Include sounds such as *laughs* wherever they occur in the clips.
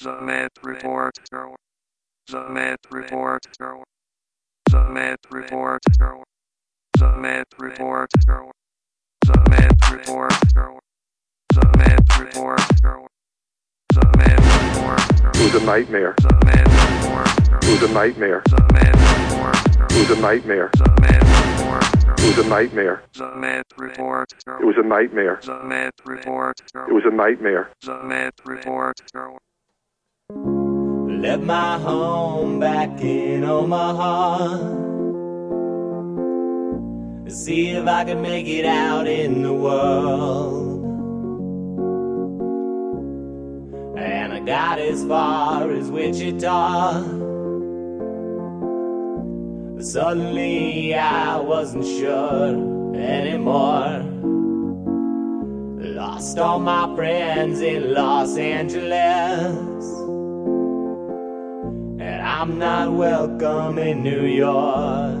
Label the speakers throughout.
Speaker 1: The Med Report Girl. The Med Report Girl. The Med Report Girl. The Med Report Girl. The Med Report Girl. The Med Report Girl. The Med Report Girl.
Speaker 2: It was a nightmare.
Speaker 1: The Med Report Girl.
Speaker 2: It was a nightmare.
Speaker 1: The Med Report Girl.
Speaker 2: It was a nightmare.
Speaker 1: The Med Report
Speaker 2: It
Speaker 1: Girl.
Speaker 2: was a nightmare.
Speaker 1: The Med Report Girl.
Speaker 2: It
Speaker 1: The Med Report Girl.
Speaker 2: was a nightmare. It was a nightmare.
Speaker 1: The Med Report Girl.
Speaker 3: Left my home back in Omaha. To see if I could make it out in the world. And I got as far as Wichita. Suddenly I wasn't sure anymore. Lost all my friends in Los Angeles. And I'm not welcome in New York.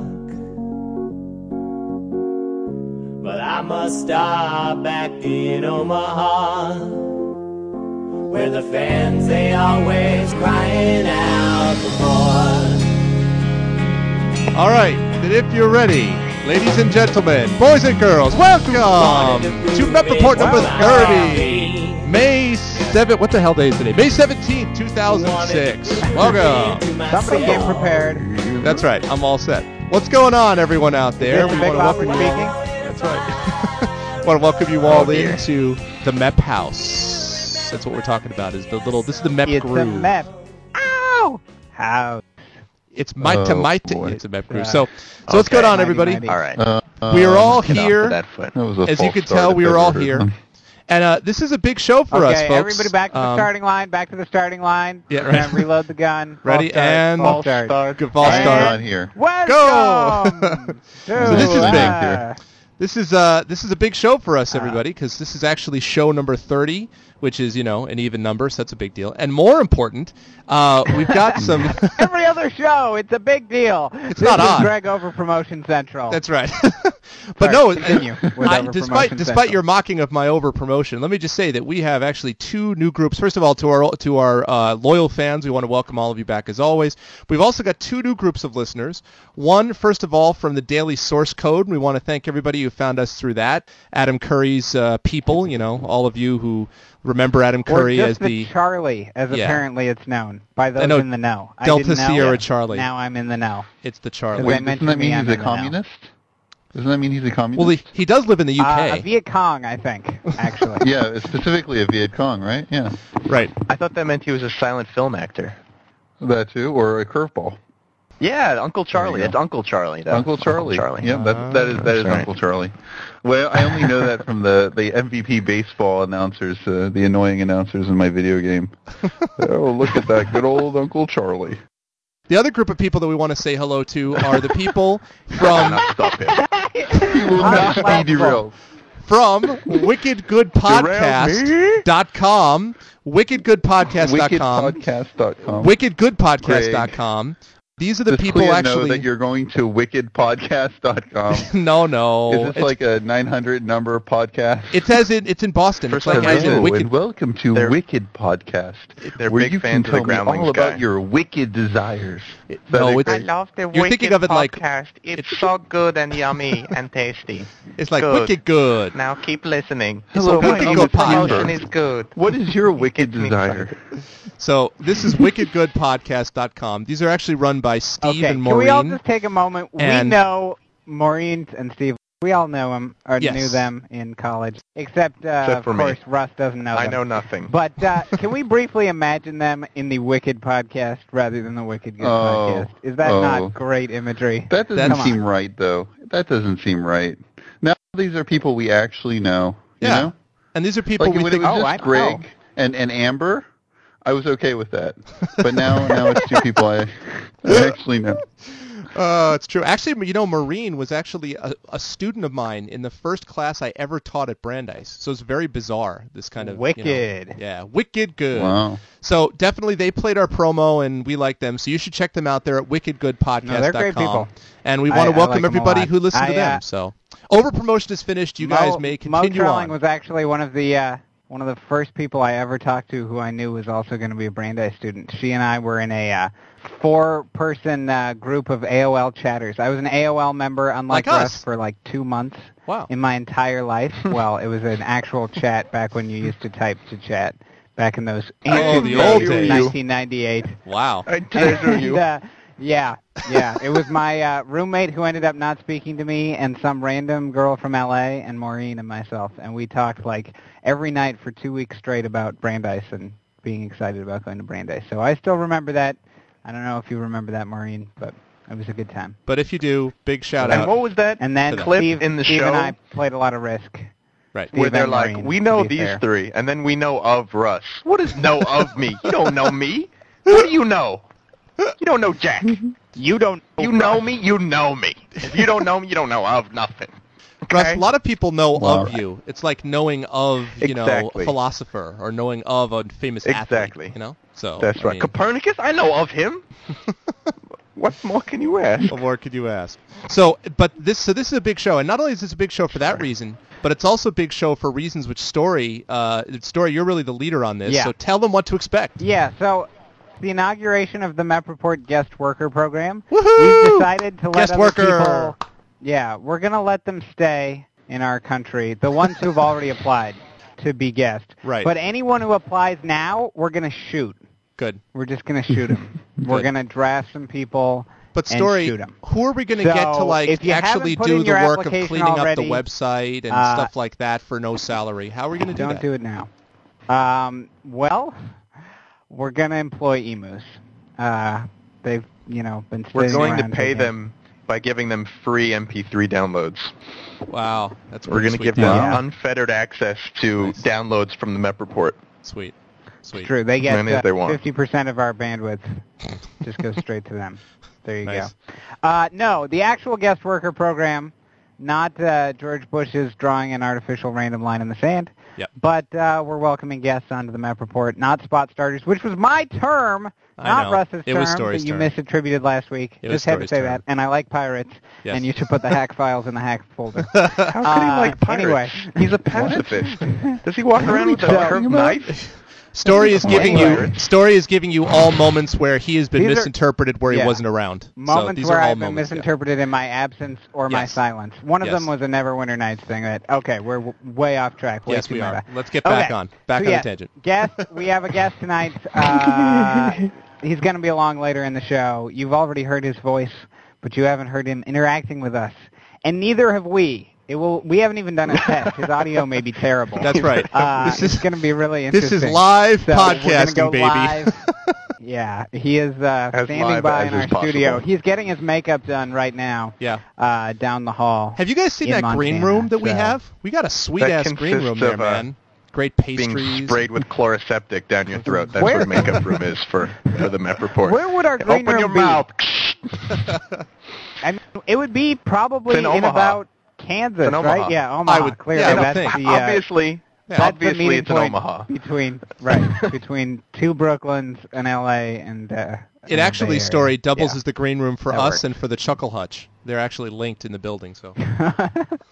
Speaker 3: But I must start back in Omaha. Where the fans, they always crying out for more.
Speaker 4: All right, and if you're ready, ladies and gentlemen, boys and girls, welcome to Met Report number 30, May 7th. What the hell day is today? May 17th, 2006. Welcome.
Speaker 5: Somebody came prepared.
Speaker 4: That's right, I'm all set. What's going on, everyone out there?
Speaker 5: Mr.
Speaker 4: We
Speaker 5: Big
Speaker 4: wanna
Speaker 5: Papa
Speaker 4: welcome you-
Speaker 5: speaking.
Speaker 4: That's right. *laughs* want to welcome you all into the MEP house. That's what we're talking about. Is the little this is the MEP
Speaker 5: It's a
Speaker 4: groove.
Speaker 5: map. Ow! How?
Speaker 4: It's my to
Speaker 6: Oh,
Speaker 4: my to.
Speaker 6: boy.
Speaker 4: It's a MEP groove.
Speaker 5: Yeah.
Speaker 4: So, so what's
Speaker 5: Okay.
Speaker 4: going on,
Speaker 5: Mighty,
Speaker 4: everybody?
Speaker 5: mighty.
Speaker 6: All right.
Speaker 4: We are all
Speaker 6: get off of
Speaker 4: here.
Speaker 6: that foot. Uh, um, That was a
Speaker 4: As you
Speaker 6: false
Speaker 4: can
Speaker 6: start
Speaker 4: tell,
Speaker 6: if
Speaker 4: we are
Speaker 6: I've
Speaker 4: all
Speaker 6: ever heard
Speaker 4: here.
Speaker 6: one.
Speaker 4: And uh, this is a big show for us,
Speaker 5: okay,
Speaker 4: folks.
Speaker 5: everybody back to the
Speaker 4: Um,
Speaker 5: starting line, back to the starting line.
Speaker 4: Yeah,
Speaker 5: We're
Speaker 4: right.
Speaker 5: gonna reload the gun.
Speaker 4: *laughs* Ready,
Speaker 5: False start,
Speaker 4: and-
Speaker 5: false
Speaker 6: False
Speaker 5: start.
Speaker 6: start.
Speaker 4: Good false
Speaker 6: I'm
Speaker 4: start.
Speaker 6: not here.
Speaker 5: Welcome
Speaker 4: So
Speaker 5: *laughs* to,
Speaker 4: this is big.
Speaker 5: uh,
Speaker 4: This is uh this is a big show for us, everybody, because this is actually show number thirty, which is you know an even number, so that's a big deal. And more important, uh, we've
Speaker 6: *laughs*
Speaker 4: got some.
Speaker 5: Every other show, it's a big deal. It's
Speaker 4: not
Speaker 5: is
Speaker 4: on.
Speaker 5: Greg over Promotion
Speaker 4: *laughs*
Speaker 5: Central.
Speaker 4: that's right. *laughs* but no,
Speaker 5: Sorry,
Speaker 4: *laughs*
Speaker 5: continue with
Speaker 4: I-
Speaker 5: overpromotion
Speaker 4: despite despite
Speaker 5: central.
Speaker 4: your mocking of my over promotion, let me just say that we have actually two new groups. First of all, to our to our uh, loyal fans, we want to welcome all of you back as always. We've also got two new groups of listeners. One, first of all, from the Daily Source Code, and we want to thank everybody who found us through that. Adam Curry's uh, people, you know, all of you who remember Adam
Speaker 5: Or
Speaker 4: Curry
Speaker 5: just
Speaker 4: as
Speaker 5: the,
Speaker 4: the
Speaker 5: Charlie, as
Speaker 4: Yeah.
Speaker 5: apparently it's known by those
Speaker 4: know
Speaker 5: in the know. I
Speaker 4: Delta
Speaker 5: didn't know.
Speaker 4: Sierra Charlie.
Speaker 5: Now I'm in the know.
Speaker 4: it's the
Speaker 5: As
Speaker 4: Charlie.
Speaker 5: I
Speaker 6: Wait, doesn't
Speaker 5: mentioned,
Speaker 6: that mean
Speaker 5: me, I'm
Speaker 6: he's a
Speaker 5: in the know.
Speaker 6: communist? Doesn't that mean he's a communist?
Speaker 4: Well, he, he does live in the UK,
Speaker 5: Uh, a Viet Cong, I think,
Speaker 7: *laughs*
Speaker 5: actually.
Speaker 6: yeah, specifically a Viet Cong, right? Yeah,
Speaker 4: right?
Speaker 8: I thought that meant he was a silent film actor.
Speaker 6: that too, or a curveball.
Speaker 8: Yeah, Uncle Charlie.
Speaker 6: go.
Speaker 8: It's Uncle Charlie. That's
Speaker 6: Uncle Charlie.
Speaker 8: Charlie.
Speaker 6: Yeah, that, that is that is
Speaker 8: That's right.
Speaker 6: Uncle Charlie. Well, I only know that from the the MVP baseball announcers, uh, the annoying announcers in my
Speaker 4: *laughs*
Speaker 6: video game. oh, look at that good old Uncle Charlie.
Speaker 4: The other group of people that we want to say hello to are the people
Speaker 5: *laughs*
Speaker 4: from
Speaker 6: Now stop it. He will not be derailed. *laughs*
Speaker 4: from wickedgoodpodcast.com, wickedgoodpodcast.com,
Speaker 6: Wickedpodcast.com.
Speaker 4: wickedgoodpodcast.com. These are the
Speaker 6: Does
Speaker 4: people
Speaker 6: Clea know
Speaker 4: actually.
Speaker 6: that you're going to wickedpodcast.com. Is
Speaker 4: no, no.
Speaker 6: this
Speaker 4: it's,
Speaker 6: like a 900 number podcast?
Speaker 4: it's as in it's in Boston. It's
Speaker 8: For
Speaker 4: like
Speaker 8: some
Speaker 4: as
Speaker 8: reason,
Speaker 4: in
Speaker 6: Hello,
Speaker 4: wicked.
Speaker 6: and welcome to
Speaker 8: They're-
Speaker 6: Wicked Podcast,
Speaker 8: they're
Speaker 6: where
Speaker 8: big
Speaker 6: you can
Speaker 8: fans of
Speaker 6: tell
Speaker 8: the
Speaker 6: me
Speaker 8: Groundlings
Speaker 6: all about
Speaker 8: guy.
Speaker 6: your wicked desires. Is that
Speaker 4: no,
Speaker 6: a
Speaker 4: it's-
Speaker 7: I
Speaker 6: great-
Speaker 7: love the
Speaker 4: You're
Speaker 7: Wicked
Speaker 4: thinking of it like-
Speaker 7: podcast. It's so good and yummy and tasty.
Speaker 4: It's like
Speaker 7: good.
Speaker 4: wicked good.
Speaker 7: Now keep listening.
Speaker 6: Hello,
Speaker 4: It's a
Speaker 6: my name
Speaker 4: wicked
Speaker 6: is
Speaker 4: podcast.
Speaker 7: Promotion is
Speaker 6: Timber.
Speaker 7: good.
Speaker 6: What is your wicked desire?
Speaker 4: So this is wickedgoodpodcast.com. These are actually run by Steve
Speaker 5: okay,
Speaker 4: and
Speaker 5: can we all
Speaker 4: Maureen.
Speaker 5: just take a moment?
Speaker 4: and-
Speaker 5: we know Maureen and Steve. We all know them or
Speaker 4: Yes.
Speaker 5: knew them in college, except, uh,
Speaker 8: Except for
Speaker 5: of
Speaker 8: me.
Speaker 5: course Russ doesn't know
Speaker 8: I
Speaker 5: them.
Speaker 8: know nothing.
Speaker 5: But uh, can we briefly imagine them in the Wicked podcast rather than the Wicked Good
Speaker 6: Oh,
Speaker 5: podcast? Is that
Speaker 6: oh.
Speaker 5: not great imagery?
Speaker 6: That
Speaker 4: That's-
Speaker 6: doesn't seem right, though. That doesn't seem right. Now these are people we actually know. You
Speaker 4: Yeah.
Speaker 6: know?
Speaker 4: and these are people
Speaker 6: like
Speaker 4: we
Speaker 6: when it
Speaker 4: think
Speaker 6: was
Speaker 5: Oh,
Speaker 6: just
Speaker 5: I know.
Speaker 6: Greg and, and Amber, I was okay with that. But now now it's two people I, I actually know.
Speaker 4: Uh, it's true. Actually, you know, Maureen was actually a, a student of mine in the first class I ever taught at Brandeis. So it's very bizarre. This kind of you know-
Speaker 5: Wicked.
Speaker 4: yeah, wicked good.
Speaker 6: Wow.
Speaker 4: So definitely, they played our promo, and we like them. So you should check them out there at wickedgoodpodcast.com.
Speaker 5: No, they're great people.
Speaker 4: And we
Speaker 5: I-
Speaker 4: want
Speaker 5: I
Speaker 4: to welcome
Speaker 5: like 'em a
Speaker 4: everybody
Speaker 5: lot.
Speaker 4: who listened
Speaker 5: I,
Speaker 4: to them.
Speaker 5: uh,
Speaker 4: so over promotion is finished. You guys
Speaker 5: Mo,
Speaker 4: may continue
Speaker 5: Mo Trolling
Speaker 4: on.
Speaker 5: was actually one of the uh, one of the first people I ever talked to who I knew was also going to be a Brandeis student. She and I were in a uh, four-person uh, group of AOL chatters. I was an AOL member, unlike
Speaker 4: Like
Speaker 5: Russ,
Speaker 4: us.
Speaker 5: for like two months
Speaker 4: Wow.
Speaker 5: in my entire
Speaker 4: *laughs*
Speaker 5: life. well, it was an actual chat back when you used to type to chat back in those
Speaker 4: Oh, the
Speaker 5: ancient
Speaker 4: old
Speaker 5: days,
Speaker 4: days.
Speaker 5: 1998.
Speaker 4: Wow.
Speaker 5: *laughs*
Speaker 6: I
Speaker 8: *laughs*
Speaker 6: treasure
Speaker 5: And,
Speaker 6: you.
Speaker 5: uh, yeah, yeah. It was my uh, roommate who ended up not speaking to me, and some random girl from LA, and Maureen and myself, and we talked like every night for two weeks straight about Brandeis and being excited about going to Brandeis. So I still remember that. I don't know if you remember that, Maureen, but it was a good time.
Speaker 4: But if you do, big shout
Speaker 8: And what
Speaker 4: out.
Speaker 8: was that?
Speaker 5: And then
Speaker 4: Good.
Speaker 8: Clip
Speaker 5: Steve,
Speaker 8: in the
Speaker 5: Steve and
Speaker 8: show?
Speaker 5: I played a lot of Risk.
Speaker 4: Right.
Speaker 5: Steve
Speaker 8: Where they're
Speaker 5: and
Speaker 8: like,
Speaker 5: Maureen,
Speaker 8: we
Speaker 5: to
Speaker 8: know
Speaker 5: be
Speaker 8: these
Speaker 5: fair.
Speaker 8: three, and then we know of Russ. What is *laughs* know of me? You don't know me. What do you know? You don't know Jack. *laughs* You don't. you know me. You know me. If you don't know me, you don't know of nothing.
Speaker 4: Russ, a lot of people know
Speaker 6: Well,
Speaker 4: of you. It's like knowing of, you know, a
Speaker 8: Exactly.
Speaker 4: philosopher or knowing of a famous
Speaker 8: Exactly.
Speaker 4: athlete. You know? So
Speaker 6: That's
Speaker 4: I
Speaker 6: right.
Speaker 4: mean,
Speaker 8: Copernicus. I know of *laughs* him.
Speaker 6: What more can you ask?
Speaker 4: what more could you ask? So, but this so this is a big show, and not only is this a big show for that reason, but it's also a big show for reasons which story, uh, story. You're really the leader on this,
Speaker 5: Yeah.
Speaker 4: so tell them what to expect.
Speaker 5: Yeah, so the inauguration of the MEP Report guest worker program.
Speaker 4: Woohoo!
Speaker 5: We've decided to let
Speaker 4: Guest
Speaker 5: other
Speaker 4: worker.
Speaker 5: people. Yeah, we're gonna let them stay in our country. The ones who've already applied to be guest.
Speaker 4: Right.
Speaker 5: But anyone who applies now, we're gonna shoot.
Speaker 4: Good,
Speaker 5: We're just gonna shoot
Speaker 4: *laughs*
Speaker 5: them. we're
Speaker 4: Good.
Speaker 5: gonna draft some people.
Speaker 4: but
Speaker 5: and
Speaker 4: story.
Speaker 5: shoot 'em.
Speaker 4: Who are we going to
Speaker 5: So,
Speaker 4: get to like
Speaker 5: if you haven't
Speaker 4: actually
Speaker 5: put
Speaker 4: do
Speaker 5: in
Speaker 4: the
Speaker 5: your
Speaker 4: work of
Speaker 5: application
Speaker 4: cleaning up
Speaker 5: already,
Speaker 4: the website and
Speaker 5: uh,
Speaker 4: stuff like that for no salary? How are we going to do
Speaker 5: Don't
Speaker 4: that?
Speaker 5: do it now. Um, well, we're gonna employ emus. Uh, they've you know been.
Speaker 8: We're
Speaker 5: sitting
Speaker 8: going to
Speaker 5: around
Speaker 8: pay
Speaker 5: thinking-
Speaker 8: them by giving them free MP3 downloads.
Speaker 4: Wow, that's
Speaker 8: We're
Speaker 4: going to
Speaker 8: give them unfettered access to
Speaker 4: Nice.
Speaker 8: downloads from the MEP report.
Speaker 4: sweet, sweet.
Speaker 5: True. They get
Speaker 8: many as they want.
Speaker 5: fifty percent of our bandwidth. Just goes straight
Speaker 4: *laughs*
Speaker 5: to them. There you
Speaker 4: Nice.
Speaker 5: go. Uh, no, the actual guest worker program, not uh, George Bush's drawing an artificial random line in the sand.
Speaker 4: Yep.
Speaker 5: But uh, we're welcoming guests onto the map report, not spot starters, which was my term,
Speaker 4: I
Speaker 5: not
Speaker 4: know.
Speaker 5: Russ's
Speaker 4: It
Speaker 5: term
Speaker 4: was Story's
Speaker 5: that you
Speaker 4: term.
Speaker 5: misattributed last week.
Speaker 4: It
Speaker 5: Just
Speaker 4: was
Speaker 5: had to
Speaker 4: Story's
Speaker 5: say
Speaker 4: term.
Speaker 5: that. And I like pirates.
Speaker 4: Yes.
Speaker 5: And you should put the hack files in the hack
Speaker 4: *laughs*
Speaker 5: folder.
Speaker 6: How can he
Speaker 5: Uh,
Speaker 6: like pirates?
Speaker 5: anyway.
Speaker 6: He's a pacifist.
Speaker 5: *laughs*
Speaker 6: Does he walk around with a
Speaker 5: talking
Speaker 6: curved
Speaker 5: about?
Speaker 6: knife?
Speaker 4: Story is
Speaker 6: Anyway.
Speaker 4: giving you story is giving you all moments where he has been
Speaker 5: These are-
Speaker 4: misinterpreted where
Speaker 5: yeah.
Speaker 4: he wasn't around. so
Speaker 5: moments
Speaker 4: these
Speaker 5: where
Speaker 4: are all
Speaker 5: I've been
Speaker 4: moments. yeah.
Speaker 5: misinterpreted in my absence or my
Speaker 4: Yes.
Speaker 5: silence. One of
Speaker 4: Yes.
Speaker 5: them was a Neverwinter Nights thing. That okay, we're w- way off track. Way
Speaker 4: Yes,
Speaker 5: too
Speaker 4: we are.
Speaker 5: meta.
Speaker 4: Let's get back
Speaker 5: Okay,
Speaker 4: on back
Speaker 5: so
Speaker 4: on
Speaker 5: yeah,
Speaker 4: the tangent.
Speaker 5: Guest, we have a guest
Speaker 4: *laughs*
Speaker 5: tonight. Uh, he's going to be along later in the show. You've already heard his voice, but you haven't heard him interacting with us, and neither have we. It will. We haven't even done a test. His audio may be terrible.
Speaker 4: That's right.
Speaker 5: Uh,
Speaker 4: This is-
Speaker 5: it's going to be really
Speaker 4: This
Speaker 5: interesting.
Speaker 4: is live
Speaker 5: So we're gonna
Speaker 4: podcasting,
Speaker 5: go
Speaker 4: baby.
Speaker 5: live.
Speaker 4: *laughs*
Speaker 5: yeah, he is uh,
Speaker 8: As
Speaker 5: standing
Speaker 8: live
Speaker 5: by
Speaker 8: as
Speaker 5: in
Speaker 8: is
Speaker 5: our studio.
Speaker 8: possible.
Speaker 5: He's getting his makeup done right now.
Speaker 4: Yeah.
Speaker 5: Uh, down the hall.
Speaker 4: Have you guys seen
Speaker 5: in
Speaker 4: that green
Speaker 5: Montana,
Speaker 4: room that we
Speaker 5: so-
Speaker 4: have? We got a sweet
Speaker 8: That
Speaker 4: ass green
Speaker 8: consists
Speaker 4: room there,
Speaker 8: of, uh,
Speaker 4: man. Great
Speaker 8: Being
Speaker 4: pastries.
Speaker 8: sprayed with chloroseptic down your throat. That's
Speaker 5: Where-
Speaker 8: what makeup room is for, for the MEP report.
Speaker 5: Where would our green
Speaker 8: Open
Speaker 5: room
Speaker 8: your
Speaker 5: be?
Speaker 8: mouth.
Speaker 5: I mean, it would be probably
Speaker 8: It's in Omaha.
Speaker 5: about Kansas,
Speaker 8: It's in
Speaker 5: right?
Speaker 8: Omaha.
Speaker 5: Yeah, Omaha.
Speaker 4: would-
Speaker 5: clearly,
Speaker 4: yeah, I would
Speaker 5: that's
Speaker 4: think.
Speaker 5: the uh,
Speaker 8: obviously,
Speaker 4: Yeah.
Speaker 5: that's the
Speaker 8: obviously
Speaker 5: meeting
Speaker 8: it's in
Speaker 5: point
Speaker 8: Omaha.
Speaker 5: between right between two Brooklands and L.A. and. Uh,
Speaker 4: it actually, story doubles
Speaker 5: as
Speaker 4: as the green room for
Speaker 5: That
Speaker 4: us
Speaker 5: works.
Speaker 4: and for the Chuckle Hutch. They're actually linked in the building.
Speaker 5: *laughs*
Speaker 4: So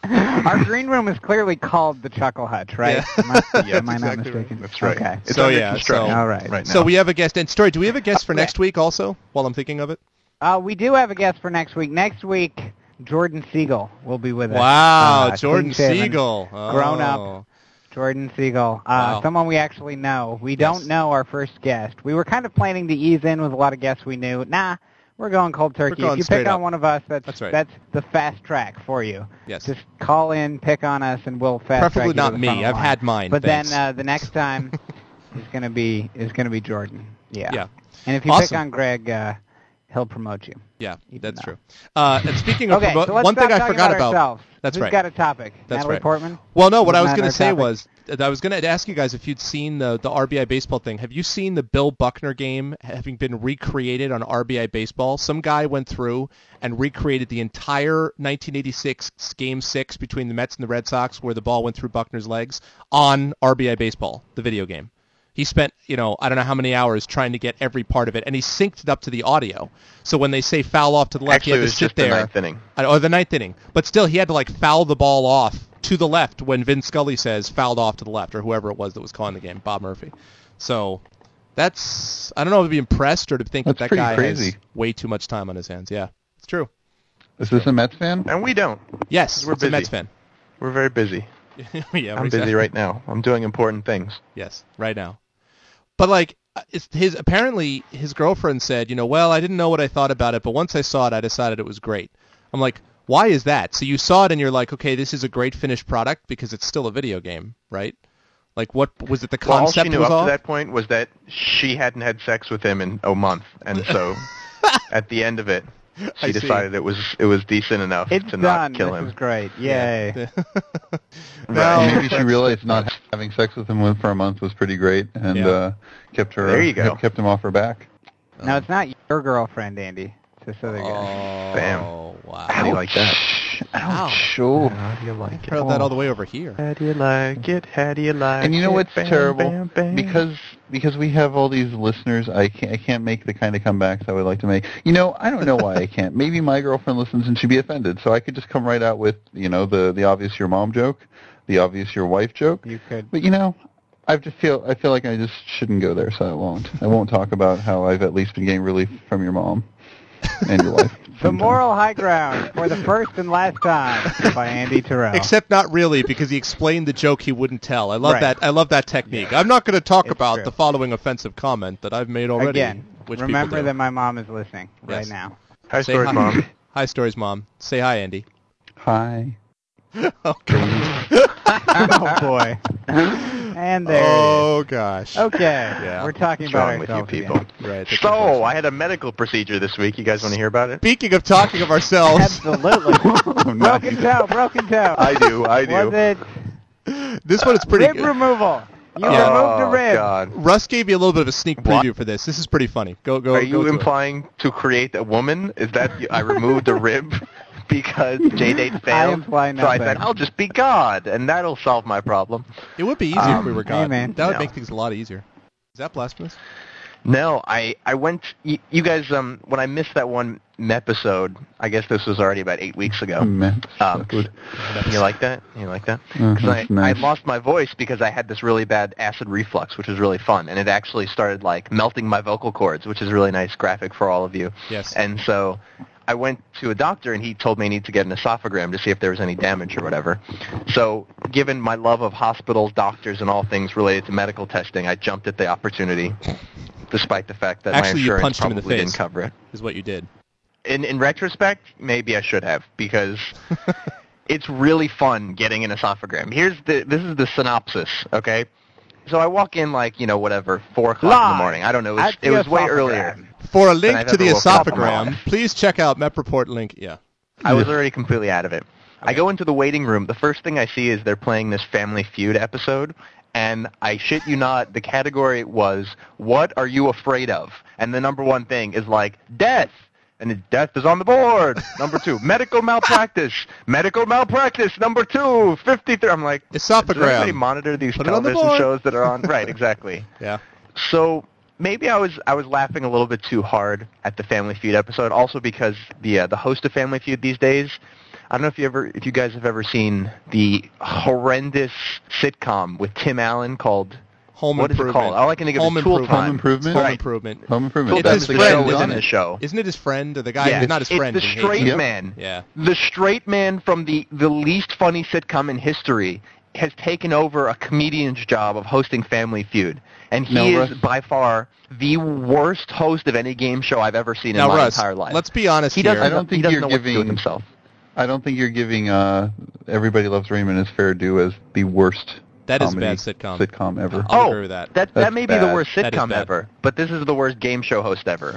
Speaker 5: Our green room is clearly called the Chuckle Hutch, right?
Speaker 4: Yeah.
Speaker 8: *laughs*
Speaker 5: Am I,
Speaker 8: Yeah,
Speaker 5: am I
Speaker 8: that's
Speaker 5: not
Speaker 8: exactly
Speaker 5: mistaken?
Speaker 8: That's right.
Speaker 5: Okay.
Speaker 8: It's
Speaker 4: So,
Speaker 8: under
Speaker 4: yeah,
Speaker 8: construction
Speaker 4: so-
Speaker 5: All right.
Speaker 8: right now.
Speaker 4: so we have a guest. And story, do we have a
Speaker 5: *laughs*
Speaker 4: guest for next week also? While I'm thinking of it.
Speaker 5: Uh, we do have a guest for next week. Next week, Jordan Siegel will be with us.
Speaker 4: Wow,
Speaker 5: Uh,
Speaker 4: Jordan
Speaker 5: clean-shaven,
Speaker 4: Siegel,
Speaker 5: grown up.
Speaker 4: Oh.
Speaker 5: Jordan Siegel. Uh,
Speaker 4: Wow.
Speaker 5: Someone we actually know. We
Speaker 4: Yes.
Speaker 5: don't know our first guest. We were kind of planning to ease in with a lot of guests we knew. Nah, we're going cold turkey.
Speaker 4: going
Speaker 5: if you
Speaker 4: straight
Speaker 5: pick
Speaker 4: up.
Speaker 5: on one of us, that's
Speaker 4: That's right.
Speaker 5: the fast track for you.
Speaker 4: Yes.
Speaker 5: Just call in, pick on us, and we'll fast track.
Speaker 4: Preferably
Speaker 5: you to
Speaker 4: not
Speaker 5: the
Speaker 4: me.
Speaker 5: front of the
Speaker 4: I've
Speaker 5: line.
Speaker 4: had mine,
Speaker 5: But
Speaker 4: thanks.
Speaker 5: then uh, the
Speaker 4: *laughs*
Speaker 5: next time is gonna be is gonna be Jordan. Yeah.
Speaker 4: Yeah.
Speaker 5: And if you pick
Speaker 4: Awesome.
Speaker 5: on Greg, uh, he'll promote you.
Speaker 4: Yeah,
Speaker 5: Even
Speaker 4: that's
Speaker 5: though.
Speaker 4: true. Uh, and speaking of
Speaker 5: Okay,
Speaker 4: promo-
Speaker 5: so let's
Speaker 4: one
Speaker 5: stop
Speaker 4: thing I
Speaker 5: talking
Speaker 4: forgot
Speaker 5: about.
Speaker 4: about.
Speaker 5: ourselves.
Speaker 4: That's
Speaker 5: Who's
Speaker 4: right.
Speaker 5: got a topic?
Speaker 4: That's
Speaker 5: Natalie
Speaker 4: right.
Speaker 5: Portman.
Speaker 4: Well, no,
Speaker 5: This
Speaker 4: what
Speaker 5: is
Speaker 4: I was
Speaker 5: not
Speaker 4: going
Speaker 5: our
Speaker 4: to say
Speaker 5: topic.
Speaker 4: was I was going to ask you guys if you'd seen the the RBI baseball thing. Have you seen the Bill Buckner game having been recreated on RBI baseball? Some guy went through and recreated the entire 1986 game 6 between the Mets and the Red Sox where the ball went through Buckner's legs on RBI baseball, the video game. He spent, you know, I don't know how many hours trying to get every part of it, and he synced it up to the audio. So when they say foul off to the left,
Speaker 8: Actually,
Speaker 4: he
Speaker 8: it
Speaker 4: had
Speaker 8: was
Speaker 4: to sit
Speaker 8: just the
Speaker 4: there.
Speaker 8: ninth inning.
Speaker 4: I- Or the ninth inning. But still, he had to like foul the ball off to the left when Vin Scully says fouled off to the left or whoever it was that was calling the game, Bob Murphy. So that's I don't know if to be impressed or to think
Speaker 6: That's
Speaker 4: that that
Speaker 6: pretty
Speaker 4: guy
Speaker 6: crazy.
Speaker 4: has way too much time on his hands. Yeah, it's true.
Speaker 6: Is this a Mets fan?
Speaker 8: And we don't.
Speaker 4: Yes,
Speaker 8: We're
Speaker 4: it's a
Speaker 8: busy.
Speaker 4: Mets fan. *laughs*
Speaker 8: We're very busy.
Speaker 4: yeah, we're
Speaker 8: I'm
Speaker 4: exactly-
Speaker 8: busy right now. I'm doing important things.
Speaker 4: Yes, right now. But like uh, it's his apparently his girlfriend said, you know, well, I didn't know what I thought about it, but once I saw it, I decided it was great. I'm like, why is that? So you saw it and you're like, okay, this is a great finished product because it's still a video game, right? Like what was it the
Speaker 8: Well, all
Speaker 4: concept
Speaker 8: she knew
Speaker 4: was
Speaker 8: up
Speaker 4: off?
Speaker 8: to that point was that she hadn't had sex with him in a month, and so at the end of it, she
Speaker 4: I see.
Speaker 8: decided it was it was decent enough
Speaker 5: It's
Speaker 8: to
Speaker 5: done.
Speaker 8: not kill
Speaker 5: this
Speaker 8: him.
Speaker 5: is great. Yay.
Speaker 8: *laughs*
Speaker 6: Well,
Speaker 4: No.
Speaker 6: maybe she realized not having sex with him for a month was pretty great and
Speaker 4: Yeah.
Speaker 6: uh, kept her
Speaker 8: There you go.
Speaker 6: kept him off her back.
Speaker 5: No, it's not your girlfriend, Andy. It's this other guy.
Speaker 4: Oh,
Speaker 8: Bam.
Speaker 4: wow.
Speaker 8: How do you like that?
Speaker 6: Ouch. Oh.
Speaker 8: How do you like it?
Speaker 4: Heard that all the way over here.
Speaker 8: How do you like it? How do you like it?
Speaker 6: And you know what's
Speaker 8: Bam,
Speaker 6: terrible?
Speaker 8: bam, bam.
Speaker 6: Because because we have all these listeners, I can't I can't make the kind of comebacks I would like to make. You know, I don't know why I can't. Maybe my girlfriend listens and she'd be offended, so I could just come right out with you know the the obvious your mom joke, the obvious your wife joke.
Speaker 5: You could.
Speaker 6: But you know, I just feel I feel like I just shouldn't go there, so I won't. I won't talk about how I've at least been getting relief from your mom and your wife.
Speaker 5: *laughs* The
Speaker 6: sometimes.
Speaker 5: moral high ground for the first and last
Speaker 8: *laughs*
Speaker 5: time by Andy Terrell.
Speaker 4: Except not really, because he explained the joke he wouldn't tell. I love
Speaker 5: Right.
Speaker 4: that. I love that technique. I'm not going to talk
Speaker 5: It's
Speaker 4: about
Speaker 5: true.
Speaker 4: the following offensive comment that I've made already.
Speaker 5: Again,
Speaker 4: which people
Speaker 5: remember
Speaker 4: do.
Speaker 5: that my mom is listening
Speaker 4: Yes.
Speaker 5: right now.
Speaker 8: Hi,
Speaker 4: Say
Speaker 8: stories,
Speaker 4: hi.
Speaker 8: *laughs* mom.
Speaker 4: *laughs* Hi, stories, mom. Say hi, Andy.
Speaker 6: *laughs* Hi.
Speaker 5: oh boy. And there. it
Speaker 4: Oh gosh.
Speaker 5: is. Okay.
Speaker 4: Yeah.
Speaker 5: We're talking
Speaker 8: What's
Speaker 5: about
Speaker 8: wrong with you
Speaker 5: ourselves again.
Speaker 8: people?
Speaker 4: Right. that's
Speaker 8: So
Speaker 4: unfortunate.
Speaker 8: I had a medical procedure this week. You guys want to hear
Speaker 4: *laughs*
Speaker 8: about it?
Speaker 4: speaking of talking of *laughs* ourselves,
Speaker 5: Absolutely.
Speaker 8: *laughs*
Speaker 6: Oh, no.
Speaker 5: broken
Speaker 6: *laughs*
Speaker 5: toe. Broken toe.
Speaker 8: I do. I
Speaker 5: Was
Speaker 8: do.
Speaker 5: it
Speaker 4: this one is pretty
Speaker 5: rib
Speaker 4: good.
Speaker 5: removal? You
Speaker 8: oh,
Speaker 5: removed a rib.
Speaker 8: God.
Speaker 4: Russ gave me a little bit of a sneak
Speaker 8: What?
Speaker 4: preview for this. This is pretty funny. Go Oh, go.
Speaker 8: Are
Speaker 4: go
Speaker 8: you
Speaker 4: to it.
Speaker 8: implying to create a woman? Is that I removed a rib *laughs* because J date failed?
Speaker 5: imply
Speaker 8: so I
Speaker 5: nothing.
Speaker 8: said I'll just be God, and that'll solve my problem.
Speaker 4: It would be easier if we were God.
Speaker 5: man.
Speaker 4: That would
Speaker 8: No.
Speaker 4: make things a lot easier. Is that blasphemous?
Speaker 8: No, I I went. You, you guys, um, when I missed that one episode, I guess this was already about eight weeks ago.
Speaker 6: Man,
Speaker 8: Um,
Speaker 6: good.
Speaker 8: You like that? You like that?
Speaker 6: Uh,
Speaker 8: 'Cause
Speaker 6: that's
Speaker 8: I,
Speaker 6: nice.
Speaker 8: I lost my voice because I had this really bad acid reflux, which was really fun, and it actually started like melting my vocal cords, which is really nice graphic for all of you.
Speaker 4: Yes.
Speaker 8: And so I went to a doctor, and he told me I need to get an esophagram to see if there was any damage or whatever. So given my love of hospitals, doctors, and all things related to medical testing, I jumped at the opportunity, despite the fact that
Speaker 4: Actually,
Speaker 8: my
Speaker 4: you
Speaker 8: insurance
Speaker 4: punched him in
Speaker 8: probably
Speaker 4: the face.
Speaker 8: didn't cover it
Speaker 4: Is what you did.
Speaker 8: in in retrospect, maybe I should have because
Speaker 4: *laughs*
Speaker 8: it's really fun getting an esophagram. Here's the this is the synopsis, okay? So I walk in like you know whatever four o'clock in
Speaker 5: Live
Speaker 8: the morning. I don't know. It was,
Speaker 5: at
Speaker 8: it
Speaker 5: the
Speaker 8: was way
Speaker 5: esophagram.
Speaker 8: earlier.
Speaker 4: For a
Speaker 8: I've
Speaker 4: link to
Speaker 8: ever
Speaker 4: the
Speaker 8: woken up in my
Speaker 4: esophagram,
Speaker 8: life.
Speaker 4: please check out MepReport link. Yeah.
Speaker 8: I was already completely out of it. I go into the waiting room. The first thing I see is they're playing this Family Feud episode, and I shit you not, the category was "What are you afraid of?" And the number one thing is like death, and it- death is on the
Speaker 4: *laughs*
Speaker 8: board. Number two, medical malpractice. Medical malpractice. Number two, fifty-three. I'm like, Does anybody
Speaker 4: Esophagram.
Speaker 8: monitor these
Speaker 4: Put it on the
Speaker 8: television
Speaker 4: board.
Speaker 8: shows that are on?
Speaker 4: *laughs*
Speaker 8: right, exactly.
Speaker 4: Yeah.
Speaker 8: So maybe I was I was laughing a little bit too hard at the Family Feud episode. Also because the uh, the host of Family Feud these days, I don't know if you ever if you guys have ever seen the horrendous sitcom with Tim Allen called
Speaker 4: Home
Speaker 8: what is it
Speaker 4: improvement.
Speaker 8: called? All I can think of
Speaker 4: Home
Speaker 8: is Tool
Speaker 4: improvement.
Speaker 8: Time.
Speaker 6: Home improvement.
Speaker 4: Home
Speaker 8: Right.
Speaker 4: improvement.
Speaker 6: Home improvement.
Speaker 8: Tool
Speaker 4: It's
Speaker 8: Time
Speaker 4: his
Speaker 8: is the
Speaker 4: friend,
Speaker 8: show within
Speaker 4: isn't
Speaker 8: the show.
Speaker 4: Isn't it his friend? The guy
Speaker 8: Yeah.
Speaker 4: who's not his
Speaker 8: it's
Speaker 4: friend.
Speaker 8: the
Speaker 4: who hates
Speaker 8: straight
Speaker 4: him.
Speaker 6: Yep.
Speaker 8: man.
Speaker 4: Yeah.
Speaker 8: The straight man from the, the least funny sitcom in history has taken over a comedian's job of hosting Family Feud. And he
Speaker 6: Now,
Speaker 8: is
Speaker 6: Russ-
Speaker 8: by far the worst host of any game show I've ever seen
Speaker 4: Now,
Speaker 8: in my
Speaker 4: Russ,
Speaker 8: entire life.
Speaker 4: let's be honest
Speaker 8: he
Speaker 4: here.
Speaker 8: doesn't,
Speaker 6: I don't
Speaker 8: he
Speaker 6: think
Speaker 8: doesn't
Speaker 6: you're
Speaker 8: know what to do with
Speaker 6: giving-
Speaker 8: himself.
Speaker 6: I don't think you're giving uh, Everybody Loves Raymond is fair due as the worst.
Speaker 4: That is a
Speaker 6: comedy
Speaker 4: bad sitcom.
Speaker 6: Sitcom ever.
Speaker 4: I would
Speaker 8: oh,
Speaker 4: agree with that.
Speaker 8: That,
Speaker 6: That's
Speaker 8: may be
Speaker 6: bad.
Speaker 8: the worst
Speaker 4: That is
Speaker 8: sitcom
Speaker 4: bad.
Speaker 8: ever, but this is the worst game show host ever.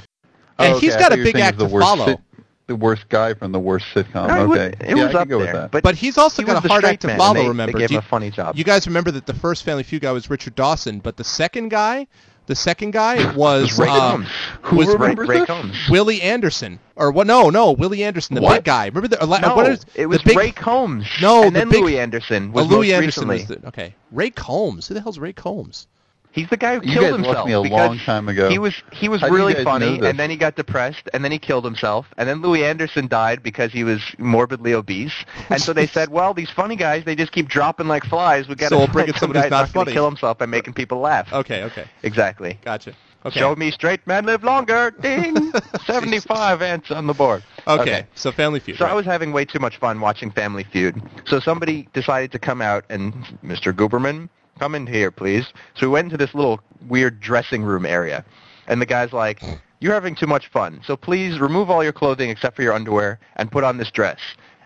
Speaker 4: And
Speaker 6: Oh,
Speaker 4: he's
Speaker 6: okay, I
Speaker 4: got
Speaker 6: thought
Speaker 4: a
Speaker 6: you were
Speaker 4: big
Speaker 6: saying
Speaker 4: act
Speaker 6: the
Speaker 4: to
Speaker 6: worst
Speaker 4: follow.
Speaker 6: sit- the worst guy from the worst sitcom.
Speaker 8: No, it was-
Speaker 6: Oh, okay,
Speaker 8: it
Speaker 6: yeah,
Speaker 8: was
Speaker 6: I could
Speaker 8: up
Speaker 6: go
Speaker 8: there,
Speaker 6: with that.
Speaker 8: but-
Speaker 4: But he's also
Speaker 8: he
Speaker 4: got
Speaker 8: was
Speaker 4: a
Speaker 8: the
Speaker 4: hard
Speaker 8: straight
Speaker 4: act to
Speaker 8: man,
Speaker 4: follow,
Speaker 8: and they-
Speaker 4: remember.
Speaker 8: They gave
Speaker 4: Do
Speaker 8: him
Speaker 4: you,
Speaker 8: a funny job.
Speaker 4: you guys remember that the first Family Feud guy was Richard Dawson, but the second guy, the second
Speaker 8: *sighs*
Speaker 4: guy was
Speaker 8: Ray
Speaker 4: um,
Speaker 8: Combs.
Speaker 6: Who
Speaker 4: was
Speaker 8: Ray,
Speaker 6: remembers
Speaker 8: Ray
Speaker 6: this?
Speaker 8: Combs.
Speaker 4: Willie Anderson. Or what? No, no, Willie Anderson, the
Speaker 8: What?
Speaker 4: big guy. Remember the, uh,
Speaker 8: No,
Speaker 4: what is,
Speaker 8: it was
Speaker 4: the big,
Speaker 8: Ray Combs.
Speaker 4: No,
Speaker 8: and
Speaker 4: the
Speaker 8: then
Speaker 4: big-
Speaker 8: Louis Anderson
Speaker 4: Oh,
Speaker 8: was
Speaker 4: Louis
Speaker 8: most
Speaker 4: Anderson
Speaker 8: recently.
Speaker 4: was the, okay. Ray Combs. Who the hell's Ray Combs?
Speaker 8: He's the guy who
Speaker 6: You
Speaker 8: killed
Speaker 6: guys
Speaker 8: himself
Speaker 6: left me a
Speaker 8: because
Speaker 6: long time ago.
Speaker 8: He was he was
Speaker 6: How do you
Speaker 8: really
Speaker 6: guys know
Speaker 8: funny,
Speaker 6: this?
Speaker 8: and then he got depressed, and then he killed himself, and then Louis Anderson died because he was morbidly obese, and
Speaker 6: *laughs*
Speaker 8: so they said, well, these funny guys they just keep dropping like flies. We got
Speaker 4: So we'll bring in
Speaker 8: some
Speaker 4: somebody who's
Speaker 8: guy's
Speaker 4: not
Speaker 8: gonna
Speaker 4: funny."
Speaker 8: Kill himself by making people laugh.
Speaker 4: Okay, okay,
Speaker 8: Exactly.
Speaker 4: gotcha. Okay,
Speaker 8: Show me straight men
Speaker 6: *laughs*
Speaker 8: live longer. Ding. Seventy-five ants on the board.
Speaker 4: okay. So Family Feud.
Speaker 8: So
Speaker 4: right.
Speaker 8: I was having way too much fun watching Family Feud. So somebody decided to come out and, Mr. Gooberman, come in here, please. So we went into this little weird dressing room area. And the guy's like, you're having too much fun. So please remove all your clothing except for your underwear and put on this dress.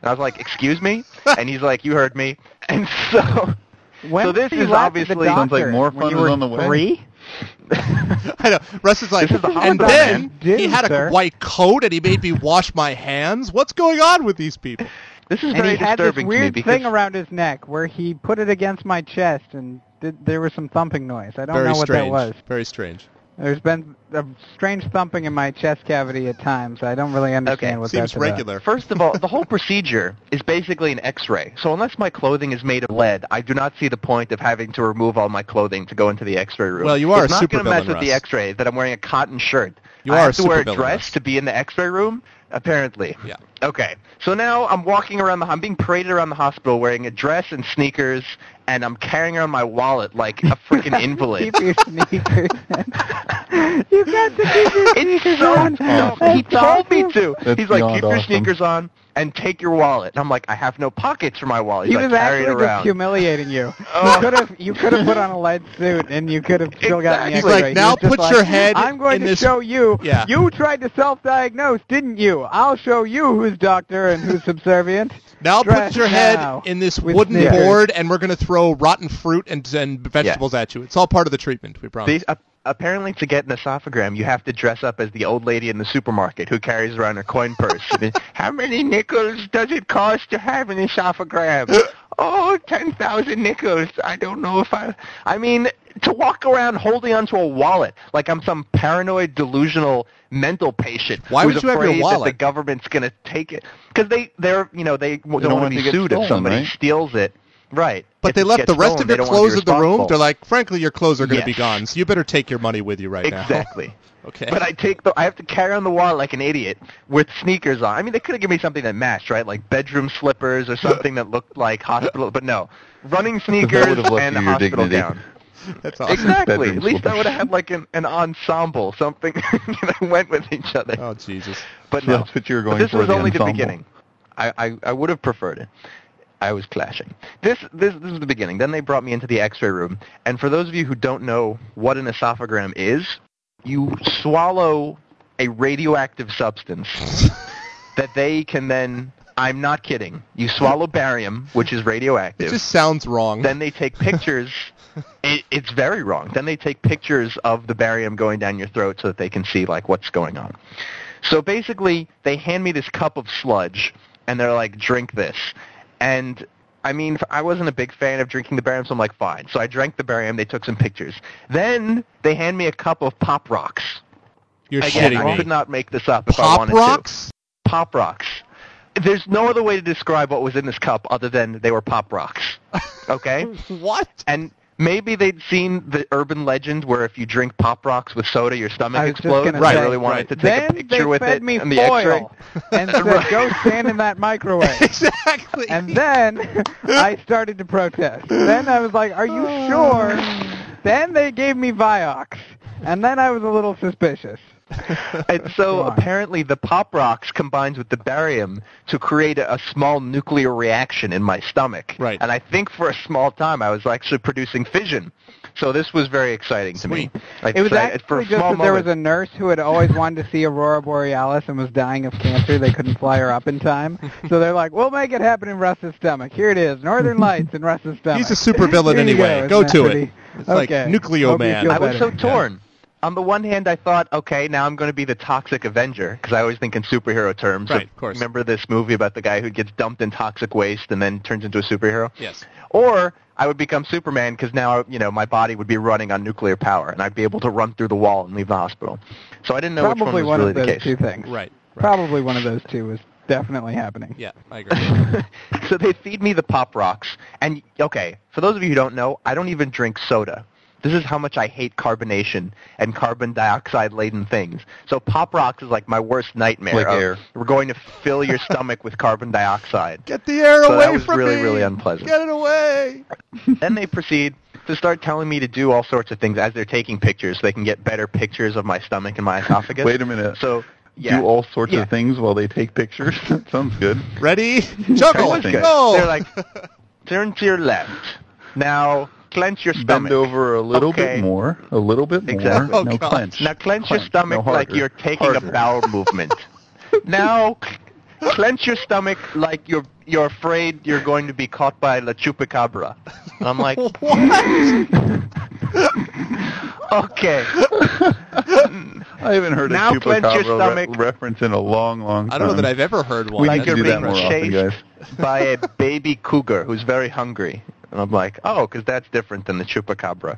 Speaker 8: And I was like,
Speaker 5: *laughs*
Speaker 8: excuse me? and he's like, you heard me. And so... *laughs*
Speaker 5: When
Speaker 8: so this
Speaker 5: did you
Speaker 8: is
Speaker 5: last at
Speaker 8: obviously
Speaker 5: the
Speaker 6: Sounds like
Speaker 5: doctor?
Speaker 6: more
Speaker 5: When
Speaker 6: fun
Speaker 5: you
Speaker 6: is
Speaker 5: were
Speaker 6: on the way.
Speaker 5: Three?
Speaker 4: *laughs* I know. Russ is like,
Speaker 8: This is the
Speaker 4: and
Speaker 8: hospital,
Speaker 4: then
Speaker 5: man. Dude,
Speaker 4: he had a
Speaker 5: sir."
Speaker 4: white coat and he made me wash my hands. What's going on with these people?
Speaker 8: This is
Speaker 5: and
Speaker 8: very
Speaker 5: he had this
Speaker 8: disturbing to me
Speaker 5: weird
Speaker 8: because
Speaker 5: thing around his neck where he put it against my chest and did, there was some thumping noise. I don't
Speaker 4: Very
Speaker 5: know what
Speaker 4: strange.
Speaker 5: that was.
Speaker 4: Very strange.
Speaker 5: There's been a strange thumping in my chest cavity at times. I don't really understand
Speaker 8: Okay,
Speaker 5: what
Speaker 4: Seems
Speaker 5: that's about.
Speaker 4: regular.
Speaker 8: First of all, the whole procedure is basically an X-ray. So unless my clothing is made of lead, I do not see the point of having to remove all my clothing to go into the X-ray room.
Speaker 4: Well, you are
Speaker 8: it's
Speaker 4: a
Speaker 8: not gonna
Speaker 4: supervillain,
Speaker 8: mess with the
Speaker 4: Russ.
Speaker 8: X-ray that I'm wearing a cotton shirt.
Speaker 4: You
Speaker 8: I
Speaker 4: are
Speaker 8: have
Speaker 4: a
Speaker 8: to wear a
Speaker 4: supervillain, Russ.
Speaker 8: dress to be in the X-ray room. Apparently.
Speaker 4: Yeah.
Speaker 8: Okay. So now I'm walking around the. I'm being paraded around the hospital wearing a dress and sneakers, and I'm carrying around my wallet like a
Speaker 4: *laughs*
Speaker 8: freaking invalid. *laughs*
Speaker 5: Keep your sneakers. in. *laughs* you got to keep your
Speaker 8: It's
Speaker 5: sneakers
Speaker 8: so
Speaker 5: on.
Speaker 8: dumb. He
Speaker 5: That's
Speaker 8: told me
Speaker 5: awesome.
Speaker 8: to.
Speaker 6: That's
Speaker 8: He's like,
Speaker 6: beyond
Speaker 8: keep your
Speaker 6: awesome.
Speaker 8: sneakers on and take your wallet. And I'm like, I have no pockets for my wallet. He's
Speaker 5: He
Speaker 8: like,
Speaker 5: was
Speaker 8: carry it
Speaker 5: actually just
Speaker 8: around.
Speaker 5: humiliating you.
Speaker 8: *laughs* Oh.
Speaker 5: You could have you could have put on a light suit and you could have still gotten the X-ray.
Speaker 8: Exactly.
Speaker 4: He's like,
Speaker 5: He
Speaker 4: "Now
Speaker 5: was just
Speaker 4: put
Speaker 5: like,
Speaker 4: your head
Speaker 5: I'm going
Speaker 4: in
Speaker 5: to
Speaker 4: this-
Speaker 5: show you.
Speaker 4: Yeah.
Speaker 5: You tried to self-diagnose, didn't you? I'll show you who's doctor and who's subservient.
Speaker 4: Now
Speaker 5: Dress
Speaker 4: put your head
Speaker 5: now
Speaker 4: in this
Speaker 5: with
Speaker 4: wooden
Speaker 5: sneakers.
Speaker 4: board, and we're going to throw rotten fruit and, and vegetables at you. It's all part of the treatment, we promise.
Speaker 8: They, ap- apparently, to get an esophagram, you have to dress up as the old lady in the supermarket who carries around her coin purse.
Speaker 4: *laughs*
Speaker 8: And How many nickels does it cost to have an
Speaker 4: Uh.
Speaker 8: esophagram? oh, ten thousand nickels. I don't know if I. I mean, to walk around holding onto a wallet like I'm some paranoid, delusional mental patient.
Speaker 4: Why
Speaker 8: who's
Speaker 4: would you have your
Speaker 8: afraid That the
Speaker 4: wallet?
Speaker 8: government's going to take it because they they're you know they w- don't,
Speaker 6: don't
Speaker 8: want
Speaker 6: want
Speaker 8: to
Speaker 6: it
Speaker 8: be
Speaker 6: to get
Speaker 8: sued if
Speaker 6: stolen,
Speaker 8: somebody
Speaker 6: right?
Speaker 8: steals it. Right.
Speaker 4: but
Speaker 8: If
Speaker 4: they
Speaker 8: it
Speaker 4: left
Speaker 8: gets
Speaker 4: the rest
Speaker 8: stolen,
Speaker 4: of
Speaker 8: they
Speaker 4: your
Speaker 8: don't wanna be
Speaker 4: clothes in the room.
Speaker 8: responsible.
Speaker 4: They're like, frankly, your clothes are going to be
Speaker 8: Yes.
Speaker 4: gone, so you better take your money with you right now.
Speaker 8: Exactly.
Speaker 4: *laughs* Okay.
Speaker 8: But I take the I have to carry on the wallet like an idiot with sneakers on. I mean, they could have given me something that matched, right? Like bedroom slippers or something that looked like hospital, but no, running sneakers
Speaker 6: That would have left
Speaker 8: and
Speaker 6: you your
Speaker 8: hospital
Speaker 6: dignity.
Speaker 8: gown.
Speaker 4: That's awesome.
Speaker 8: Exactly.
Speaker 6: Bedroom
Speaker 8: At least I
Speaker 6: slippers.
Speaker 8: would have had like an, an ensemble, something *laughs* that went with each other.
Speaker 4: Oh Jesus.
Speaker 8: But
Speaker 6: So
Speaker 8: no,
Speaker 6: that's what you were
Speaker 8: But
Speaker 6: going
Speaker 8: this
Speaker 6: for,
Speaker 8: was
Speaker 6: the
Speaker 8: only the
Speaker 6: ensemble.
Speaker 8: beginning. I, I, I would have preferred it. I was clashing. This this this is the beginning. Then they brought me into the X-ray room, and for those of you who don't know what an esophagram is, you swallow a radioactive
Speaker 6: *laughs*
Speaker 8: substance that they can then. I'm not kidding. You swallow barium, which is
Speaker 4: It
Speaker 8: radioactive.
Speaker 4: just sounds wrong.
Speaker 8: Then they
Speaker 4: *laughs*
Speaker 8: take pictures. it, it's very wrong. Then they take pictures of the barium going down your throat so that they can see like what's going on. So basically, they hand me this cup of sludge, and they're like, "Drink this." And I mean, f- I wasn't a big fan of drinking the barium, so I'm like, "Fine." So I drank the barium. They took some pictures. Then they hand me a cup of pop rocks.
Speaker 4: You're
Speaker 8: Again, I
Speaker 4: shitting
Speaker 8: could
Speaker 4: me.
Speaker 8: not make this up if I
Speaker 4: Pop
Speaker 8: wanted to
Speaker 4: rocks? *laughs*
Speaker 8: pop rocks. There's no other way to describe what was in this cup other than they were pop rocks.
Speaker 4: *laughs*
Speaker 8: Okay?
Speaker 4: What? *laughs*
Speaker 8: and maybe they'd seen the urban legend where if you drink pop rocks with soda, your stomach
Speaker 5: I was just
Speaker 8: explodes.
Speaker 5: gonna
Speaker 8: and I
Speaker 5: say-
Speaker 8: really wanted
Speaker 4: right.
Speaker 8: to take
Speaker 5: then
Speaker 8: a picture
Speaker 5: they
Speaker 8: with
Speaker 5: fed
Speaker 8: it
Speaker 5: me
Speaker 8: and the X-ray. *laughs*
Speaker 5: foil and said,
Speaker 8: Right.
Speaker 5: "Go stand in that
Speaker 8: *laughs*
Speaker 5: microwave."
Speaker 4: Exactly.
Speaker 5: And then I started to protest. Then I was like, "Are you
Speaker 8: *sighs*
Speaker 5: sure?" Then they gave me Vioxx, and then I was a little suspicious.
Speaker 8: And so
Speaker 5: Right.
Speaker 8: apparently the pop rocks combines with the barium to create a, a small nuclear reaction in my stomach.
Speaker 4: Right.
Speaker 8: And I think for a small time I was actually producing fission. So this was very exciting to me.
Speaker 4: Sweet.
Speaker 8: Like,
Speaker 5: It was
Speaker 8: so I-
Speaker 5: actually
Speaker 8: for a
Speaker 5: just
Speaker 8: small
Speaker 5: that there was
Speaker 8: moment-
Speaker 5: a nurse who had always wanted to see Aurora Borealis and was dying of cancer. They couldn't fly her up in time, so they're like, "We'll make it happen in Russ's stomach. Here it is, Northern Lights in Russ's
Speaker 4: *laughs*
Speaker 5: stomach."
Speaker 4: He's a supervillain
Speaker 5: Here you
Speaker 4: anyway.
Speaker 5: Isn't
Speaker 4: Go
Speaker 5: that
Speaker 4: to it.
Speaker 5: pretty?
Speaker 4: It's like
Speaker 5: Okay.
Speaker 4: Nucleo
Speaker 5: Hope you
Speaker 4: Man.
Speaker 5: feel
Speaker 8: I was
Speaker 5: better.
Speaker 8: so torn. On the one hand, I thought, okay, now I'm going to be the toxic Avenger because I always think in superhero terms.
Speaker 4: Right, of course.
Speaker 8: Remember this movie about the guy who gets dumped in toxic waste and then turns into a superhero?
Speaker 4: Yes.
Speaker 8: Or I would become Superman because now you know my body would be running on nuclear power and I'd be able to run through the wall and leave the hospital. So I didn't know
Speaker 5: Probably
Speaker 8: which one was
Speaker 5: one
Speaker 8: really
Speaker 5: of those
Speaker 8: the case.
Speaker 5: two things.
Speaker 4: Right. right.
Speaker 5: Probably one of those two was definitely happening.
Speaker 4: Yeah, I agree.
Speaker 8: *laughs* so they feed me the pop rocks and okay for those of you who don't know i don't even drink soda This is how much I hate carbonation and carbon dioxide laden things. So Pop Rocks is like my worst nightmare.
Speaker 6: Like
Speaker 8: of,
Speaker 6: air.
Speaker 8: We're going to fill
Speaker 4: *laughs*
Speaker 8: your stomach with carbon dioxide.
Speaker 4: Get the air
Speaker 8: So
Speaker 4: away
Speaker 8: that was
Speaker 4: from
Speaker 8: really,
Speaker 4: me.
Speaker 8: really unpleasant.
Speaker 4: Get it away.
Speaker 8: then they proceed to start telling me to do all sorts of things as they're taking pictures. so They can get better pictures of my stomach and my *laughs* esophagus.
Speaker 6: Wait a minute.
Speaker 8: So yeah,
Speaker 6: Do all sorts
Speaker 8: Yeah.
Speaker 6: of things while they take pictures. *laughs* that sounds good.
Speaker 8: *laughs*
Speaker 4: Ready? Juggle.
Speaker 6: was good.
Speaker 4: Go.
Speaker 8: they're like, *laughs* turn to your left. Now clench your stomach.
Speaker 6: Bend over a little
Speaker 8: Okay.
Speaker 6: bit more. A little bit more.
Speaker 8: Exactly.
Speaker 4: Oh,
Speaker 6: no
Speaker 4: God.
Speaker 6: clench.
Speaker 8: Now clench your
Speaker 6: Clench.
Speaker 8: stomach
Speaker 6: No,
Speaker 8: like
Speaker 6: harder.
Speaker 8: you're taking
Speaker 6: Harder. *laughs*
Speaker 8: a bowel movement. now cl- clench your stomach like you're you're afraid you're going to be caught by la chupacabra. And
Speaker 6: *laughs*
Speaker 8: I'm like,
Speaker 4: what?
Speaker 8: okay.
Speaker 6: I haven't heard
Speaker 8: Now
Speaker 6: a
Speaker 8: clench your
Speaker 6: chupacabra re-
Speaker 8: stomach.
Speaker 6: reference in a long, long time.
Speaker 4: I don't know that I've ever heard one.
Speaker 6: We
Speaker 8: like
Speaker 6: need to
Speaker 8: you're
Speaker 6: do that
Speaker 8: being
Speaker 6: more often,
Speaker 8: chased
Speaker 6: guys.
Speaker 8: *laughs* by a baby cougar who's very hungry. And I'm like, oh, because that's different than the chupacabra.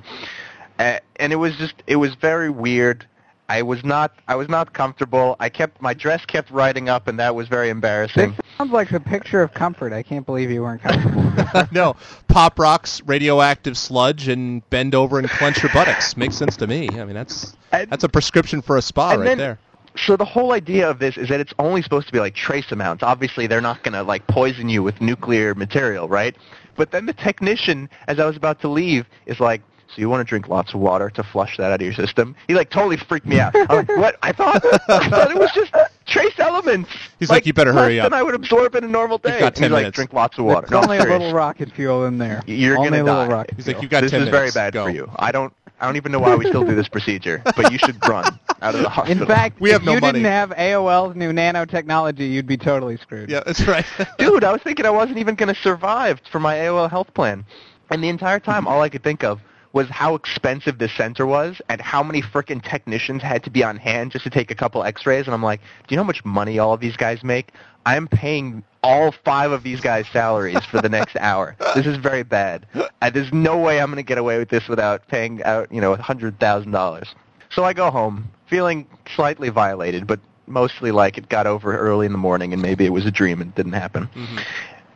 Speaker 8: Uh, and it was just, it was very weird. I was not, I was not comfortable. I kept my dress kept riding up, and that was very
Speaker 5: This
Speaker 8: embarrassing.
Speaker 5: sounds like the picture of comfort. I can't believe you weren't comfortable.
Speaker 4: *laughs*
Speaker 5: with this.
Speaker 4: no, pop rocks, radioactive sludge, and bend over and clench your buttocks. Makes sense to me. I mean, that's
Speaker 8: And-
Speaker 4: that's a prescription for a spa
Speaker 8: and
Speaker 4: right
Speaker 8: then-
Speaker 4: there.
Speaker 8: So the whole idea of this is that it's only supposed to be like trace amounts. Obviously, they're not going to like poison you with nuclear material, right? But then the technician, as I was about to leave, is like, "So you want to drink lots of water to flush that out of your system?" He like totally freaked me out. I'm like, "What? I thought I thought it was just trace elements."
Speaker 4: He's like, "You better hurry
Speaker 8: less
Speaker 4: up."
Speaker 8: than I would absorb in a normal day.
Speaker 4: got
Speaker 8: And
Speaker 4: 10
Speaker 8: he's like,
Speaker 4: minutes.
Speaker 8: "Drink lots of *laughs* water."
Speaker 5: There's
Speaker 8: No, I'm
Speaker 5: only a
Speaker 8: serious. *laughs*
Speaker 5: little rocket fuel in there.
Speaker 8: You're
Speaker 5: only
Speaker 8: gonna
Speaker 5: a little
Speaker 8: die.
Speaker 5: rocket
Speaker 4: He's
Speaker 5: fuel.
Speaker 4: like, you've got
Speaker 8: this
Speaker 4: ten
Speaker 8: is
Speaker 4: minutes.
Speaker 8: very bad
Speaker 4: Go.
Speaker 8: for you. I don't. I don't even know why we still do this procedure, but you should run
Speaker 4: *laughs*
Speaker 8: out of the hospital. *laughs*
Speaker 5: In fact,
Speaker 4: We have
Speaker 5: if
Speaker 4: no
Speaker 5: you
Speaker 4: money.
Speaker 5: didn't have AOL's new nanotechnology, you'd be totally screwed.
Speaker 4: Yeah, that's right. *laughs*
Speaker 8: dude, I was thinking I wasn't even going to survive for my AOL health plan. And the entire time, all I could think of was how expensive this center was and how many frickin' technicians had to be on hand just to take a couple x-rays. And I'm like, do you know how much money all of these guys make? I'm paying all five of these guys' salaries for the next hour. This is very bad. Uh, there's no way I'm going to get away with this without paying out, you know, $100,000. So I go home feeling slightly violated, but mostly like it got over early in the morning and maybe it was a dream and didn't happen.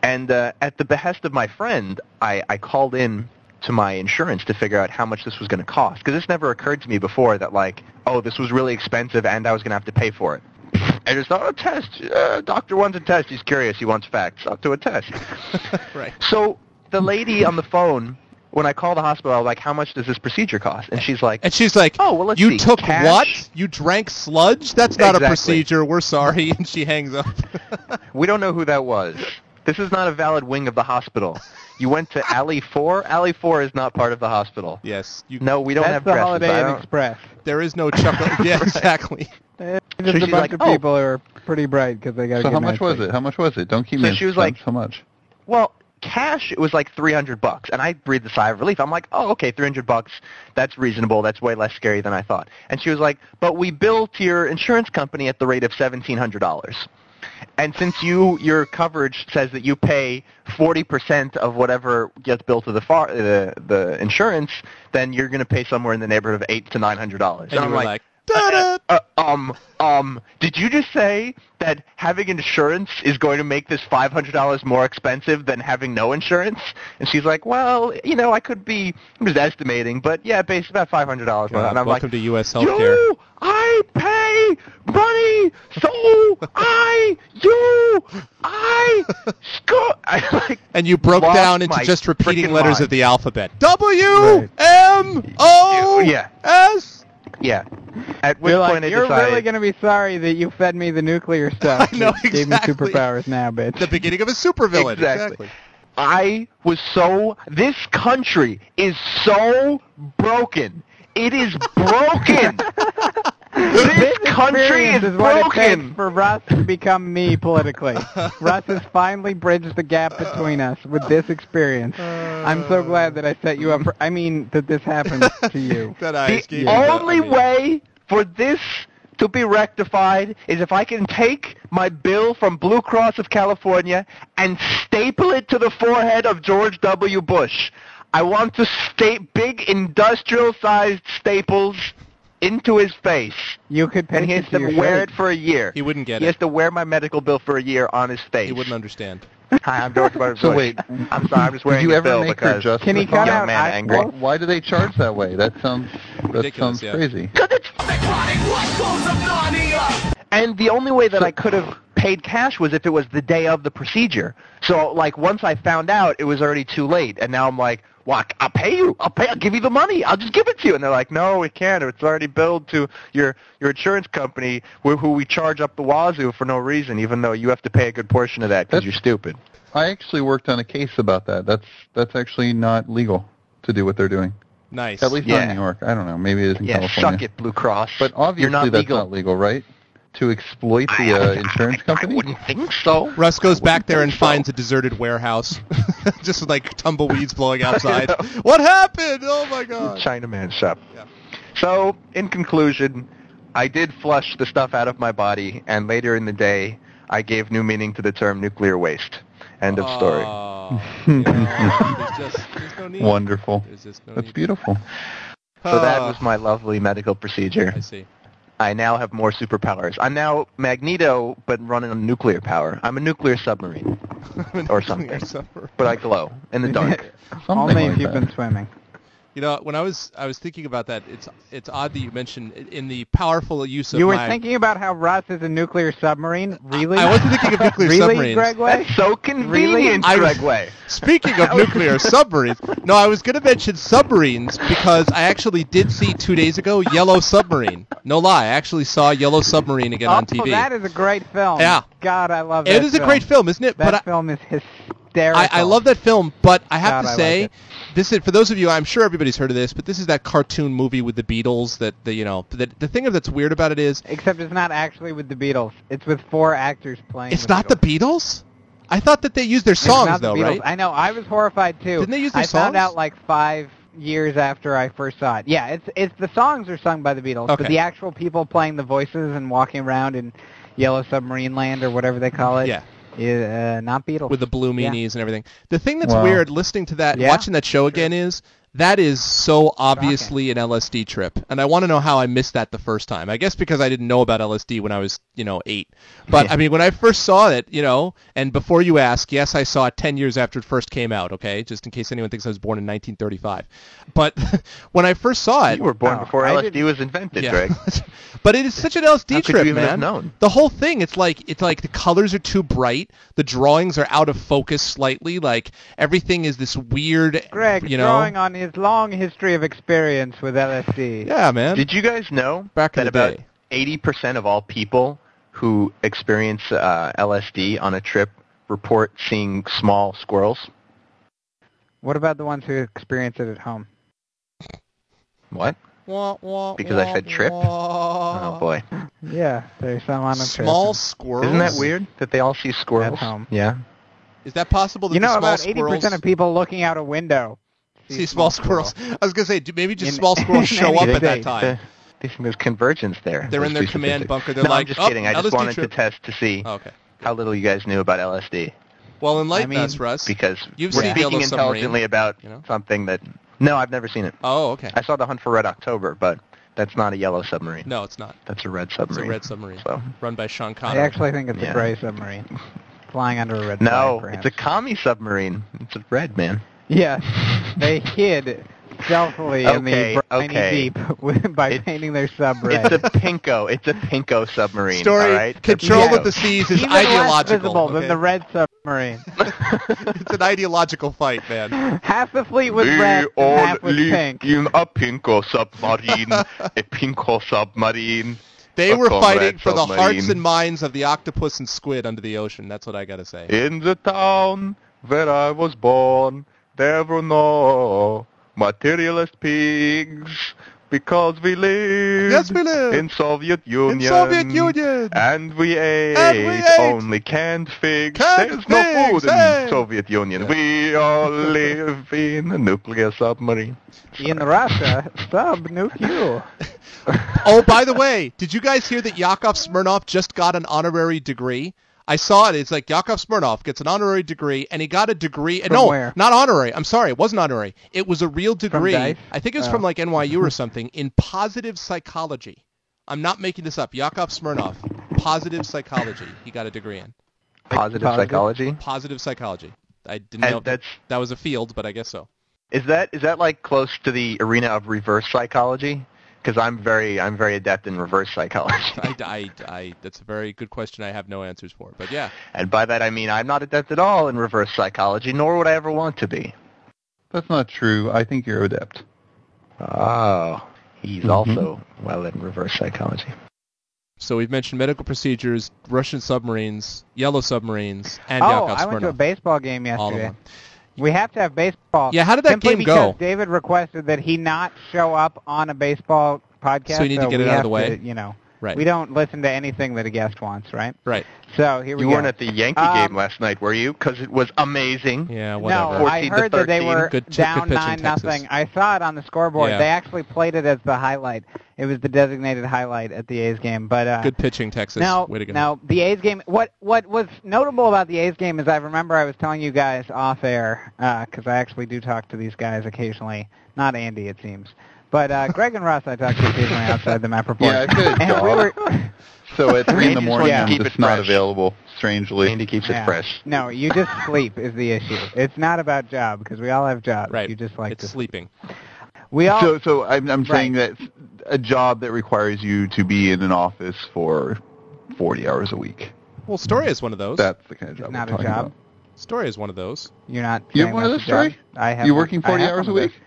Speaker 8: And uh, at the behest of my friend, I, I called in to my insurance to figure out how much this was going to cost because this never occurred to me before that like, oh, this was really expensive and I was going to have to pay for it. I just thought, oh, test. Uh, doctor wants a test. He's curious. He wants facts. Up to a test.
Speaker 4: right.
Speaker 8: So the lady on the phone, when I called the hospital, I was like, how much does this procedure cost? And she's like,
Speaker 4: And she's like,
Speaker 8: Oh, well, let's
Speaker 4: you
Speaker 8: see.
Speaker 4: took
Speaker 8: Cash-
Speaker 4: what? You drank sludge? That's not a
Speaker 8: Exactly.
Speaker 4: procedure. We're sorry." *laughs* And she hangs
Speaker 8: *laughs*
Speaker 4: up.
Speaker 8: We don't know who that was. This is not a valid wing of the hospital. You went *laughs* to Alley 4? Alley 4 is not part of the hospital.
Speaker 4: yes, you.
Speaker 8: No, we don't
Speaker 5: That's
Speaker 8: have
Speaker 5: the
Speaker 8: dresses. I
Speaker 5: Holiday Inn
Speaker 8: don't-
Speaker 5: Express.
Speaker 4: There is no
Speaker 8: *laughs*
Speaker 4: chuckle. yeah, exactly.
Speaker 5: There's just
Speaker 8: she's
Speaker 5: a bunch
Speaker 8: like,
Speaker 5: of
Speaker 8: "Oh."
Speaker 5: people who are pretty bright because they got.
Speaker 6: So how much was it? How much was it? Don't keep
Speaker 8: So
Speaker 6: me. in
Speaker 8: she was
Speaker 6: suspense.
Speaker 8: like-
Speaker 6: how much?
Speaker 8: Well, cash, it was like 300 bucks, and I breathed a sigh of relief. I'm like, oh, okay, 300 bucks, that's reasonable. That's way less scary than I thought. And she was like, but we bill to your insurance company at the rate of $1,700. And since you your coverage says that you pay 40% of whatever gets billed to the far, the, the insurance, then you're going to pay somewhere in the neighborhood of eight to nine hundred dollars.
Speaker 4: And you
Speaker 8: I'm
Speaker 4: were
Speaker 8: like,
Speaker 4: like, "Da-da."
Speaker 8: uh, um, um, did you just say that having insurance is going to make this $500 more expensive than having no insurance? And she's like, well, you know, I could be, I'm just estimating, but yeah, based about $500. more.
Speaker 4: God,
Speaker 8: and
Speaker 4: welcome
Speaker 8: I'm like,
Speaker 4: to U.S. healthcare.
Speaker 8: you, I pay money, so I, you, I, sco-. *laughs* I like,
Speaker 4: And you broke
Speaker 8: lost
Speaker 4: down into
Speaker 8: my
Speaker 4: just
Speaker 8: freaking
Speaker 4: repeating letters
Speaker 8: mind.
Speaker 4: of the alphabet. W M O
Speaker 8: Yeah.
Speaker 4: S.
Speaker 8: yeah. At which
Speaker 5: You're
Speaker 8: point
Speaker 5: like,
Speaker 8: I
Speaker 5: you're
Speaker 8: decided,
Speaker 5: really gonna be sorry that you fed me the
Speaker 8: *laughs*
Speaker 5: nuclear stuff.
Speaker 4: I know,
Speaker 5: that Gave me
Speaker 4: exactly.
Speaker 5: superpowers now, bitch.
Speaker 4: The beginning of a supervillain.
Speaker 8: Exactly. I was so. This country is so broken. It is
Speaker 5: *laughs*
Speaker 8: broken. this country
Speaker 5: Experience
Speaker 8: is,
Speaker 5: is what it takes
Speaker 8: broken.
Speaker 5: for Russ to become me
Speaker 6: *laughs*
Speaker 5: politically. Russ has finally bridged the gap between us with this experience. I'm so glad that I set you up for. I mean, that this happened to
Speaker 6: *laughs*
Speaker 5: you.
Speaker 4: That
Speaker 8: The only way for this to be rectified is if I can take my bill from Blue Cross of California and staple it to the forehead of George W. Bush. I want to state big industrial-sized staples into his face.
Speaker 5: You could pay
Speaker 8: and he has
Speaker 5: it to
Speaker 8: to
Speaker 5: your
Speaker 8: wear
Speaker 5: shirt.
Speaker 8: it for a year.
Speaker 4: He wouldn't get
Speaker 8: He
Speaker 4: it.
Speaker 8: has to wear my medical bill for a year on his face.
Speaker 4: He wouldn't understand.
Speaker 8: Hi, I'm *laughs* George Butter
Speaker 6: So
Speaker 8: Bush.
Speaker 6: wait,
Speaker 8: I'm sorry, I'm just
Speaker 6: Would
Speaker 8: wearing
Speaker 6: you
Speaker 8: a
Speaker 6: ever
Speaker 8: bill
Speaker 6: make her
Speaker 8: because
Speaker 6: just
Speaker 5: Can
Speaker 6: the
Speaker 5: he cut
Speaker 6: thumb?
Speaker 5: out
Speaker 8: young man
Speaker 5: eye-
Speaker 8: angry.
Speaker 6: Why, why do they charge that way? That sounds that
Speaker 4: Ridiculous,
Speaker 6: sounds
Speaker 4: yeah.
Speaker 6: crazy.
Speaker 8: And the only way that I could have paid cash was if it was the day of the procedure. So like once I found out, it was already too late, and now I'm like, "What? I'll pay you. I'll pay. I'll give you the money. I'll just give it to you." And they're like, "No, we can't. It's already billed to your your insurance company, wh- who we charge up the wazoo for no reason, even though you have to pay a good portion of that because you're stupid."
Speaker 6: I actually worked on a case about that. That's that's actually not legal to do what they're doing.
Speaker 4: Nice.
Speaker 6: At least not in
Speaker 8: Yeah.
Speaker 6: New York. I don't know. Maybe it is in
Speaker 8: Yeah,
Speaker 6: California.
Speaker 8: suck it, Blue Cross.
Speaker 6: But obviously
Speaker 8: you're not
Speaker 6: that's
Speaker 8: legal.
Speaker 6: not legal, right? To exploit the
Speaker 8: *laughs*
Speaker 6: uh, insurance company.
Speaker 8: I wouldn't think so.
Speaker 4: Russ goes back there and finds a deserted warehouse, *laughs* just with, like tumbleweeds blowing outside. what happened? Oh my god!
Speaker 8: Chinaman shop.
Speaker 4: Yeah.
Speaker 8: So, in conclusion, I did flush the stuff out of my body, and later in the day, I gave new meaning to the term nuclear waste. *laughs* End of story.
Speaker 4: Oh, you know, there's just there's no need.
Speaker 6: Wonderful.
Speaker 4: There's just no
Speaker 6: That's
Speaker 4: need.
Speaker 6: beautiful.
Speaker 8: So that
Speaker 4: Ah,
Speaker 8: was my lovely medical procedure.
Speaker 4: I see.
Speaker 8: I now have more superpowers. I'm now Magneto, but running on nuclear power. I'm a
Speaker 4: *laughs*
Speaker 8: nuclear submarine, or something. But I glow in the dark.
Speaker 4: *laughs*
Speaker 6: Something
Speaker 5: Only if
Speaker 6: like
Speaker 5: you've
Speaker 6: that.
Speaker 5: been swimming.
Speaker 4: You know, when I was I was thinking about that, it's it's odd that you mentioned in the powerful use of
Speaker 5: You were
Speaker 4: my.
Speaker 5: thinking about how Russ is a nuclear submarine? Really?
Speaker 4: I wasn't thinking of nuclear
Speaker 5: *laughs* really,
Speaker 4: submarines.
Speaker 5: Greg Way?
Speaker 8: That's so convenient,
Speaker 4: I-
Speaker 8: Greg Way.
Speaker 4: Speaking of
Speaker 5: *laughs*
Speaker 4: nuclear submarines, no, I was going to mention submarines because I actually did see two days ago Yellow Submarine. No lie, I actually saw Yellow Submarine again on
Speaker 5: Oh,
Speaker 4: TV.
Speaker 5: that is a great film.
Speaker 4: Yeah.
Speaker 5: God, I love that
Speaker 4: it is a great film, isn't it?
Speaker 5: That
Speaker 4: but I,
Speaker 5: film is hysterical.
Speaker 4: I, I love that film, but I have
Speaker 5: God,
Speaker 4: to
Speaker 5: I like
Speaker 4: say,
Speaker 5: it.
Speaker 4: this is for those of you. I'm sure everybody's heard of this, but this is that cartoon movie with the Beatles. That the you know the the thing that's weird about it is
Speaker 5: Except it's not actually with the Beatles. It's with four actors playing.
Speaker 4: it's
Speaker 5: with
Speaker 4: not the
Speaker 5: Beatles.
Speaker 4: Beatles. I thought that they used their
Speaker 5: It's not
Speaker 4: songs though,
Speaker 5: the
Speaker 4: right?
Speaker 5: Beatles. I know. I was horrified too.
Speaker 4: Didn't they use
Speaker 5: I
Speaker 4: their
Speaker 5: found
Speaker 4: songs?
Speaker 5: out like five years after I first saw it. Yeah, it's it's the songs are sung by the Beatles,
Speaker 4: Okay.
Speaker 5: but the actual people playing the voices and walking around in Yellow Submarine Land or whatever they call it.
Speaker 4: Yeah.
Speaker 5: is, uh, not Beatles.
Speaker 4: with the blue
Speaker 5: Yeah.
Speaker 4: meanies and everything. The thing that's
Speaker 6: Wow.
Speaker 4: weird listening to that,
Speaker 5: Yeah.
Speaker 4: watching that show again is that is so obviously an LSD trip, and I want to know how I missed that the first time. I guess because I didn't know about LSD when I was, you know, eight. But I mean, when I first saw it, you know, and before you ask, yes, I saw it ten years after it first came out. Okay, just in case anyone thinks I was born in 1935. But *laughs* when I first saw it,
Speaker 8: You were born
Speaker 5: Oh,
Speaker 8: before
Speaker 5: I
Speaker 8: LSD
Speaker 5: didn't-
Speaker 8: was invented,
Speaker 4: Yeah. *laughs*
Speaker 8: *laughs* Greg.
Speaker 4: but it is such an LSD
Speaker 8: How could
Speaker 4: trip,
Speaker 8: you even
Speaker 4: man.
Speaker 8: have known?
Speaker 4: The whole thing, it's like it's like the colors are too bright, the drawings are out of focus slightly, like everything is this weird,
Speaker 5: Greg
Speaker 4: you know.
Speaker 5: drawing on his long history of experience with LSD.
Speaker 4: yeah, man.
Speaker 8: Did you guys know
Speaker 4: Back in
Speaker 8: that
Speaker 4: the
Speaker 8: about
Speaker 4: day.
Speaker 8: eighty percent of all people who experience uh, LSD on a trip report seeing small squirrels?
Speaker 5: What about the ones who experience it at home?
Speaker 8: What? Because I said trip? Oh boy,
Speaker 5: Yeah, there's some on a
Speaker 4: Small
Speaker 5: person.
Speaker 4: squirrels.
Speaker 8: isn't that weird that they all see squirrels?
Speaker 5: At home.
Speaker 8: Yeah.
Speaker 4: Is that possible? That
Speaker 5: You
Speaker 4: the
Speaker 5: know,
Speaker 4: small
Speaker 5: about eighty
Speaker 4: squirrels
Speaker 5: percent of people looking out a window
Speaker 4: see small squirrels? I was gonna say do- maybe just
Speaker 5: In-
Speaker 4: small
Speaker 5: *laughs*
Speaker 4: squirrels
Speaker 5: in
Speaker 4: show
Speaker 5: any
Speaker 4: up at that
Speaker 5: state.
Speaker 4: time.
Speaker 8: They think there's convergence there.
Speaker 4: They're in
Speaker 8: Those
Speaker 4: their
Speaker 8: two
Speaker 4: command
Speaker 8: statistics.
Speaker 4: bunker. They're
Speaker 8: no,
Speaker 4: like,
Speaker 8: I'm just
Speaker 4: "Oh,
Speaker 8: kidding. I
Speaker 4: LSD
Speaker 8: just wanted
Speaker 4: trip."
Speaker 8: to test to see
Speaker 4: Oh, okay.
Speaker 8: how little you guys knew about LSD
Speaker 4: Well, enlighten
Speaker 5: I mean,
Speaker 4: us, Russ.
Speaker 8: because
Speaker 4: You've
Speaker 8: we're
Speaker 4: seen
Speaker 8: speaking
Speaker 4: Yellow Submarine,
Speaker 8: intelligently about
Speaker 4: you know?
Speaker 8: something that. No, I've never seen it.
Speaker 4: Oh, okay.
Speaker 8: I saw The Hunt for Red October, but that's not a yellow submarine.
Speaker 4: No, it's not.
Speaker 8: That's a red
Speaker 4: It's a
Speaker 8: submarine.
Speaker 4: red submarine
Speaker 8: So.
Speaker 4: run by Sean
Speaker 5: I
Speaker 4: Connery.
Speaker 5: actually think it's
Speaker 8: Yeah.
Speaker 5: a gray submarine flying under a red
Speaker 8: No,
Speaker 5: flag.
Speaker 8: it's a commie submarine. It's a red man.
Speaker 5: yes.
Speaker 4: *laughs*
Speaker 5: They hid stealthily in
Speaker 8: Okay,
Speaker 5: the briny
Speaker 8: okay.
Speaker 5: deep *laughs* with- by
Speaker 8: It-
Speaker 5: painting their sub red.
Speaker 8: It's a pinko. It's a pinko submarine.
Speaker 4: Story
Speaker 8: all right?
Speaker 4: control
Speaker 5: Yeah.
Speaker 4: of the seas is
Speaker 5: *laughs* Even less
Speaker 4: ideological.
Speaker 5: visible
Speaker 4: okay?
Speaker 5: than the red submarine. *laughs*
Speaker 4: it's an ideological fight,
Speaker 8: *laughs*
Speaker 4: man.
Speaker 5: half the fleet was red, and half was pink.
Speaker 8: in a pinko
Speaker 5: *laughs*
Speaker 8: submarine. a pinko submarine.
Speaker 4: They
Speaker 8: A
Speaker 4: were
Speaker 8: comrade
Speaker 4: fighting for the hearts
Speaker 8: submarine.
Speaker 4: and minds of the octopus and squid under the ocean. That's what I gotta say.
Speaker 8: In the town where I was born, there were no materialist pigs because we lived
Speaker 4: Yes, we live
Speaker 8: in Soviet Union.
Speaker 4: in Soviet Union.
Speaker 8: And we ate,
Speaker 4: And we ate
Speaker 8: only canned figs.
Speaker 4: canned
Speaker 8: There's no
Speaker 4: figs,
Speaker 8: food in
Speaker 4: hey!
Speaker 8: Soviet Union.
Speaker 4: Yeah. *laughs*
Speaker 8: We all live in a nuclear submarine.
Speaker 5: In Russia,
Speaker 4: *laughs*
Speaker 5: sub nuke you.
Speaker 4: oh, by the way, did you guys hear that Yakov Smirnov just got an honorary degree? I saw it. It's like Yakov Smirnov gets an honorary degree, and he got a degree. and
Speaker 5: From
Speaker 4: no,
Speaker 5: where?
Speaker 4: not honorary. I'm sorry, it wasn't honorary. It was a real degree.
Speaker 5: Dice?
Speaker 4: I think it was
Speaker 5: Oh.
Speaker 4: from like NYU
Speaker 5: *laughs*
Speaker 4: or something in positive psychology. I'm not making this up. Yakov Smirnov, positive psychology. He got a degree in.
Speaker 8: Positive,
Speaker 5: Positive.
Speaker 8: psychology.
Speaker 4: Positive psychology. I didn't
Speaker 8: And
Speaker 4: know
Speaker 8: that's
Speaker 4: that was a field, but I guess so.
Speaker 8: is that is that like close to the arena of reverse psychology? Because I'm very I'm very adept in reverse
Speaker 4: *laughs*
Speaker 8: psychology,
Speaker 4: I, I, I, that's a very good question. I have no answers for, but yeah,
Speaker 8: and by that I mean I'm not adept at all in reverse psychology, nor would I ever want to be.
Speaker 6: That's not true. I think you're adept.
Speaker 8: Oh, he's
Speaker 6: Mhm.
Speaker 8: also well in reverse psychology.
Speaker 4: So we've mentioned medical procedures, Russian submarines, yellow submarines, and
Speaker 5: oh,
Speaker 4: Yakov
Speaker 5: I went to a
Speaker 4: Smirnov.
Speaker 5: baseball game
Speaker 4: All of
Speaker 5: yesterday.
Speaker 4: them.
Speaker 5: We have to have baseball.
Speaker 4: Yeah, how did that
Speaker 5: simply
Speaker 4: game
Speaker 5: because
Speaker 4: go?
Speaker 5: David requested that he not show up on a baseball podcast.
Speaker 4: So we need to get it
Speaker 5: we
Speaker 4: out of
Speaker 5: have
Speaker 4: the way.
Speaker 5: to, you know,
Speaker 4: Right.
Speaker 5: we don't listen to anything that a guest wants, right?
Speaker 4: Right.
Speaker 5: So here we
Speaker 8: You
Speaker 5: go.
Speaker 8: weren't at the Yankee
Speaker 5: Um,
Speaker 8: game last night, were you? Because it was amazing.
Speaker 4: Yeah, whatever.
Speaker 5: no, I
Speaker 8: 14 to
Speaker 5: heard that they
Speaker 8: 13.
Speaker 5: were
Speaker 4: Good t- good
Speaker 5: down
Speaker 4: pitch in
Speaker 5: nine
Speaker 4: Texas.
Speaker 5: nothing. I saw it on the scoreboard.
Speaker 4: Yeah.
Speaker 5: They actually played it as the highlight. It was the designated highlight at the A's game. But uh,
Speaker 4: Good pitching, Texas.
Speaker 5: Now,
Speaker 4: Way to go.
Speaker 5: now the A's game. What what was notable about the A's game is I remember I was telling you guys off air because I actually do talk to these guys occasionally. Not Andy, it seems, but uh, Greg and Russ I talk to occasionally outside the map report.
Speaker 6: Yeah, good
Speaker 5: and we
Speaker 6: job.
Speaker 5: were
Speaker 6: So at three in the
Speaker 8: Andy's
Speaker 6: morning,
Speaker 5: wanting to
Speaker 6: I'm
Speaker 8: keep
Speaker 6: just
Speaker 8: it
Speaker 6: not
Speaker 8: fresh.
Speaker 6: available. Strangely,
Speaker 8: Andy keeps
Speaker 5: Yeah.
Speaker 8: it fresh.
Speaker 5: no, you just sleep is the issue. It's not about job because we all have jobs.
Speaker 4: right.
Speaker 5: You just like
Speaker 4: it's
Speaker 5: to.
Speaker 4: sleeping.
Speaker 5: We all
Speaker 6: So, so I'm, I'm
Speaker 5: Right.
Speaker 6: saying that a job that requires you to be in an office for 40 hours a week.
Speaker 4: Well, Story is one of those.
Speaker 6: That's the kind of job.
Speaker 5: not
Speaker 6: we're
Speaker 5: a
Speaker 6: talking
Speaker 5: job.
Speaker 6: about.
Speaker 4: Story is one of those.
Speaker 5: You're not.
Speaker 6: You have
Speaker 5: saying
Speaker 6: one of
Speaker 5: that's
Speaker 6: those,
Speaker 5: a job.
Speaker 6: Troy?
Speaker 5: I have.
Speaker 6: You
Speaker 5: one-
Speaker 6: working
Speaker 5: I
Speaker 6: 40
Speaker 5: have one
Speaker 6: hours a
Speaker 5: of those.
Speaker 6: week?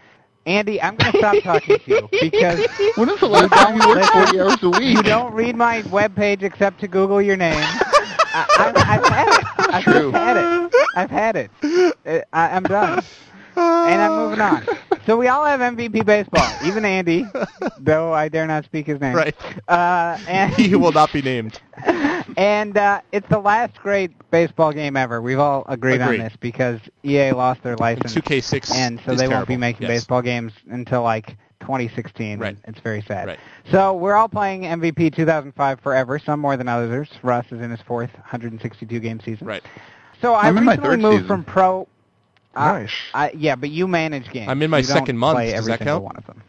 Speaker 5: Andy, I'm going to stop talking to
Speaker 6: *laughs*
Speaker 5: you because
Speaker 6: When is the last time you worked
Speaker 5: listen.
Speaker 6: 40 hours a week?
Speaker 5: You don't read my webpage except to Google your name. I, I, I've had it. I've
Speaker 6: True.
Speaker 5: had it. I've had it. Uh, I, I'm done. And I'm moving on. So we all have MVP baseball, even Andy, though I dare not speak his name. *laughs*
Speaker 4: Right. *laughs*
Speaker 5: Uh,
Speaker 6: *laughs*
Speaker 4: he
Speaker 5: and
Speaker 4: will not be named.
Speaker 5: and uh, it's the last great baseball game ever. We've all agreed,
Speaker 4: Agreed.
Speaker 5: on this because EA lost their
Speaker 4: And
Speaker 5: license,
Speaker 4: 2K6
Speaker 5: and so
Speaker 4: is
Speaker 5: they
Speaker 4: terrible.
Speaker 5: won't be making
Speaker 4: Yes.
Speaker 5: baseball games until like 2016.
Speaker 4: Right.
Speaker 5: It's very sad.
Speaker 4: Right.
Speaker 5: So we're all playing MVP 2005 forever, some more than others. Russ is in his fourth 162 game season.
Speaker 4: Right.
Speaker 5: So I
Speaker 6: I'm in my
Speaker 5: recently
Speaker 6: third
Speaker 5: moved
Speaker 6: season.
Speaker 5: from pro. I-
Speaker 8: Nice.
Speaker 5: I, yeah, but you manage games.
Speaker 4: I'm in my
Speaker 5: You don't
Speaker 4: second month.
Speaker 5: Play
Speaker 4: Does
Speaker 5: every
Speaker 4: that
Speaker 5: single
Speaker 4: count?
Speaker 5: One of them.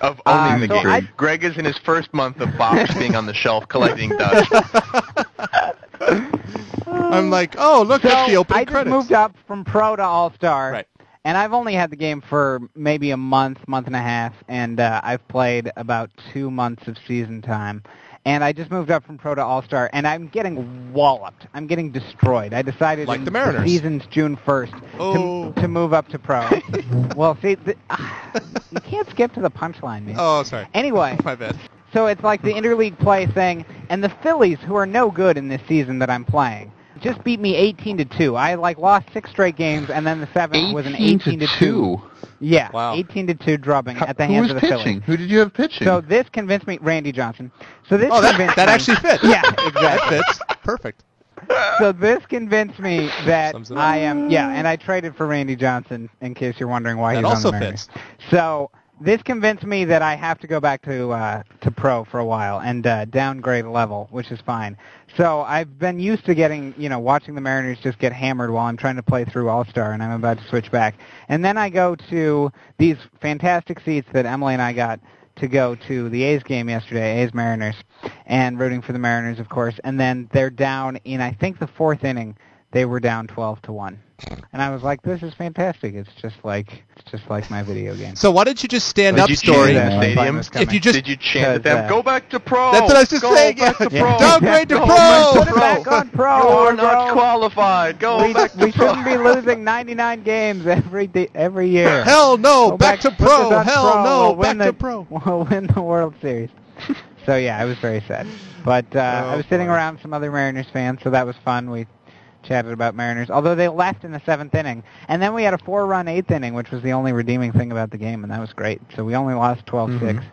Speaker 8: Of
Speaker 5: Uh,
Speaker 8: owning the
Speaker 5: so
Speaker 8: game.
Speaker 5: I-
Speaker 8: Greg is in his first month of box being on the
Speaker 5: *laughs*
Speaker 8: shelf collecting dust.
Speaker 4: I'm like, oh, look
Speaker 5: So
Speaker 4: at the opening
Speaker 5: I just
Speaker 4: credits.
Speaker 5: moved up from pro to all star.
Speaker 4: Right.
Speaker 5: And I've only had the game for maybe a month, month and a half, and uh, I've played about two months of season time. And I just moved up from pro to all star, and I'm getting walloped. I'm getting destroyed. I decided
Speaker 4: Like
Speaker 5: in
Speaker 4: the Mariners.
Speaker 5: season's June 1st
Speaker 4: Oh.
Speaker 5: to, to move up
Speaker 4: *laughs*
Speaker 5: to pro. well, see, th- ah, you can't skip to the punchline, man.
Speaker 4: Oh,
Speaker 5: *laughs*
Speaker 4: sorry.
Speaker 5: Anyway,
Speaker 4: My bad.
Speaker 5: so it's like the interleague play thing, and the Phillies, who are no good in this season that I'm playing, just beat me 18 to two. I like lost six straight games, and then the seventh
Speaker 6: 18
Speaker 5: was an 18
Speaker 6: to
Speaker 5: two. Yeah,
Speaker 4: Wow.
Speaker 5: 18 to two drubbing
Speaker 6: How-
Speaker 5: at the
Speaker 6: Who
Speaker 5: hands of
Speaker 6: was
Speaker 5: the
Speaker 6: pitching?
Speaker 5: Phillies.
Speaker 6: Who did you have pitching?
Speaker 5: So this convinced me, Randy Johnson. So this
Speaker 4: Oh, that,
Speaker 5: convinced
Speaker 4: that
Speaker 5: me-
Speaker 4: actually fits.
Speaker 5: Yeah,
Speaker 4: That
Speaker 5: exactly.
Speaker 4: fits. Perfect.
Speaker 5: so this convinced me that
Speaker 4: Sums it up.
Speaker 5: I am. Yeah, and I traded for Randy Johnson in case you're wondering why
Speaker 4: That
Speaker 5: he's
Speaker 4: also
Speaker 5: on the Mariners.
Speaker 4: fits.
Speaker 5: So this convinced me that I have to go back to uh, to pro for a while and uh, downgrade a level, which is fine. So I've been used to getting, you know, watching the Mariners just get hammered while I'm trying to play through All Star, and I'm about to switch back. And then I go to these fantastic seats that Emily and I got to go to the A's game yesterday, A's Mariners, and rooting for the Mariners, of course. And then they're down in, I think, the fourth inning. They were down 12 to one, and I was like, "This is fantastic! It's just like it's just like my video game."
Speaker 4: So why don't you just stand
Speaker 8: Did
Speaker 4: up,
Speaker 8: you
Speaker 4: Story?
Speaker 8: cheer them?
Speaker 5: That
Speaker 8: stadium.
Speaker 5: one was
Speaker 4: If you
Speaker 5: coming.
Speaker 4: just
Speaker 8: Did you chant at
Speaker 5: Because,
Speaker 8: them?
Speaker 5: uh,
Speaker 8: go back to pro.
Speaker 4: That's what I was just
Speaker 8: go
Speaker 4: saying,
Speaker 8: Back
Speaker 4: yeah.
Speaker 8: to pro.
Speaker 4: Downgrade to pro.
Speaker 8: Go back
Speaker 5: Put it back
Speaker 8: pro.
Speaker 5: on pro.
Speaker 8: You're
Speaker 5: on
Speaker 8: not
Speaker 5: pro.
Speaker 8: qualified. Go
Speaker 5: we,
Speaker 8: back to
Speaker 5: we
Speaker 8: pro.
Speaker 5: shouldn't be losing 99 games every di- every year.
Speaker 4: Hell no,
Speaker 5: Go
Speaker 4: back, to
Speaker 5: put this
Speaker 4: pro.
Speaker 5: on
Speaker 4: Hell
Speaker 5: pro.
Speaker 4: no,
Speaker 5: We'll win
Speaker 4: back to
Speaker 5: the-
Speaker 4: pro.
Speaker 5: *laughs* We'll win the World Series. so yeah, I was very sad. But uh, I
Speaker 4: Oh,
Speaker 5: was sitting
Speaker 4: boy.
Speaker 5: around some other Mariners fans, so that was fun. We chatted about Mariners, although they left in the seventh inning, and then we had a four-run eighth inning, which was the only redeeming thing about the game, and that was great. So we only lost 12-6.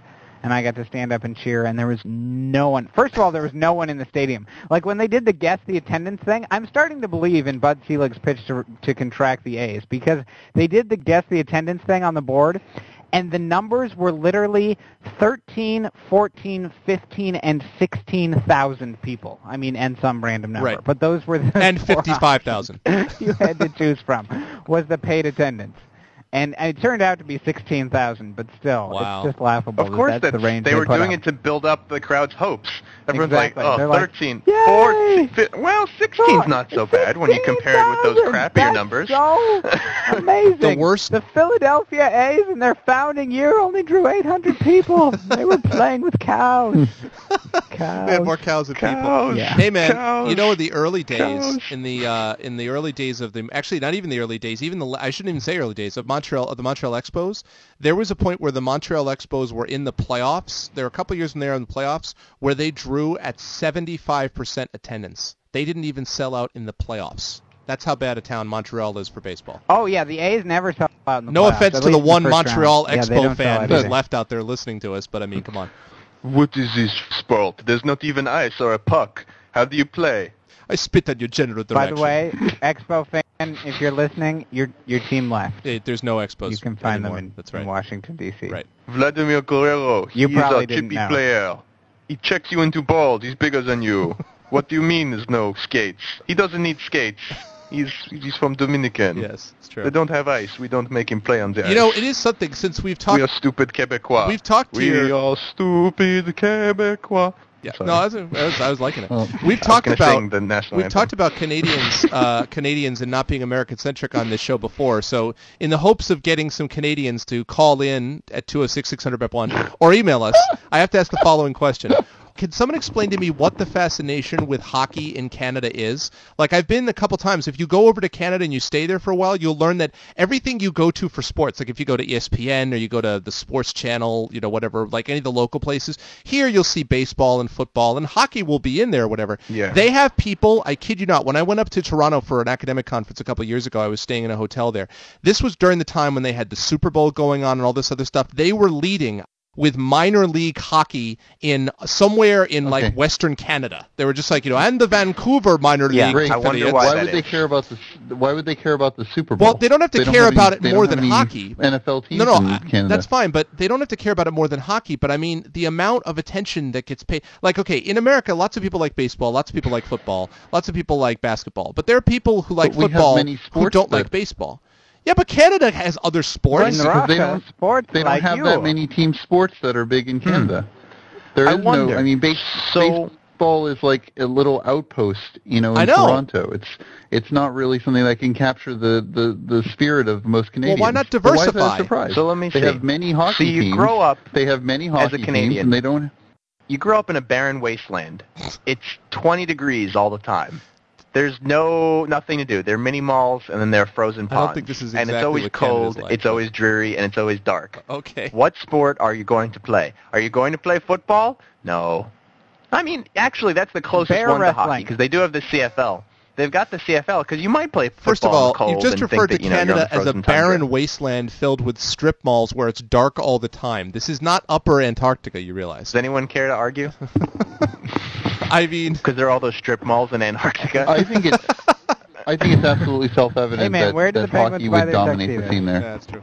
Speaker 5: And I got to stand up and cheer, and there was no one. First of all, there was no one in the stadium. Like when they did the guess the attendance thing, I'm starting to believe in Bud Selig's pitch to, to contract the A's because they did the guess the attendance thing on the board, and the numbers were literally 13, 14, 15, and 16,000 people. I mean, and some random number.
Speaker 4: Right.
Speaker 5: But those were the
Speaker 4: *laughs* And
Speaker 5: *laughs* four
Speaker 4: 55,000.
Speaker 5: options *laughs* you had to choose from was the paid attendance. And, and it turned out to be 16,000, but still,
Speaker 4: Wow.
Speaker 5: it's just laughable.
Speaker 8: Of
Speaker 5: that
Speaker 8: course,
Speaker 5: that's
Speaker 8: that's,
Speaker 5: the range
Speaker 8: they, were
Speaker 5: put
Speaker 8: doing
Speaker 5: out.
Speaker 8: it to build up the crowd's hopes. Everyone's
Speaker 5: Exactly.
Speaker 8: like,
Speaker 5: They're
Speaker 8: oh,
Speaker 5: like,
Speaker 8: 13,
Speaker 5: yay!
Speaker 8: 14, fi- well, 16's not so bad when you compare it with those
Speaker 5: 16,000.
Speaker 8: crappier numbers.
Speaker 5: That's so amazing.
Speaker 4: The worst-
Speaker 5: The Philadelphia A's in their founding year only drew 800 people. they were playing
Speaker 4: *laughs*
Speaker 5: with cows. cows.
Speaker 4: We have more cows than people.
Speaker 8: Cows.
Speaker 5: Yeah.
Speaker 4: Hey man,
Speaker 8: Cows.
Speaker 4: you know in the early days,
Speaker 8: Cows.
Speaker 4: in the uh, in the early days of the actually not even the early days, even the la- I shouldn't even say early days of Montreal of the Montreal Expos. There was a point where the Montreal Expos were in the playoffs. There were a couple years in there in the playoffs where they drew at seventy five percent attendance. They didn't even sell out in the playoffs. That's how bad a town Montreal is for baseball.
Speaker 5: Oh yeah, the A's never sell out in the
Speaker 4: No
Speaker 5: playoffs,
Speaker 4: offense
Speaker 5: at
Speaker 4: to the
Speaker 5: least in
Speaker 4: one
Speaker 5: first
Speaker 4: Montreal
Speaker 5: round. Yeah, they
Speaker 4: Expo
Speaker 5: don't sell
Speaker 4: fan
Speaker 5: out
Speaker 4: who's
Speaker 5: either.
Speaker 4: left out there listening to us, but I mean, come on.
Speaker 8: What is this sport? There's not even ice or a puck. How do you play?
Speaker 4: I spit at your general direction.
Speaker 5: By the way, Expo fan, if you're listening, your your team left.
Speaker 4: Eh, there's no Expos.
Speaker 5: You can find
Speaker 4: anymore.
Speaker 5: them in,
Speaker 4: That's
Speaker 5: in
Speaker 4: right.
Speaker 5: Washington D.C.
Speaker 4: Right.
Speaker 8: Vladimir Guerrero,
Speaker 5: You
Speaker 8: he's
Speaker 5: probably
Speaker 8: a
Speaker 5: didn't
Speaker 8: chippy
Speaker 5: know.
Speaker 8: player. He checks you into balls. He's bigger than you.
Speaker 4: *laughs*
Speaker 8: what do you mean there's no skates? He doesn't need skates. He's, he's from Dominican.
Speaker 4: Yes, it's true.
Speaker 8: They don't have ice. We don't make him play on the ice.
Speaker 4: You know, it is something since we've talked.
Speaker 8: we are stupid Quebecois.
Speaker 4: We've talked to
Speaker 8: we
Speaker 4: your-
Speaker 8: are stupid Quebecois.
Speaker 4: Yeah,
Speaker 8: Sorry.
Speaker 4: no, I was, I was, I was liking it.
Speaker 6: Oh.
Speaker 4: We've
Speaker 8: I was
Speaker 4: talked
Speaker 8: gonna
Speaker 4: about
Speaker 8: sing the national
Speaker 4: we've
Speaker 8: anthem.
Speaker 4: talked about Canadians,
Speaker 8: *laughs*
Speaker 4: uh, Canadians, and not being American centric on this show before. So, in the hopes of getting some Canadians to call in at 206 600 one or email us, I have to ask the following question. Can someone explain to me what the fascination with hockey in Canada is? Like I've been a couple times. If you go over to Canada and you stay there for a while, you'll learn that everything you go to for sports, like if you go to E ESPN or you go to the sports channel, you know, whatever, like any of the local places, here you'll see baseball and football and hockey will be in there, or whatever.
Speaker 8: Yeah.
Speaker 4: They have people. I kid you not. When I went up to Toronto for an academic conference a couple of years ago, I was staying in a hotel there. This was during the time when they had the Super Bowl going on and all this other stuff. They were leading with minor league hockey in somewhere in like Western Canada. They were just like you know, and the Vancouver minor
Speaker 8: Yeah,
Speaker 4: league.
Speaker 8: Great. I
Speaker 4: affiliates.
Speaker 8: wonder why
Speaker 6: Why
Speaker 8: that
Speaker 6: would they
Speaker 8: is.
Speaker 6: care about the Why would they care about the Super Bowl?
Speaker 4: Well, they don't have to care
Speaker 6: have
Speaker 4: about
Speaker 6: any-
Speaker 4: it
Speaker 6: they
Speaker 4: more
Speaker 6: don't have
Speaker 4: than
Speaker 6: any
Speaker 4: hockey.
Speaker 6: NFL teams
Speaker 4: No, no,
Speaker 6: in
Speaker 4: I-
Speaker 6: Canada.
Speaker 4: that's fine, but they don't have to care about it more than hockey. But I mean, the amount of attention that gets paid. Like, okay, in America, lots of people like baseball, lots of people like football, lots of people like basketball. But there are people who like
Speaker 6: we have
Speaker 4: football
Speaker 6: many
Speaker 4: who
Speaker 6: sports
Speaker 4: don't
Speaker 6: that-
Speaker 4: like baseball. Yeah, but Canada has other
Speaker 5: Right,
Speaker 4: sports.
Speaker 5: in
Speaker 6: Because
Speaker 5: Russia,
Speaker 6: they don't-
Speaker 5: sports
Speaker 6: They don't
Speaker 5: like
Speaker 6: have
Speaker 5: you. Hmm.
Speaker 6: that many team sports that are big in Canada. There
Speaker 8: I
Speaker 6: is
Speaker 8: wonder.
Speaker 6: no. I mean, base,
Speaker 8: So-
Speaker 6: baseball is like a little outpost, you know, in
Speaker 4: I know.
Speaker 6: Toronto. It's it's not really something that can capture the the, the spirit of most Canadians.
Speaker 4: why not
Speaker 6: So why is that a
Speaker 4: diversify?
Speaker 6: surprise?
Speaker 8: So let me
Speaker 6: They
Speaker 8: see.
Speaker 6: have many hockey
Speaker 8: So you
Speaker 6: teams.
Speaker 8: grow up
Speaker 6: They have many hockey teams,
Speaker 8: Canadian.
Speaker 6: and they don't.
Speaker 8: you grow up in a barren wasteland. It's 20 degrees all the time. There's no nothing to do. There are mini malls and then there are frozen
Speaker 4: I don't
Speaker 8: ponds.
Speaker 4: think this is
Speaker 8: and it's
Speaker 4: exactly
Speaker 8: always
Speaker 4: what Canada's
Speaker 8: cold.
Speaker 4: like,
Speaker 8: it's
Speaker 4: but-
Speaker 8: always dreary and it's always dark.
Speaker 4: *laughs* Okay.
Speaker 8: What sport are you going to play? Are you going to play football? No. I mean, actually, that's the closest
Speaker 5: Bear
Speaker 8: one to hockey
Speaker 5: wrestling.
Speaker 8: because they do have the CFL. They've got the CFL because you might play football
Speaker 4: First of
Speaker 8: in the
Speaker 4: all,
Speaker 8: cold
Speaker 4: you've just
Speaker 8: and think
Speaker 4: referred to
Speaker 8: that, you know, you're on
Speaker 4: Canada
Speaker 8: the
Speaker 4: as a
Speaker 8: frozen tundra.
Speaker 4: barren wasteland filled with strip malls where it's dark all the time. This is not Upper Antarctica, you realize.
Speaker 8: Does anyone care to
Speaker 4: *laughs*
Speaker 8: argue?
Speaker 4: I
Speaker 8: *laughs*
Speaker 4: mean,
Speaker 8: Because there are all those strip malls in Antarctica.
Speaker 6: *laughs* I think it's. I think it's absolutely self-evident
Speaker 5: Hey, man,
Speaker 6: that,
Speaker 5: where did
Speaker 6: that
Speaker 5: the Penguins
Speaker 6: hockey
Speaker 5: buy
Speaker 6: would
Speaker 5: their
Speaker 6: dominate
Speaker 5: tuxedos?
Speaker 6: the scene there.
Speaker 4: that's true.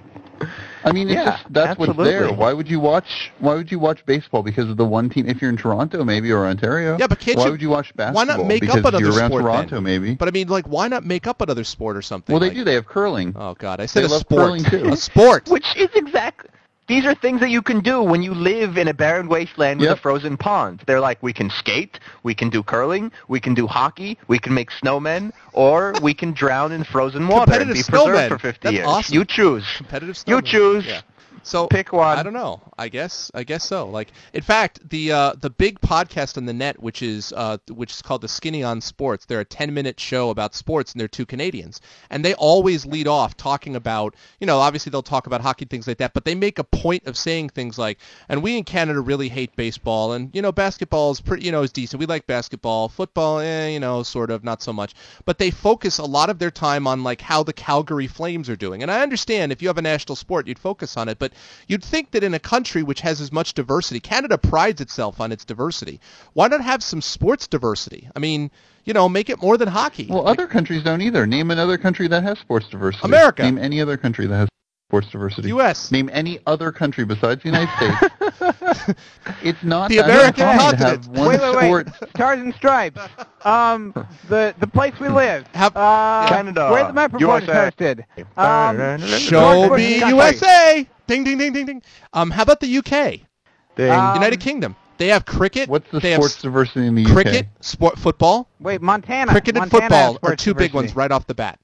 Speaker 6: I mean, it's
Speaker 8: Yeah,
Speaker 6: just that's
Speaker 8: absolutely.
Speaker 6: what's there. Why would you watch? Why would you watch baseball because of the one team? If you're in Toronto, maybe or Ontario.
Speaker 4: Yeah, but can't
Speaker 6: why
Speaker 4: you-
Speaker 6: would you watch basketball?
Speaker 4: Why not make
Speaker 6: because
Speaker 4: up another
Speaker 6: you're around
Speaker 4: sport
Speaker 6: Toronto,
Speaker 4: then?
Speaker 6: maybe.
Speaker 4: But I mean, like, why not make up another sport or something?
Speaker 6: well, they
Speaker 4: like-
Speaker 6: do. They have curling.
Speaker 4: Oh God, I said
Speaker 6: They
Speaker 4: a
Speaker 6: love
Speaker 4: sport.
Speaker 6: curling, too.
Speaker 4: A sport.
Speaker 8: Which is exact. These are things that you can do when you live in a barren wasteland with
Speaker 6: Yep.
Speaker 8: a frozen pond. They're like, we can skate, we can do curling, we can do hockey, we can make snowmen, or we can drown in frozen water and
Speaker 4: Competitive
Speaker 8: be preserved
Speaker 4: snowmen.
Speaker 8: for 50
Speaker 4: That's
Speaker 8: years.
Speaker 4: awesome.
Speaker 8: You choose.
Speaker 4: Competitive.
Speaker 8: You
Speaker 4: snowboarding.
Speaker 8: choose.
Speaker 4: Yeah. So
Speaker 8: Pick one.
Speaker 4: I don't know. I guess. I guess so. Like, in fact, the uh, the big podcast on the net, which is uh, which is called the Skinny on Sports. They're a ten minute show about sports, and they're two Canadians, and they always lead off talking about, you know, obviously they'll talk about hockey things like that, but they make a point of saying things like, and we in Canada really hate baseball, and you know, basketball is pretty, you know, is decent. We like basketball, football, eh, you know, sort of not so much. But they focus a lot of their time on like how the Calgary Flames are doing, and I understand if you have a national sport, you'd focus on it, but you'd think that in a country which has as much diversity, Canada prides itself on its diversity. Why not have some sports diversity? I mean, you know, make it more than hockey.
Speaker 6: Well, other countries don't either. Name another country that has sports diversity.
Speaker 4: America.
Speaker 6: Name any other country that has sports diversity.
Speaker 4: U.S.
Speaker 6: Name any other country besides the United States.
Speaker 4: *laughs*
Speaker 6: it's not
Speaker 4: The
Speaker 6: that
Speaker 4: American
Speaker 6: uncommon to
Speaker 4: continent.
Speaker 6: have one
Speaker 5: wait, wait, wait.
Speaker 6: sport.
Speaker 5: Stars and stripes. Um, the the place we live.
Speaker 4: Have-
Speaker 5: uh,
Speaker 8: Canada.
Speaker 5: Where the my performance
Speaker 8: USA.
Speaker 5: hosted. Um,
Speaker 4: Show
Speaker 5: George
Speaker 4: me
Speaker 5: Bush's country.
Speaker 4: USA. Ding ding ding ding ding. Um, how about the UK?
Speaker 8: Ding.
Speaker 5: Um,
Speaker 4: United Kingdom. They have cricket.
Speaker 8: What's the
Speaker 4: they have
Speaker 8: sports diversity in the
Speaker 4: cricket,
Speaker 8: UK?
Speaker 4: sport, football,
Speaker 6: Wait, Montana.
Speaker 4: cricket and
Speaker 6: Montana has
Speaker 4: football are
Speaker 6: sports
Speaker 4: two big
Speaker 6: diversity.
Speaker 4: ones right off the bat.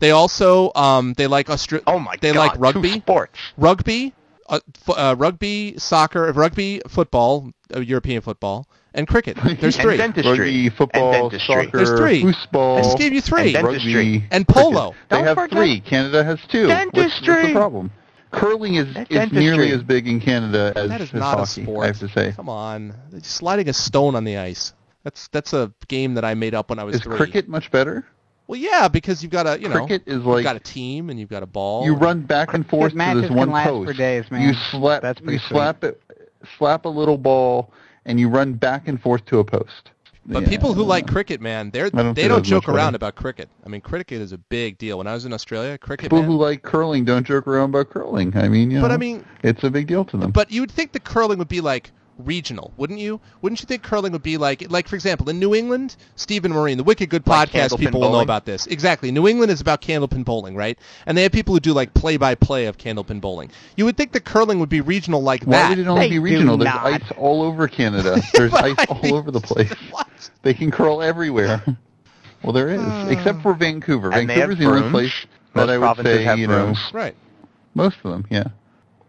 Speaker 4: They also um, they like Austra-
Speaker 5: Oh my
Speaker 4: they
Speaker 5: god!
Speaker 4: like
Speaker 5: two
Speaker 4: rugby,
Speaker 5: sports.
Speaker 4: rugby, uh, f- uh, rugby, soccer, rugby, football, uh, European football, and
Speaker 8: *laughs*
Speaker 4: cricket. There's
Speaker 5: And
Speaker 4: three.
Speaker 5: dentistry.
Speaker 8: Rugby, football,
Speaker 5: and dentistry.
Speaker 8: soccer,
Speaker 4: There's three.
Speaker 8: foosball,
Speaker 4: I just gave you three.
Speaker 5: And
Speaker 4: And,
Speaker 5: then- Dentistry.
Speaker 8: rugby,
Speaker 4: And polo.
Speaker 8: cricket. They
Speaker 6: Don't
Speaker 8: have
Speaker 6: forget-
Speaker 8: three. Canada has two. What's- What's,
Speaker 5: Dentistry.
Speaker 8: the problem? Curling is, is
Speaker 5: Dentistry.
Speaker 8: nearly as big in Canada as,
Speaker 4: that is
Speaker 8: as
Speaker 4: not a
Speaker 8: hockey.
Speaker 4: sport.
Speaker 8: I have to say.
Speaker 4: Come on, sliding a stone on the ice. That's that's a game that I made up when I was
Speaker 8: Is
Speaker 4: three.
Speaker 8: cricket much better?
Speaker 4: Well, yeah, because you've got a you know
Speaker 8: cricket is
Speaker 4: you've got a
Speaker 8: like
Speaker 4: team and you've got a ball.
Speaker 8: you run back and forth to
Speaker 6: matches
Speaker 8: this
Speaker 6: can
Speaker 8: one
Speaker 6: last
Speaker 8: post.
Speaker 6: for days, man.
Speaker 8: You slap
Speaker 6: That's
Speaker 8: you
Speaker 6: pretty sweet.
Speaker 8: slap it slap a little ball and you run back and forth to a post.
Speaker 4: But
Speaker 8: Yeah,
Speaker 4: people
Speaker 8: I
Speaker 4: who
Speaker 8: don't
Speaker 4: like
Speaker 8: know.
Speaker 4: cricket, man, they're
Speaker 8: I don't
Speaker 4: they
Speaker 8: think
Speaker 4: don't
Speaker 8: that's much
Speaker 4: joke around
Speaker 8: better.
Speaker 4: about cricket. I mean, cricket is a big deal. When I was in Australia, cricket.
Speaker 8: people
Speaker 4: man-
Speaker 8: who like curling don't joke around about curling. I mean, you
Speaker 4: But
Speaker 8: know,
Speaker 4: I mean-
Speaker 8: it's a big deal to them.
Speaker 4: But you would think the curling would be like regional, wouldn't you? Wouldn't you think curling would be like like for example in New England, Stephen Marine, the Wicked Good
Speaker 5: Like
Speaker 4: podcast
Speaker 5: candlepin
Speaker 4: people will know
Speaker 5: bowling?
Speaker 4: about this. Exactly. New England is about candlepin bowling, right? And they have people who do like play by play of candlepin bowling. You would think the curling would be regional like
Speaker 8: Why
Speaker 4: that.
Speaker 8: would it only
Speaker 6: They
Speaker 8: be
Speaker 6: do
Speaker 8: regional? There's
Speaker 6: not.
Speaker 8: ice all over
Speaker 5: *laughs*
Speaker 8: Canada. There's
Speaker 4: But
Speaker 8: ice
Speaker 4: I
Speaker 8: all
Speaker 4: mean,
Speaker 8: over the place.
Speaker 4: what?
Speaker 8: They can
Speaker 5: *laughs*
Speaker 8: curl everywhere. Well, there is, except for Vancouver.
Speaker 5: Uh, And they have
Speaker 8: Vancouver's the only
Speaker 5: brooms.
Speaker 8: place
Speaker 5: Most
Speaker 8: that I would
Speaker 5: provinces
Speaker 8: say,
Speaker 5: have
Speaker 8: you know,
Speaker 5: brooms.
Speaker 4: Right.
Speaker 8: most of them, yeah.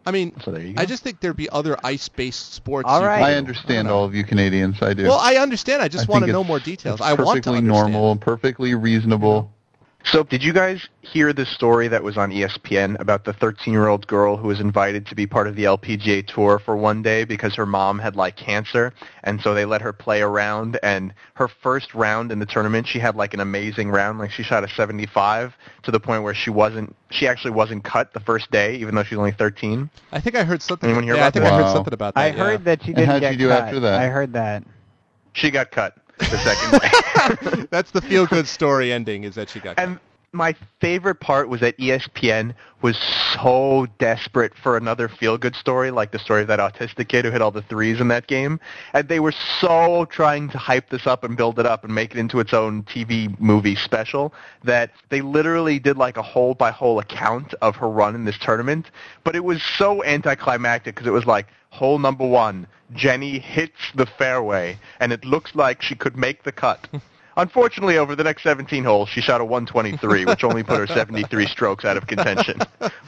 Speaker 4: I mean,
Speaker 8: So there you go.
Speaker 4: I just think there'd be other ice-based sports.
Speaker 6: All
Speaker 4: you
Speaker 6: right.
Speaker 4: could
Speaker 8: I
Speaker 4: do.
Speaker 8: understand
Speaker 4: don't know.
Speaker 8: all of you Canadians. I do.
Speaker 4: Well, I understand. I just
Speaker 8: I
Speaker 4: want to
Speaker 8: think
Speaker 4: know
Speaker 8: it's-
Speaker 4: more details.
Speaker 8: It's
Speaker 4: I want to
Speaker 8: perfectly
Speaker 4: understand.
Speaker 8: normal and perfectly reasonable.
Speaker 5: So, did you guys hear the story that was on E ESPN about the 13-year-old girl who was invited to be part of the LPGA tour for one day because her mom had like cancer, and so they let her play around. And her first round in the tournament, she had like an amazing round, like she shot a 75 to the point where she wasn't, she actually wasn't cut the first day, even though she was only 13.
Speaker 4: I think I heard something.
Speaker 5: Anyone hear
Speaker 4: yeah, I
Speaker 5: about
Speaker 4: think I
Speaker 8: that?
Speaker 4: heard
Speaker 8: Wow.
Speaker 4: something about that.
Speaker 6: I
Speaker 4: yeah.
Speaker 6: heard that you
Speaker 8: And
Speaker 6: didn't
Speaker 8: how'd
Speaker 6: get
Speaker 8: you do
Speaker 6: cut.
Speaker 8: after that?
Speaker 6: I heard that.
Speaker 5: She got cut the
Speaker 8: *laughs*
Speaker 5: second day.
Speaker 4: *laughs* That's the feel-good story ending. Is that she got?
Speaker 5: And my favorite part was that E ESPN was so desperate for another feel-good story, like the story of that autistic kid who hit all the threes in that game, and they were so trying to hype this up and build it up and make it into its own TV movie special that they literally did like a hole-by-hole account of her run in this tournament. But it was so anticlimactic because it was like hole number one, Jenny hits the fairway, and it looks like she could make the cut. *laughs* Unfortunately, over the next 17 holes, she shot a 123, which
Speaker 4: *laughs*
Speaker 5: only put her 73 strokes out of contention.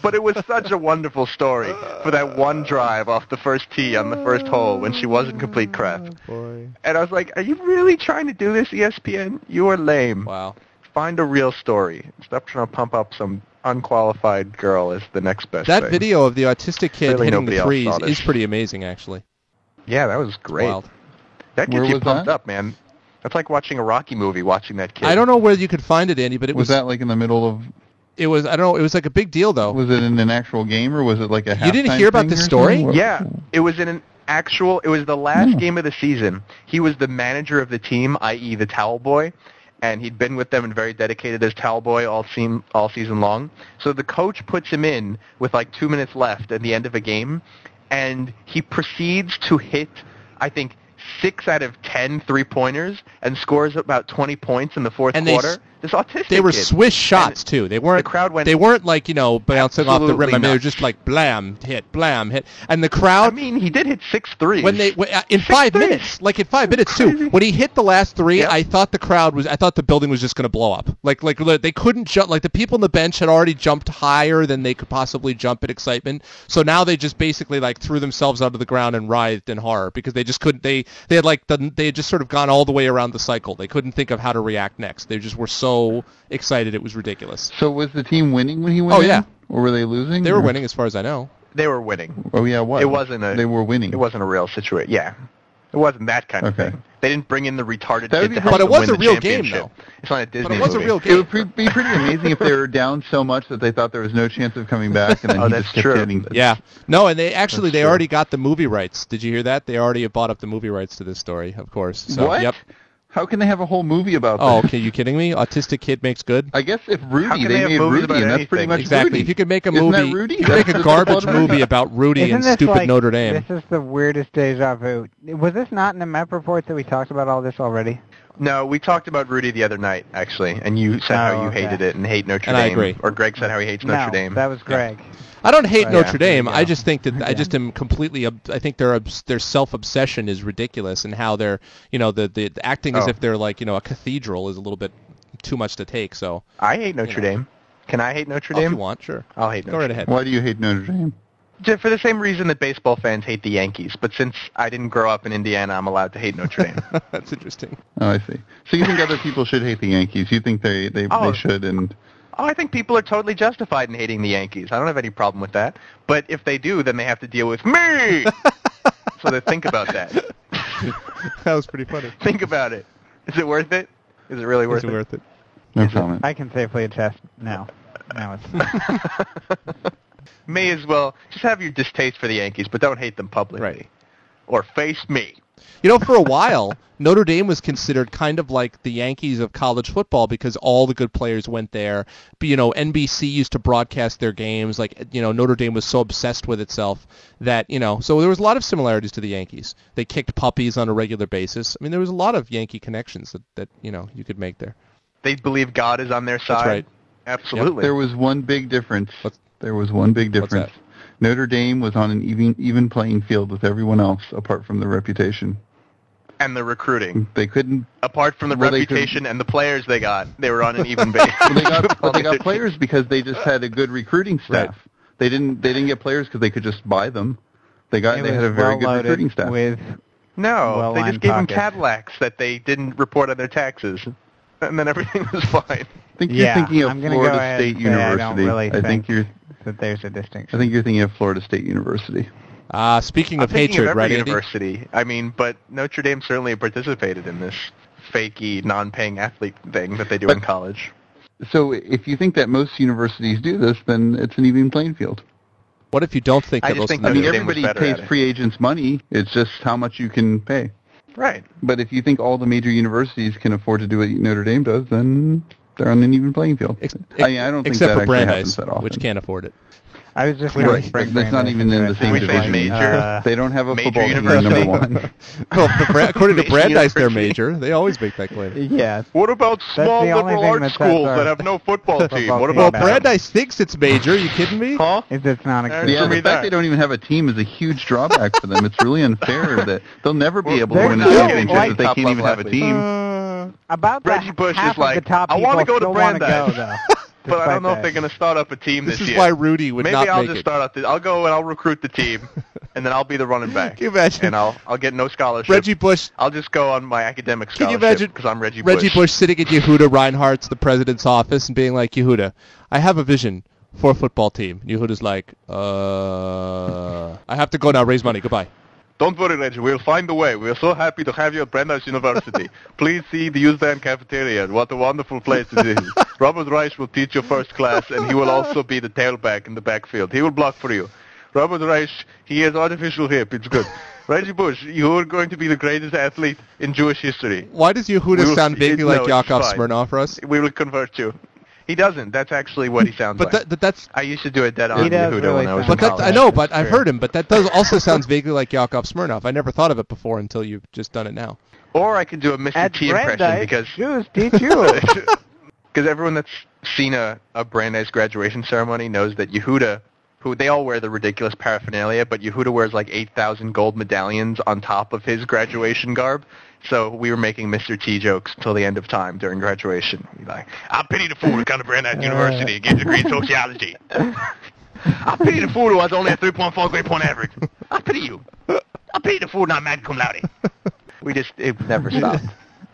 Speaker 5: But it was such a wonderful story for that one drive off the first tee on the first hole when she was in complete crap.
Speaker 4: Boy.
Speaker 5: And I was like, are you really trying to do this, E ESPN? You are lame.
Speaker 4: Wow.
Speaker 5: Find a real story. Stop trying to pump up some unqualified girl as the next best
Speaker 4: That
Speaker 5: thing.
Speaker 4: video of the autistic kid
Speaker 5: Really
Speaker 4: hitting
Speaker 5: nobody
Speaker 4: the
Speaker 5: else
Speaker 4: threes
Speaker 5: saw this.
Speaker 4: is pretty amazing, actually.
Speaker 5: Yeah, that was great.
Speaker 4: Wild.
Speaker 5: That
Speaker 8: Where
Speaker 5: gets you
Speaker 8: was
Speaker 5: pumped
Speaker 8: that?
Speaker 5: up, man. That's like watching a Rocky movie, watching that kid.
Speaker 4: I don't know where you could find it, Andy, but it was,
Speaker 8: Was that like in the middle of?
Speaker 4: it was I don't know it was like a big deal though.
Speaker 8: Was it in an actual game or was it like a?
Speaker 4: You didn't
Speaker 8: halftime
Speaker 4: hear about
Speaker 8: thing
Speaker 4: this
Speaker 8: or
Speaker 4: story?
Speaker 8: something? What-
Speaker 5: Yeah, it was in an actual. It was the last
Speaker 8: Hmm.
Speaker 5: game of the season. He was the manager of the team, i.e., the towel boy, and he'd been with them and very dedicated as towel boy all seam all season long. So the coach puts him in with like two minutes left at the end of a game, and he proceeds to hit. I think. Six out of ten three-pointers and scores about 20 points in the fourth
Speaker 4: And they s-
Speaker 5: quarter. this autistic
Speaker 4: they were
Speaker 5: kid.
Speaker 4: swish shots too. They weren't
Speaker 5: the crowd went
Speaker 4: they weren't like, you know, bouncing off the rim. I mean,
Speaker 5: absolutely
Speaker 4: they were
Speaker 5: nuts.
Speaker 4: just like blam hit, blam hit. And the
Speaker 5: I
Speaker 4: crowd
Speaker 5: mean, he did hit six threes.
Speaker 4: when they when- uh, in
Speaker 5: Six
Speaker 4: 5
Speaker 5: threes.
Speaker 4: minutes, like in 5 minutes too. When he hit the last 3,
Speaker 5: Yep.
Speaker 4: I thought the crowd was I thought the building was just going to blow up. Like like li- they couldn't jump like the people on the bench had already jumped higher than they could possibly jump in excitement. So now they just basically like threw themselves onto the ground and writhed in horror because they just couldn't they they had like the, they had just sort of gone all the way around the cycle. They couldn't think of how to react next. They just were so excited it was ridiculous.
Speaker 8: So was the team winning when he went?
Speaker 4: Oh,
Speaker 8: in?
Speaker 4: yeah.
Speaker 8: Or were they losing?
Speaker 4: They were
Speaker 8: or-
Speaker 4: winning as far as I know.
Speaker 5: they were winning.
Speaker 8: Oh yeah, what?
Speaker 5: It wasn't a-
Speaker 8: They were winning.
Speaker 5: It wasn't a real situation. Yeah, it wasn't that kind
Speaker 8: Okay.
Speaker 5: of thing. They didn't bring in the retarded
Speaker 8: That
Speaker 5: kid
Speaker 8: would be
Speaker 5: to
Speaker 8: great.
Speaker 5: help
Speaker 8: But it
Speaker 5: them
Speaker 4: was
Speaker 5: win
Speaker 4: a
Speaker 5: the
Speaker 4: real game,
Speaker 5: championship.
Speaker 4: though.
Speaker 5: It's not a Disney
Speaker 4: But it was a
Speaker 5: movie.
Speaker 4: real
Speaker 8: It
Speaker 4: game.
Speaker 8: would pre- be pretty amazing if they were down so much that they thought there was no chance of coming back, and then
Speaker 5: Oh,
Speaker 8: he
Speaker 5: that's
Speaker 8: just kept
Speaker 5: true.
Speaker 8: hitting.
Speaker 4: Yeah. No, and they actually
Speaker 8: That's
Speaker 4: they
Speaker 8: true.
Speaker 4: already got the movie rights. Did you hear that? They already bought up the movie rights to this story, of course. So,
Speaker 8: what?
Speaker 4: Yep.
Speaker 8: How can they have a whole movie about
Speaker 4: Oh,
Speaker 8: this?
Speaker 4: okay. You kidding me? Autistic kid makes good.
Speaker 8: I guess if
Speaker 5: How
Speaker 8: Rudy,
Speaker 5: can
Speaker 8: they,
Speaker 5: they have
Speaker 8: made
Speaker 5: movies
Speaker 8: Rudy,
Speaker 5: about
Speaker 8: and that's pretty
Speaker 5: anything?
Speaker 8: much
Speaker 4: Exactly.
Speaker 8: Rudy.
Speaker 4: If you could make a
Speaker 8: Isn't
Speaker 4: movie,
Speaker 8: that Rudy?
Speaker 4: you could make a
Speaker 8: That's-
Speaker 4: garbage
Speaker 8: that's the plot of
Speaker 4: movie
Speaker 8: it.
Speaker 4: about Rudy
Speaker 6: Isn't
Speaker 4: and
Speaker 6: this
Speaker 4: stupid
Speaker 6: like,
Speaker 4: Notre Dame.
Speaker 6: This is the weirdest deja vu. Was this not in the map report that we talked about all this already?
Speaker 5: No, we talked about Rudy the other night, actually, and you said
Speaker 6: Oh,
Speaker 5: how you
Speaker 6: okay.
Speaker 5: hated it and hate Notre
Speaker 4: And
Speaker 5: Dame.
Speaker 4: I agree.
Speaker 5: Or Greg said how he hates
Speaker 6: no,
Speaker 5: Notre Dame.
Speaker 6: that was Greg.
Speaker 4: I don't hate
Speaker 5: Oh,
Speaker 4: Notre
Speaker 5: yeah.
Speaker 4: Dame.
Speaker 6: There you
Speaker 4: I
Speaker 6: go.
Speaker 4: just think that I
Speaker 6: Yeah.
Speaker 4: just am completely. ob- I think their obs- their self obsession is ridiculous, and how they're you know the the, the acting as
Speaker 5: Oh.
Speaker 4: if they're like you know a cathedral is a little bit too much to take. So
Speaker 5: I hate Notre
Speaker 4: You know.
Speaker 5: Dame. Can I hate Notre
Speaker 4: if you
Speaker 5: Dame?
Speaker 4: want, sure,
Speaker 5: I'll hate
Speaker 4: go
Speaker 5: Notre
Speaker 4: right
Speaker 5: Dame.
Speaker 4: ahead.
Speaker 8: Why do you hate Notre Dame?
Speaker 5: Ju- For the same reason that baseball fans hate the Yankees, but since I didn't grow up in Indiana, I'm allowed to hate
Speaker 4: *laughs*
Speaker 5: Notre Dame.
Speaker 4: That's interesting.
Speaker 8: Oh, I see. So you think other people should hate the Yankees? You think they they,
Speaker 5: Oh.
Speaker 8: they should? And
Speaker 5: oh, I think people are totally justified in hating the Yankees. I don't have any problem with that. But if they do, then they have to deal
Speaker 4: *laughs*
Speaker 5: with me. so they think about that.
Speaker 4: that was pretty funny.
Speaker 5: *laughs* Think about it. Is it worth it? Is it really worth
Speaker 4: Is it worth it?
Speaker 8: no comment.
Speaker 6: I can safely attest now. Now it's
Speaker 5: *laughs* May as well just have your distaste for the Yankees, but don't hate them publicly.
Speaker 4: Right.
Speaker 5: Or face me.
Speaker 4: You know, for a while, *laughs* Notre Dame was considered kind of like the Yankees of college football because all the good players went there. But, you know, NBC used to broadcast their games. Like, you know, Notre Dame was so obsessed with itself that, you know, so there was a lot of similarities to the Yankees. They kicked puppies on a regular basis. I mean, there was a lot of Yankee connections that, that you know, you could make there.
Speaker 5: They believe God is on their side.
Speaker 4: right.
Speaker 5: Absolutely.
Speaker 8: There was one big difference.
Speaker 4: What's-
Speaker 8: there was one big
Speaker 4: What's
Speaker 8: difference. Notre Dame was on an even even playing field with everyone else, apart from their reputation.
Speaker 5: And the recruiting.
Speaker 8: They couldn't.
Speaker 5: Apart from the
Speaker 8: Mm. Well, they
Speaker 5: reputation and the players they got, they were on
Speaker 8: *laughs*
Speaker 5: an even base.
Speaker 8: Well, they got but
Speaker 6: *laughs*
Speaker 8: they got players because they just had a good recruiting staff. They didn't they didn't get players because they could just buy them. They got
Speaker 6: it
Speaker 8: they
Speaker 6: was
Speaker 8: had a very
Speaker 6: well
Speaker 8: good
Speaker 6: loaded
Speaker 8: recruiting staff.
Speaker 6: with
Speaker 5: No,
Speaker 6: Well
Speaker 5: they
Speaker 6: lined
Speaker 5: just gave
Speaker 6: pockets.
Speaker 5: them Cadillacs that they didn't report on their taxes, and then everything *laughs* was fine.
Speaker 8: I think
Speaker 6: Yeah,
Speaker 8: you're thinking of
Speaker 6: I'm gonna go
Speaker 8: Florida
Speaker 6: ahead
Speaker 8: State
Speaker 6: and say I
Speaker 8: University.
Speaker 6: don't really
Speaker 8: I think
Speaker 6: think-
Speaker 8: you're
Speaker 6: that there's a
Speaker 8: I
Speaker 6: distinction.
Speaker 8: think you're thinking of Florida State University.
Speaker 4: Ah, speaking
Speaker 5: I'm
Speaker 4: of
Speaker 5: thinking
Speaker 4: hatred,
Speaker 5: of every
Speaker 4: right, Andy?
Speaker 5: university. I mean, but Notre Dame certainly participated in this fakey, non-paying athlete thing that they do in
Speaker 8: But-
Speaker 5: college.
Speaker 8: So if you think that most universities do this, then it's an even playing field.
Speaker 4: What if you don't think
Speaker 5: I
Speaker 4: that
Speaker 5: just
Speaker 4: most
Speaker 5: think
Speaker 4: of
Speaker 8: I
Speaker 4: them
Speaker 8: mean,
Speaker 4: do?
Speaker 5: Notre Dame was
Speaker 8: everybody
Speaker 5: better
Speaker 8: pays
Speaker 5: at it.
Speaker 8: free agents money. It's just how much you can pay.
Speaker 5: Right.
Speaker 8: But if you think all the major universities can afford to do what Notre Dame does, then they're on an even playing field.
Speaker 4: Ex-
Speaker 8: I, mean, I don't think
Speaker 4: except
Speaker 8: that
Speaker 4: for
Speaker 8: actually
Speaker 4: Brandeis,
Speaker 8: happens that often.
Speaker 4: which can't afford it. *laughs*
Speaker 6: I was just
Speaker 8: Right.
Speaker 6: going to bring
Speaker 8: That's not
Speaker 6: Brandeis
Speaker 8: even in
Speaker 6: into
Speaker 8: the
Speaker 6: it.
Speaker 8: same
Speaker 6: Like,
Speaker 5: division. Major?
Speaker 6: uh,
Speaker 8: they don't have a
Speaker 5: Major
Speaker 8: football team
Speaker 5: university.
Speaker 8: number
Speaker 5: *laughs*
Speaker 8: one.
Speaker 4: Well, for Bra- according to
Speaker 5: Major
Speaker 4: Brandeis, they're
Speaker 5: university.
Speaker 4: major. They always make that claim.
Speaker 6: yeah,
Speaker 5: What about
Speaker 6: the small only liberal thing arts that sets schools our that have
Speaker 5: no football
Speaker 6: team? What
Speaker 4: Well,
Speaker 6: about Matt.
Speaker 4: Brandeis thinks it's major. Are you kidding me?
Speaker 5: Huh?
Speaker 6: if it's not a
Speaker 5: There's
Speaker 8: Yeah,
Speaker 5: For
Speaker 8: the
Speaker 5: me,
Speaker 8: fact
Speaker 5: that-
Speaker 8: they don't even have a team is a huge drawback for them. It's
Speaker 5: *laughs*
Speaker 8: really unfair that they'll never be able to
Speaker 6: they're
Speaker 8: win a
Speaker 6: still
Speaker 8: championship
Speaker 6: like
Speaker 8: if they can't even
Speaker 5: top-level
Speaker 8: have a
Speaker 5: athletes.
Speaker 8: team.
Speaker 6: Uh, about the
Speaker 5: Reggie Bush
Speaker 6: half
Speaker 5: is like,
Speaker 6: of the top
Speaker 5: "I
Speaker 6: people
Speaker 5: wanna go to
Speaker 6: still wanna
Speaker 5: Brandeis."
Speaker 6: go, though,
Speaker 5: *laughs* But I
Speaker 6: despite
Speaker 5: don't know
Speaker 6: that.
Speaker 5: if they're going to start up a team
Speaker 4: This
Speaker 5: this,
Speaker 4: is
Speaker 5: year.
Speaker 4: why Rudy would
Speaker 5: Maybe
Speaker 4: not
Speaker 5: I'll
Speaker 4: make
Speaker 5: just
Speaker 4: it.
Speaker 5: start out. The, I'll go and I'll recruit the team, and then I'll be the running back.
Speaker 4: Can you imagine?
Speaker 5: And I'll I'll get no scholarship.
Speaker 4: Reggie Bush.
Speaker 5: I'll just go on my academic
Speaker 4: Can you
Speaker 5: scholarship
Speaker 4: imagine
Speaker 5: because I'm Reggie Bush.
Speaker 4: Reggie Bush. sitting at Yehuda Reinhardt's, the president's office, and being like, Yehuda, I have a vision for a football team. And Yehuda's like, uh, I have to go now, raise money. Goodbye.
Speaker 5: Don't worry, Reggie. We'll find a way. We're so happy to have you at
Speaker 4: *laughs*
Speaker 5: Brandeis University. Please see the user and cafeteria. What a wonderful place it
Speaker 4: *laughs*
Speaker 5: is. Robert Reich will teach you first class, and he will also be the tailback in the backfield. He will block for you. Robert Reich, he has artificial hip.
Speaker 4: *laughs*
Speaker 5: It's good. Reggie Bush, you are going to be the greatest athlete in Jewish history.
Speaker 4: Why does Yehuda
Speaker 5: We will
Speaker 4: sound
Speaker 5: see-
Speaker 4: vaguely
Speaker 5: no,
Speaker 4: like
Speaker 5: it's
Speaker 4: Yakov
Speaker 5: fine.
Speaker 4: Smirnoff for us?
Speaker 5: We will convert you. He doesn't. That's actually what he sounds
Speaker 4: But
Speaker 5: like.
Speaker 4: that, that, that's.
Speaker 5: I used to do it dead on
Speaker 6: He does
Speaker 5: Yehuda
Speaker 6: really
Speaker 5: when I was
Speaker 6: sound
Speaker 5: in
Speaker 4: But that,
Speaker 5: college.
Speaker 4: I know, but I've heard him. But that does also sounds vaguely like Yakov Smirnoff. I never thought of it before until you've just done it now.
Speaker 5: Or I could do a Mr.
Speaker 6: At
Speaker 5: T
Speaker 6: Brandeis,
Speaker 5: impression because
Speaker 6: Jews teach you.
Speaker 5: because everyone that's seen a, a Brandeis graduation ceremony knows that Yehuda, who they all wear the ridiculous paraphernalia, but Yehuda wears like 8,000 gold medallions on top of his graduation garb. So we were making Mr. T jokes till the end of time during graduation. We'd be like, I pity the fool who come to Brandeis University and gets a degree in sociology. I pity the fool who has only a 3.4 grade point average. I pity you. I pity the fool not magna cum laude. We just, it never stopped.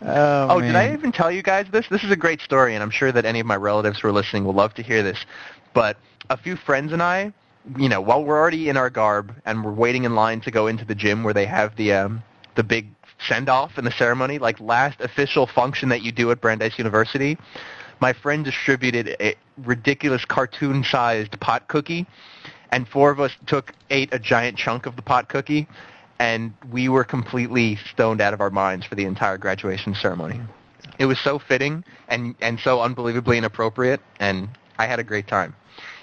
Speaker 6: Oh,
Speaker 5: *laughs* Oh, did
Speaker 6: man.
Speaker 5: I even tell you guys this? This is a great story, and I'm sure that any of my relatives who are listening will love to hear this. But a few friends and I, you know, while we're already in our garb and we're waiting in line to go into the gym where they have the um, the big send off and the ceremony, like last official function that you do at Brandeis University, my friend distributed a ridiculous cartoon sized pot cookie and four of us took ate a giant chunk of the pot cookie and we were completely stoned out of our minds for the entire graduation ceremony it was so fitting and and so unbelievably inappropriate and i had a great time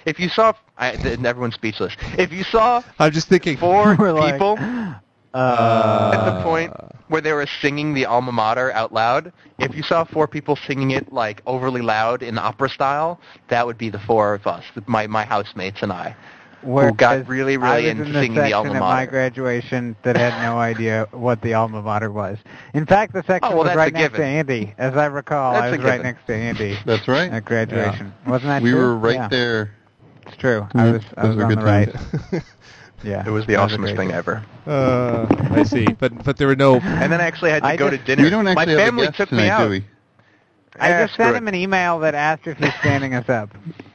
Speaker 5: if you saw I, th- everyone's speechless if you saw
Speaker 4: I'm just thinking,
Speaker 8: *laughs*
Speaker 4: uh,
Speaker 5: four
Speaker 6: We're like,
Speaker 5: people
Speaker 6: uh,
Speaker 5: At
Speaker 8: uh,
Speaker 5: the point where they were singing the alma mater out loud, if you saw four people singing it like overly loud in opera style, that would be the four of us, my my housemates and I.
Speaker 6: Where
Speaker 5: got really, really
Speaker 6: I was
Speaker 5: into
Speaker 6: in the
Speaker 5: singing the
Speaker 6: section
Speaker 5: alma
Speaker 6: at my
Speaker 5: mater.
Speaker 6: graduation that
Speaker 5: *laughs*
Speaker 6: had no idea what the alma mater was. In fact, the section
Speaker 5: Oh, well,
Speaker 6: was
Speaker 5: that's
Speaker 6: right
Speaker 5: a
Speaker 6: next to
Speaker 5: given.
Speaker 6: Andy. As I recall,
Speaker 5: That's
Speaker 6: I
Speaker 5: a
Speaker 6: was right
Speaker 5: given.
Speaker 6: next to
Speaker 5: *laughs*
Speaker 6: Andy
Speaker 8: That's right.
Speaker 6: at graduation. Wasn't that
Speaker 8: we
Speaker 6: true?
Speaker 8: were right
Speaker 6: Yeah,
Speaker 8: there. Mm,
Speaker 6: It's true. I
Speaker 8: Yeah,
Speaker 6: was, I
Speaker 8: those
Speaker 6: was
Speaker 8: were
Speaker 6: on
Speaker 8: good
Speaker 6: the right.
Speaker 8: times.
Speaker 4: *laughs*
Speaker 6: Yeah.
Speaker 5: It was the
Speaker 6: that a
Speaker 5: awesomest
Speaker 6: great
Speaker 5: thing
Speaker 6: day.
Speaker 5: ever.
Speaker 4: Uh, *laughs* I see, but but there were
Speaker 6: *laughs*
Speaker 4: no.
Speaker 5: And then I actually had to
Speaker 6: I
Speaker 5: go
Speaker 6: just-
Speaker 5: to dinner.
Speaker 8: We don't
Speaker 5: my
Speaker 8: actually have
Speaker 5: family
Speaker 8: a guest
Speaker 5: took
Speaker 8: tonight,
Speaker 5: me out.
Speaker 8: do we?
Speaker 6: I
Speaker 5: Eh,
Speaker 6: just
Speaker 5: screw
Speaker 6: sent
Speaker 5: it.
Speaker 6: him an email that asked if he's standing us up.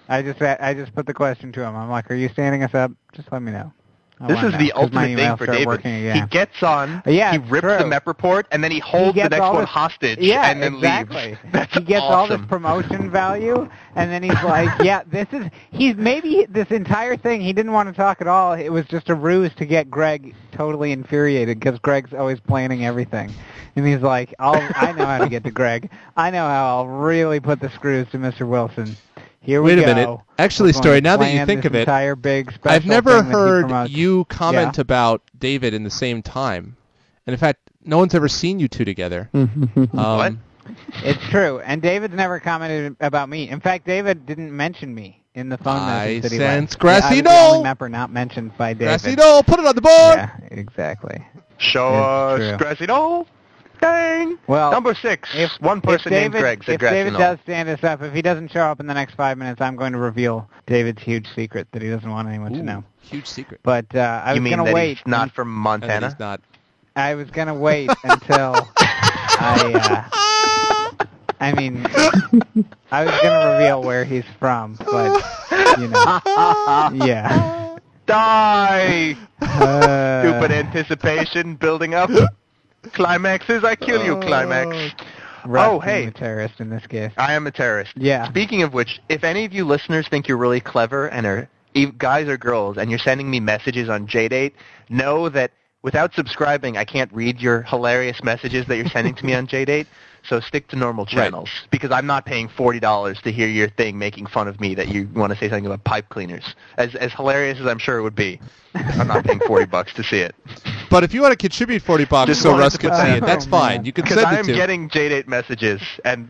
Speaker 6: I just a- I just put the question to him. I'm like, "Are you standing us up? Just let me know." Oh, I
Speaker 5: This
Speaker 6: wanna
Speaker 5: is
Speaker 6: know,
Speaker 5: the
Speaker 6: 'cause my
Speaker 5: ultimate thing
Speaker 6: emails
Speaker 5: for
Speaker 6: start
Speaker 5: David.
Speaker 6: working
Speaker 5: He
Speaker 6: again.
Speaker 5: gets on,
Speaker 6: Yeah,
Speaker 5: he
Speaker 6: it's
Speaker 5: rips the
Speaker 6: true.
Speaker 5: mep report, and then he holds
Speaker 6: gets
Speaker 5: the next
Speaker 6: all
Speaker 5: one
Speaker 6: this-
Speaker 5: hostage
Speaker 6: yeah,
Speaker 5: and then
Speaker 6: exactly.
Speaker 5: *laughs* leaves. That's
Speaker 6: *laughs* he gets all this
Speaker 5: awesome. *laughs*
Speaker 6: promotion value, and then he's like, "Yeah, this is *laughs* he's maybe this entire thing he didn't want to talk at all. It was just a ruse to get Greg totally infuriated because Greg's always planning everything." And he's like, I'll, I know how to get to Greg. I know how I'll really put the screws to Mr. Wilson. Here we
Speaker 4: Wait a
Speaker 6: go.
Speaker 4: minute. Actually,
Speaker 6: We're going
Speaker 4: Story,
Speaker 6: to
Speaker 4: now that you
Speaker 6: plan
Speaker 4: think
Speaker 6: this
Speaker 4: of it,
Speaker 6: entire big special
Speaker 4: I've never
Speaker 6: thing that he
Speaker 4: heard
Speaker 6: promotes.
Speaker 4: you comment
Speaker 6: Yeah.
Speaker 4: about David in the same time, and in fact, no one's ever seen you two
Speaker 6: *laughs*
Speaker 4: together. um,
Speaker 5: What?
Speaker 6: It's true. And David's never commented about me. In fact, David didn't mention me in the phone
Speaker 4: I
Speaker 6: message that he
Speaker 4: sense
Speaker 6: left. Yeah, I was the
Speaker 4: Grassino!
Speaker 6: only member not mentioned by David.
Speaker 4: Grassy Knoll, Oh, put it on the board.
Speaker 6: Yeah, exactly.
Speaker 5: Show
Speaker 6: It's true.
Speaker 5: us Grazinol. Oh, Dang.
Speaker 6: Well,
Speaker 5: Number six.
Speaker 6: if-
Speaker 5: one person
Speaker 6: if David,
Speaker 5: named Greg oh. said
Speaker 6: If David
Speaker 5: Grazinol.
Speaker 6: does stand us up, if he doesn't show up in the next five minutes, I'm going to reveal David's huge secret that he doesn't want anyone to
Speaker 4: Ooh,
Speaker 6: know.
Speaker 4: Huge secret.
Speaker 6: But uh, I
Speaker 5: you
Speaker 6: was
Speaker 5: mean
Speaker 6: going to
Speaker 5: that
Speaker 6: wait.
Speaker 5: he's not from
Speaker 4: And that he's
Speaker 5: Montana?
Speaker 4: not.
Speaker 6: I was going to wait until I. Uh, I mean, I was going to reveal where he's from, but you know, yeah.
Speaker 4: *laughs*
Speaker 6: *laughs*
Speaker 5: Die!
Speaker 6: Uh,
Speaker 4: oh,
Speaker 5: Stupid anticipation building
Speaker 6: *laughs*
Speaker 5: up. Climaxes, I kill
Speaker 6: Oh.
Speaker 5: you, climax.
Speaker 6: Russ
Speaker 5: hey.
Speaker 6: being the terrorist in this case.
Speaker 5: I am a terrorist.
Speaker 6: Yeah.
Speaker 5: Speaking of which, if any of you listeners think you're really clever and are e- guys or girls and you're sending me messages on JDate, know that without subscribing, I can't read your hilarious messages that you're sending to me on JDate. So stick to normal channels because I'm not paying forty dollars to hear your thing making fun of me that you want to say something about pipe cleaners. As as hilarious as I'm sure it would be, I'm not paying forty bucks to see it
Speaker 4: But if you want to contribute forty bucks
Speaker 5: Just
Speaker 4: so
Speaker 5: wanted
Speaker 4: Russ
Speaker 5: to
Speaker 4: can
Speaker 5: put
Speaker 4: see
Speaker 6: that
Speaker 4: it,
Speaker 6: out.
Speaker 4: that's
Speaker 6: Oh,
Speaker 4: fine.
Speaker 6: man.
Speaker 4: You can
Speaker 5: because
Speaker 4: send
Speaker 5: I
Speaker 4: it
Speaker 5: am
Speaker 4: to.
Speaker 5: getting JDate messages and.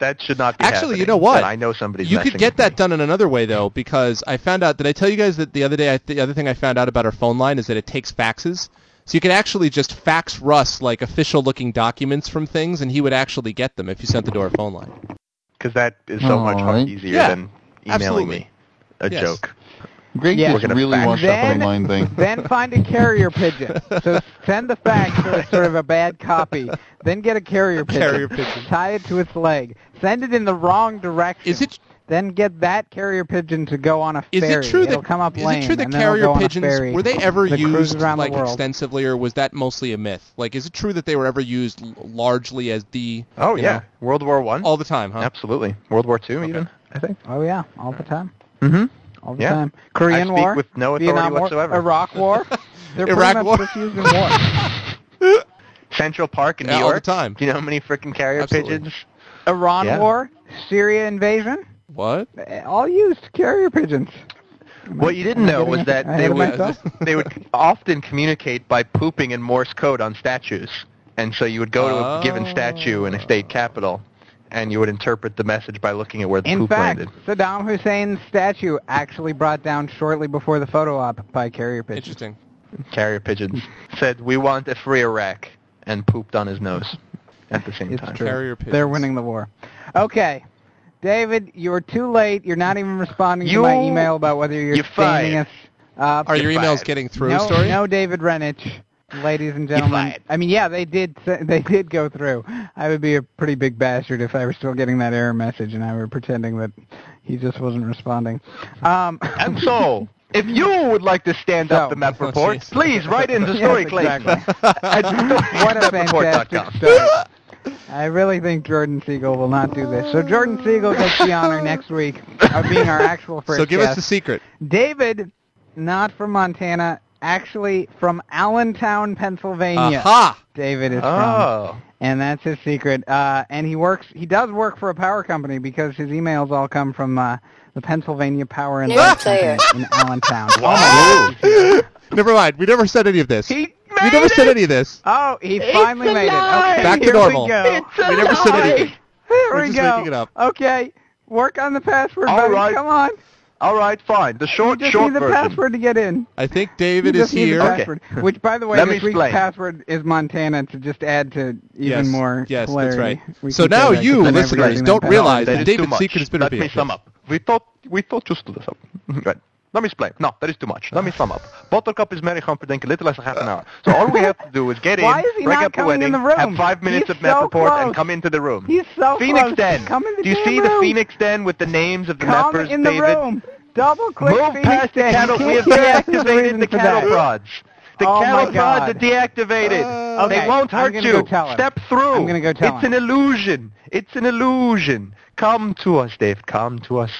Speaker 5: That should not be
Speaker 4: Actually, you
Speaker 5: happening,
Speaker 4: know what?
Speaker 5: And I know somebody's.
Speaker 4: You could
Speaker 5: messing
Speaker 4: get
Speaker 5: with me.
Speaker 4: that done in another way though, because I found out. Did I tell you guys that the other day? I, the other thing I found out about our phone line is that it takes faxes. So you could actually just fax Russ like official-looking documents from things, and he would actually get them if you sent it to our phone line.
Speaker 5: because that is so much
Speaker 8: All right.
Speaker 5: easier
Speaker 4: Yeah,
Speaker 5: than emailing
Speaker 4: absolutely.
Speaker 5: me a
Speaker 4: Yes.
Speaker 5: joke.
Speaker 8: Greg
Speaker 6: Yeah. We're
Speaker 8: just
Speaker 5: gonna
Speaker 8: really
Speaker 5: fact
Speaker 8: wants that
Speaker 6: Then-
Speaker 8: online thing.
Speaker 6: Then find a carrier pigeon. So send the fax so it's sort of a bad copy. Then get a carrier pigeon.
Speaker 4: Carrier pigeon.
Speaker 6: Tie it to its leg. Send it in the wrong direction.
Speaker 4: Is it-
Speaker 6: Then get that carrier pigeon to go on a
Speaker 4: Is
Speaker 6: ferry.
Speaker 4: it true
Speaker 6: It'll
Speaker 4: that
Speaker 6: come up
Speaker 4: is
Speaker 6: lame,
Speaker 4: it true that
Speaker 6: and then it'll
Speaker 4: carrier
Speaker 6: go on a ferry
Speaker 4: pigeons were they ever
Speaker 6: that cruises
Speaker 4: used
Speaker 6: around
Speaker 4: like
Speaker 6: the world.
Speaker 4: extensively, or was that mostly a myth? Like, is it true that they were ever used l- largely as the
Speaker 5: Oh
Speaker 4: you
Speaker 5: yeah, World War One.
Speaker 4: know, all the time? Huh?
Speaker 5: Absolutely, World War Two even. I think.
Speaker 6: Oh yeah, all the time.
Speaker 4: Mm-hmm.
Speaker 5: Mhm.
Speaker 6: All the
Speaker 5: Yeah.
Speaker 6: time. Korean
Speaker 5: I speak
Speaker 6: War.
Speaker 5: with no authority
Speaker 6: Vietnam War,
Speaker 5: whatsoever.
Speaker 4: *laughs*
Speaker 6: Iraq War. They're
Speaker 4: Iraq
Speaker 6: pretty much
Speaker 4: War.
Speaker 6: just used in
Speaker 4: *laughs*
Speaker 6: war.
Speaker 5: Central Park in
Speaker 4: Yeah,
Speaker 5: New
Speaker 4: all
Speaker 5: York.
Speaker 4: the time.
Speaker 5: Do you know how many freaking carrier
Speaker 4: Absolutely.
Speaker 5: pigeons?
Speaker 6: Iran
Speaker 5: Yeah.
Speaker 6: War. Syria invasion.
Speaker 4: What?
Speaker 6: Eh, All used carrier pigeons.
Speaker 5: What you didn't know was that
Speaker 6: I
Speaker 5: they
Speaker 6: hated
Speaker 5: would
Speaker 6: myself.
Speaker 5: *laughs* they would often communicate by pooping in Morse code on statues, and so you would go to a given statue in a
Speaker 6: Oh.
Speaker 5: state capital, and you would interpret the message by looking at where the
Speaker 6: In
Speaker 5: poop
Speaker 6: fact,
Speaker 5: landed.
Speaker 6: Saddam Hussein's statue actually brought down shortly before the photo op by carrier pigeons.
Speaker 4: Interesting.
Speaker 5: Carrier pigeons said, "We want a free Iraq," and pooped on his nose at the same
Speaker 6: It's
Speaker 5: time.
Speaker 6: true.
Speaker 4: Carrier pigeons.
Speaker 6: They're winning the war. Okay. David, you're too late. You're not even responding to my
Speaker 5: You-
Speaker 6: email about whether you're
Speaker 5: you're
Speaker 6: standing
Speaker 5: fired.
Speaker 6: us up.
Speaker 4: Are your emails
Speaker 5: fired.
Speaker 4: getting through,
Speaker 6: no,
Speaker 4: story?
Speaker 6: no, David Renich, ladies and gentlemen.
Speaker 5: fired.
Speaker 6: I mean, yeah, they did. s- They did go through. I would be a pretty big bastard if I were still getting that error message and I were pretending that he just wasn't responding. Um,
Speaker 5: And so,
Speaker 6: *laughs*
Speaker 5: if you would like to stand up
Speaker 6: So-
Speaker 5: the map report,
Speaker 4: jeez.
Speaker 6: *laughs*
Speaker 5: please write into
Speaker 6: Yes,
Speaker 5: Story
Speaker 6: exactly.
Speaker 5: at
Speaker 6: what a fantastic
Speaker 5: storymapReport.com.
Speaker 6: story. I really think Jordan Siegel will not do this. So Jordan Siegel gets the honor next week of being our actual first
Speaker 4: So give us
Speaker 6: guest.
Speaker 4: the secret.
Speaker 6: David, not from Montana, actually from Allentown, Pennsylvania.
Speaker 4: Aha!
Speaker 6: David is from.
Speaker 5: Oh,
Speaker 6: And that's his secret. Uh, and he works. He does work for a power company because his emails all come from uh, the Pennsylvania Power and
Speaker 9: New
Speaker 6: Light
Speaker 9: player.
Speaker 6: Oh, Company in Allentown.
Speaker 5: wow.
Speaker 4: Never mind. We never said any of this.
Speaker 5: He made
Speaker 4: We never said any of this.
Speaker 6: Oh, he
Speaker 5: It's
Speaker 6: finally made
Speaker 5: alive!
Speaker 6: it. Okay,
Speaker 4: Back to
Speaker 6: here
Speaker 4: normal.
Speaker 6: We go.
Speaker 5: It's
Speaker 4: We never said
Speaker 5: alive!
Speaker 4: anything.
Speaker 6: Here
Speaker 4: We're
Speaker 6: we
Speaker 4: just
Speaker 6: go.
Speaker 4: making it up.
Speaker 6: Okay, work on the password.
Speaker 5: All
Speaker 6: buddy.
Speaker 5: right.
Speaker 6: Come on.
Speaker 5: All right, fine. The short,
Speaker 6: you just
Speaker 5: short
Speaker 6: need the
Speaker 5: version.
Speaker 6: password to get in.
Speaker 4: I think David
Speaker 6: you
Speaker 4: is
Speaker 6: just need
Speaker 4: here.
Speaker 6: The
Speaker 5: Okay.
Speaker 6: password. *laughs* Which, by the way,
Speaker 5: Let me
Speaker 6: this week's
Speaker 5: explain.
Speaker 6: password is Montana to just add to even
Speaker 4: yes.
Speaker 6: more
Speaker 4: yes,
Speaker 6: hilarity.
Speaker 4: that's
Speaker 6: We
Speaker 4: right. So
Speaker 6: can say
Speaker 4: now
Speaker 6: that 'cause
Speaker 4: you,
Speaker 6: we're never
Speaker 4: listeners,
Speaker 6: getting
Speaker 4: don't
Speaker 6: that
Speaker 4: realize
Speaker 5: That
Speaker 4: that
Speaker 5: is
Speaker 4: David
Speaker 5: too much.
Speaker 4: Secret is bitter
Speaker 5: Let
Speaker 4: beer.
Speaker 5: me sum up. We thought we thought just to this up. right. Let me explain. No, that is too much. Let me sum up. Buttercup is Mary Humperdinck in little less than half an hour. So all we have to do is get in,
Speaker 6: Why is he
Speaker 5: break
Speaker 6: not
Speaker 5: up the
Speaker 6: coming
Speaker 5: wedding,
Speaker 6: in the room?
Speaker 5: have five minutes
Speaker 6: He's
Speaker 5: of map
Speaker 6: so
Speaker 5: report,
Speaker 6: close.
Speaker 5: and come into the room.
Speaker 6: He's so
Speaker 5: Phoenix
Speaker 6: close.
Speaker 5: Den.
Speaker 6: Oh, Come in the
Speaker 5: Do you
Speaker 6: damn
Speaker 5: see the
Speaker 6: room.
Speaker 5: Phoenix Den with the names of the
Speaker 6: Come
Speaker 5: members,
Speaker 6: in the
Speaker 5: David?
Speaker 6: room. Double click
Speaker 5: Move
Speaker 6: Phoenix
Speaker 5: past the
Speaker 6: Den. You *laughs*
Speaker 5: cattle. We have
Speaker 6: can't hear us. There's a reason
Speaker 5: deactivated the
Speaker 6: for
Speaker 5: cattle
Speaker 6: that.
Speaker 5: rods. The
Speaker 6: Oh, my
Speaker 5: cattle rods are
Speaker 6: God.
Speaker 5: deactivated.
Speaker 4: Uh,
Speaker 6: Okay,
Speaker 5: They won't
Speaker 6: I'm
Speaker 5: hurt
Speaker 6: gonna
Speaker 5: you.
Speaker 6: go tell him.
Speaker 5: Step through.
Speaker 6: I'm gonna go tell
Speaker 5: It's
Speaker 6: him.
Speaker 5: an illusion. It's an illusion. Come to us, Dave. Come to
Speaker 6: *laughs*
Speaker 5: us.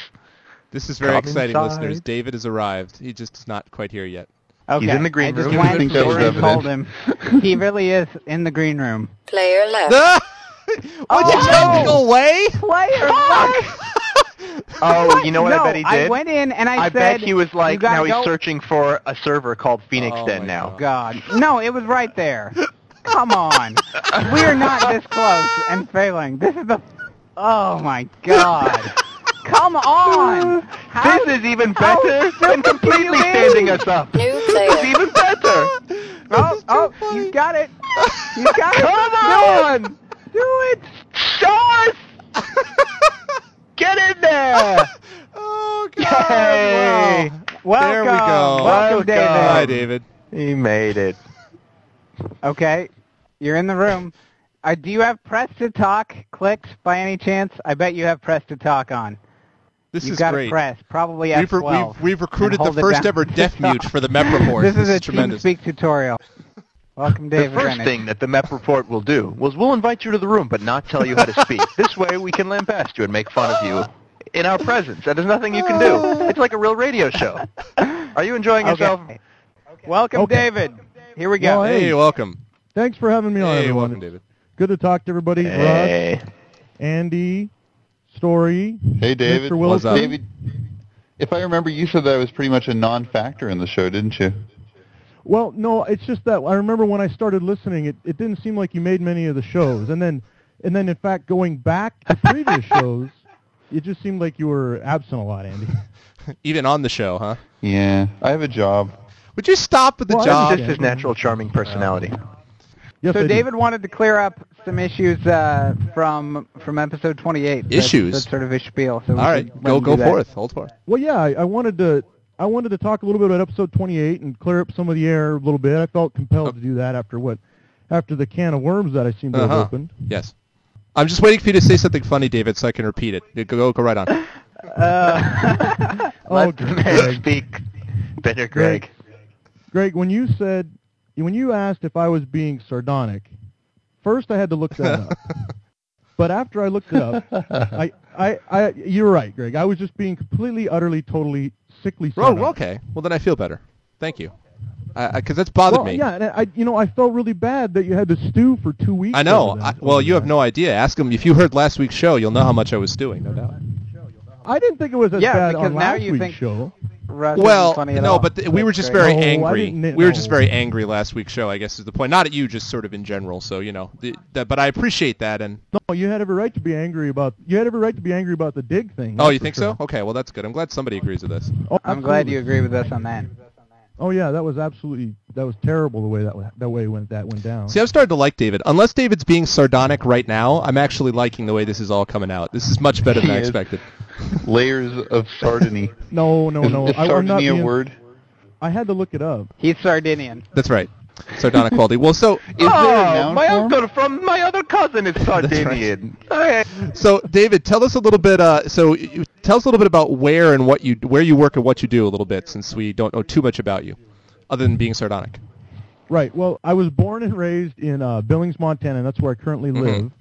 Speaker 4: This is very
Speaker 5: Come
Speaker 4: exciting,
Speaker 5: inside.
Speaker 4: listeners. David has arrived. He just is not quite here
Speaker 6: *laughs*
Speaker 4: yet.
Speaker 6: Okay.
Speaker 5: in the green
Speaker 6: I just
Speaker 5: room.
Speaker 6: went
Speaker 8: I think that
Speaker 6: and
Speaker 8: was evident.
Speaker 6: told him.
Speaker 5: *laughs*
Speaker 6: He really is in the green room. Oh,
Speaker 10: Player left.
Speaker 4: Would you take me away?
Speaker 6: Player,
Speaker 5: Oh, you know what
Speaker 6: no,
Speaker 5: I bet he did?
Speaker 6: I went in and I,
Speaker 5: I
Speaker 6: said
Speaker 5: bet he was
Speaker 6: "You
Speaker 5: like,
Speaker 6: gotta
Speaker 5: now he's
Speaker 6: go-
Speaker 5: searching for a server called Phoenix
Speaker 4: Oh, my
Speaker 5: Den now.
Speaker 6: God. No, it was right there. Come
Speaker 5: *laughs*
Speaker 6: on. We're not this close and failing. This is the Oh my god. Come on. How
Speaker 5: This is even
Speaker 6: how
Speaker 5: better
Speaker 6: stupid
Speaker 5: than
Speaker 6: can you
Speaker 5: completely
Speaker 6: be?
Speaker 5: standing us up.
Speaker 10: New
Speaker 4: *laughs*
Speaker 5: This is
Speaker 10: player.
Speaker 5: even
Speaker 6: *laughs*
Speaker 5: better.
Speaker 6: Oh, oh, you got it. You
Speaker 5: *laughs*
Speaker 6: got it.
Speaker 5: Come on!
Speaker 6: Do it.
Speaker 5: Show
Speaker 6: *laughs*
Speaker 5: us! Get in there!
Speaker 4: Oh God!
Speaker 5: Yay!
Speaker 4: Wow.
Speaker 6: Welcome.
Speaker 4: There we go.
Speaker 6: Welcome,
Speaker 4: Hi,
Speaker 6: David.
Speaker 4: David.
Speaker 5: He made it.
Speaker 6: Okay. You're in the room. Uh, do you have press to talk clicked by any chance? I bet you have press to talk on.
Speaker 4: This
Speaker 6: You've
Speaker 4: is
Speaker 6: got
Speaker 4: great.
Speaker 6: to press, probably
Speaker 4: We've, re-
Speaker 6: F12.
Speaker 4: we've, we've recruited
Speaker 6: and
Speaker 4: the
Speaker 6: hold it
Speaker 4: first
Speaker 6: down.
Speaker 4: ever
Speaker 6: *laughs*
Speaker 4: deaf mute for the MEP report.
Speaker 6: this is a
Speaker 4: tremendous.
Speaker 6: TeamSpeak tutorial. Welcome, David.
Speaker 5: the first
Speaker 6: Rennick.
Speaker 5: thing that the MEP report will do was we'll invite you to the room but not tell you how to
Speaker 11: *laughs*
Speaker 5: speak. this way we can lambast you and make fun of you in our presence. And there's nothing you can do. It's like a real radio show. Are you enjoying
Speaker 6: Okay.
Speaker 5: yourself?
Speaker 6: Welcome,
Speaker 11: Okay.
Speaker 6: David. Here we go.
Speaker 11: Well,
Speaker 4: Hey, welcome.
Speaker 11: Thanks for having me on,
Speaker 4: Hey,
Speaker 11: everyone.
Speaker 4: welcome, David.
Speaker 11: Good to talk to everybody. Russ,
Speaker 5: Hey.
Speaker 11: Andy, Story.
Speaker 8: Hey, David.
Speaker 11: Mr.
Speaker 4: What's
Speaker 11: Wilson.
Speaker 4: up?
Speaker 8: David, if I remember, you said that was pretty much a non-factor in the show, didn't you?
Speaker 11: Well, no, it's just that I remember when I started listening, it, it didn't seem like you made many of the shows, and then and then in fact going back
Speaker 8: *laughs*
Speaker 11: to previous shows, it just seemed like you were absent a lot, Andy.
Speaker 4: Even on the show, huh?
Speaker 8: Yeah. I have a job.
Speaker 4: Would you stop with the
Speaker 11: Well,
Speaker 4: job?
Speaker 11: I'm
Speaker 5: Just his natural charming personality.
Speaker 11: Yes, I
Speaker 6: So
Speaker 11: do.
Speaker 6: David wanted to clear up some issues uh, from from episode 28. That's-
Speaker 4: Issues?
Speaker 6: That's, sort of his spiel. So we
Speaker 4: All right,
Speaker 6: should
Speaker 4: go
Speaker 6: run
Speaker 4: go
Speaker 6: through that.
Speaker 4: forth. Hold forth.
Speaker 11: Well, yeah, I, I wanted to I wanted to talk a little bit about episode 28 and clear up some of the air a little bit. I felt
Speaker 6: Oh.
Speaker 11: compelled to do that after what after the can of worms that I seemed to
Speaker 4: Uh-huh.
Speaker 11: have opened.
Speaker 4: Yes. I'm just waiting for you to say something funny, David, so I can repeat it. Go go, go
Speaker 11: *laughs*
Speaker 4: right on.
Speaker 11: Oh,
Speaker 5: Let the man
Speaker 11: Greg.
Speaker 5: speak. Better Greg.
Speaker 11: Greg, when you said, when you asked if I was being sardonic, first I had to look that up. But after I looked
Speaker 4: *laughs*
Speaker 11: it up, I, I, I, you're right, Greg. I was just being completely, utterly, totally sickly sardonic.
Speaker 4: Oh, okay. Well, then I feel better. Thank you. Because I, 'cause that's bothered
Speaker 11: Well,
Speaker 4: me.
Speaker 11: yeah, and I, you know, I felt really bad that you had to stew for two weeks.
Speaker 4: I know.
Speaker 11: over that-
Speaker 4: I, well,
Speaker 11: over
Speaker 4: you have
Speaker 11: that.
Speaker 4: no idea. Ask him. If you heard last week's show, you'll know how much I was doing, no doubt.
Speaker 11: I didn't think it was as
Speaker 6: Yeah,
Speaker 11: bad
Speaker 6: because
Speaker 11: on
Speaker 6: now
Speaker 11: last
Speaker 6: you
Speaker 11: week's
Speaker 6: think-
Speaker 11: show.
Speaker 6: Russ isn't
Speaker 4: Well,
Speaker 6: funny at
Speaker 4: no,
Speaker 6: all.
Speaker 4: but th- we
Speaker 6: That's
Speaker 4: were just
Speaker 6: great.
Speaker 4: very
Speaker 11: No, I
Speaker 4: angry.
Speaker 11: didn't-
Speaker 4: We were just
Speaker 11: no.
Speaker 4: very angry last week's show. I guess is the point. Not at you, just sort of in general. So you know, the, that, but I appreciate that. And
Speaker 11: No, you had every right to be angry about. You had every right to be angry about the dig thing.
Speaker 4: oh,
Speaker 11: that's
Speaker 4: you
Speaker 11: for
Speaker 4: think
Speaker 11: sure.
Speaker 4: so? Okay, well that's good. I'm glad somebody agrees with this.
Speaker 11: Oh,
Speaker 6: I'm glad
Speaker 11: absolutely.
Speaker 6: you agree with us on that.
Speaker 11: Oh yeah, that was absolutely that was terrible the way that wa- that way went that went down.
Speaker 4: See, I'm starting to like David. Unless David's being sardonic right now, I'm actually liking the way this is all coming out. This is much better than
Speaker 8: *laughs* He
Speaker 4: I
Speaker 8: is.
Speaker 4: expected.
Speaker 8: Layers of sardony.
Speaker 11: *laughs* no, no,
Speaker 8: is,
Speaker 11: no.
Speaker 8: is
Speaker 11: I, I'm not
Speaker 8: sardony a
Speaker 11: being-
Speaker 8: word?
Speaker 11: I had to look it up.
Speaker 6: He's Sardinian.
Speaker 4: That's right. Sardonic quality. Well,
Speaker 8: *laughs*
Speaker 4: so
Speaker 8: Is there a
Speaker 5: Oh,
Speaker 8: noun
Speaker 5: my
Speaker 8: form?
Speaker 5: uncle from my other cousin
Speaker 8: *laughs*
Speaker 5: is Sardinian.
Speaker 4: so David, tell us a little bit. Uh, so you, tell us a little bit about where and what you where you work and what you do a little bit, since we don't know too much about you, other than being sardonic.
Speaker 11: Right. Well, I was born and raised in uh, Billings, Montana. and That's where I currently
Speaker 4: Mm-hmm.
Speaker 11: live,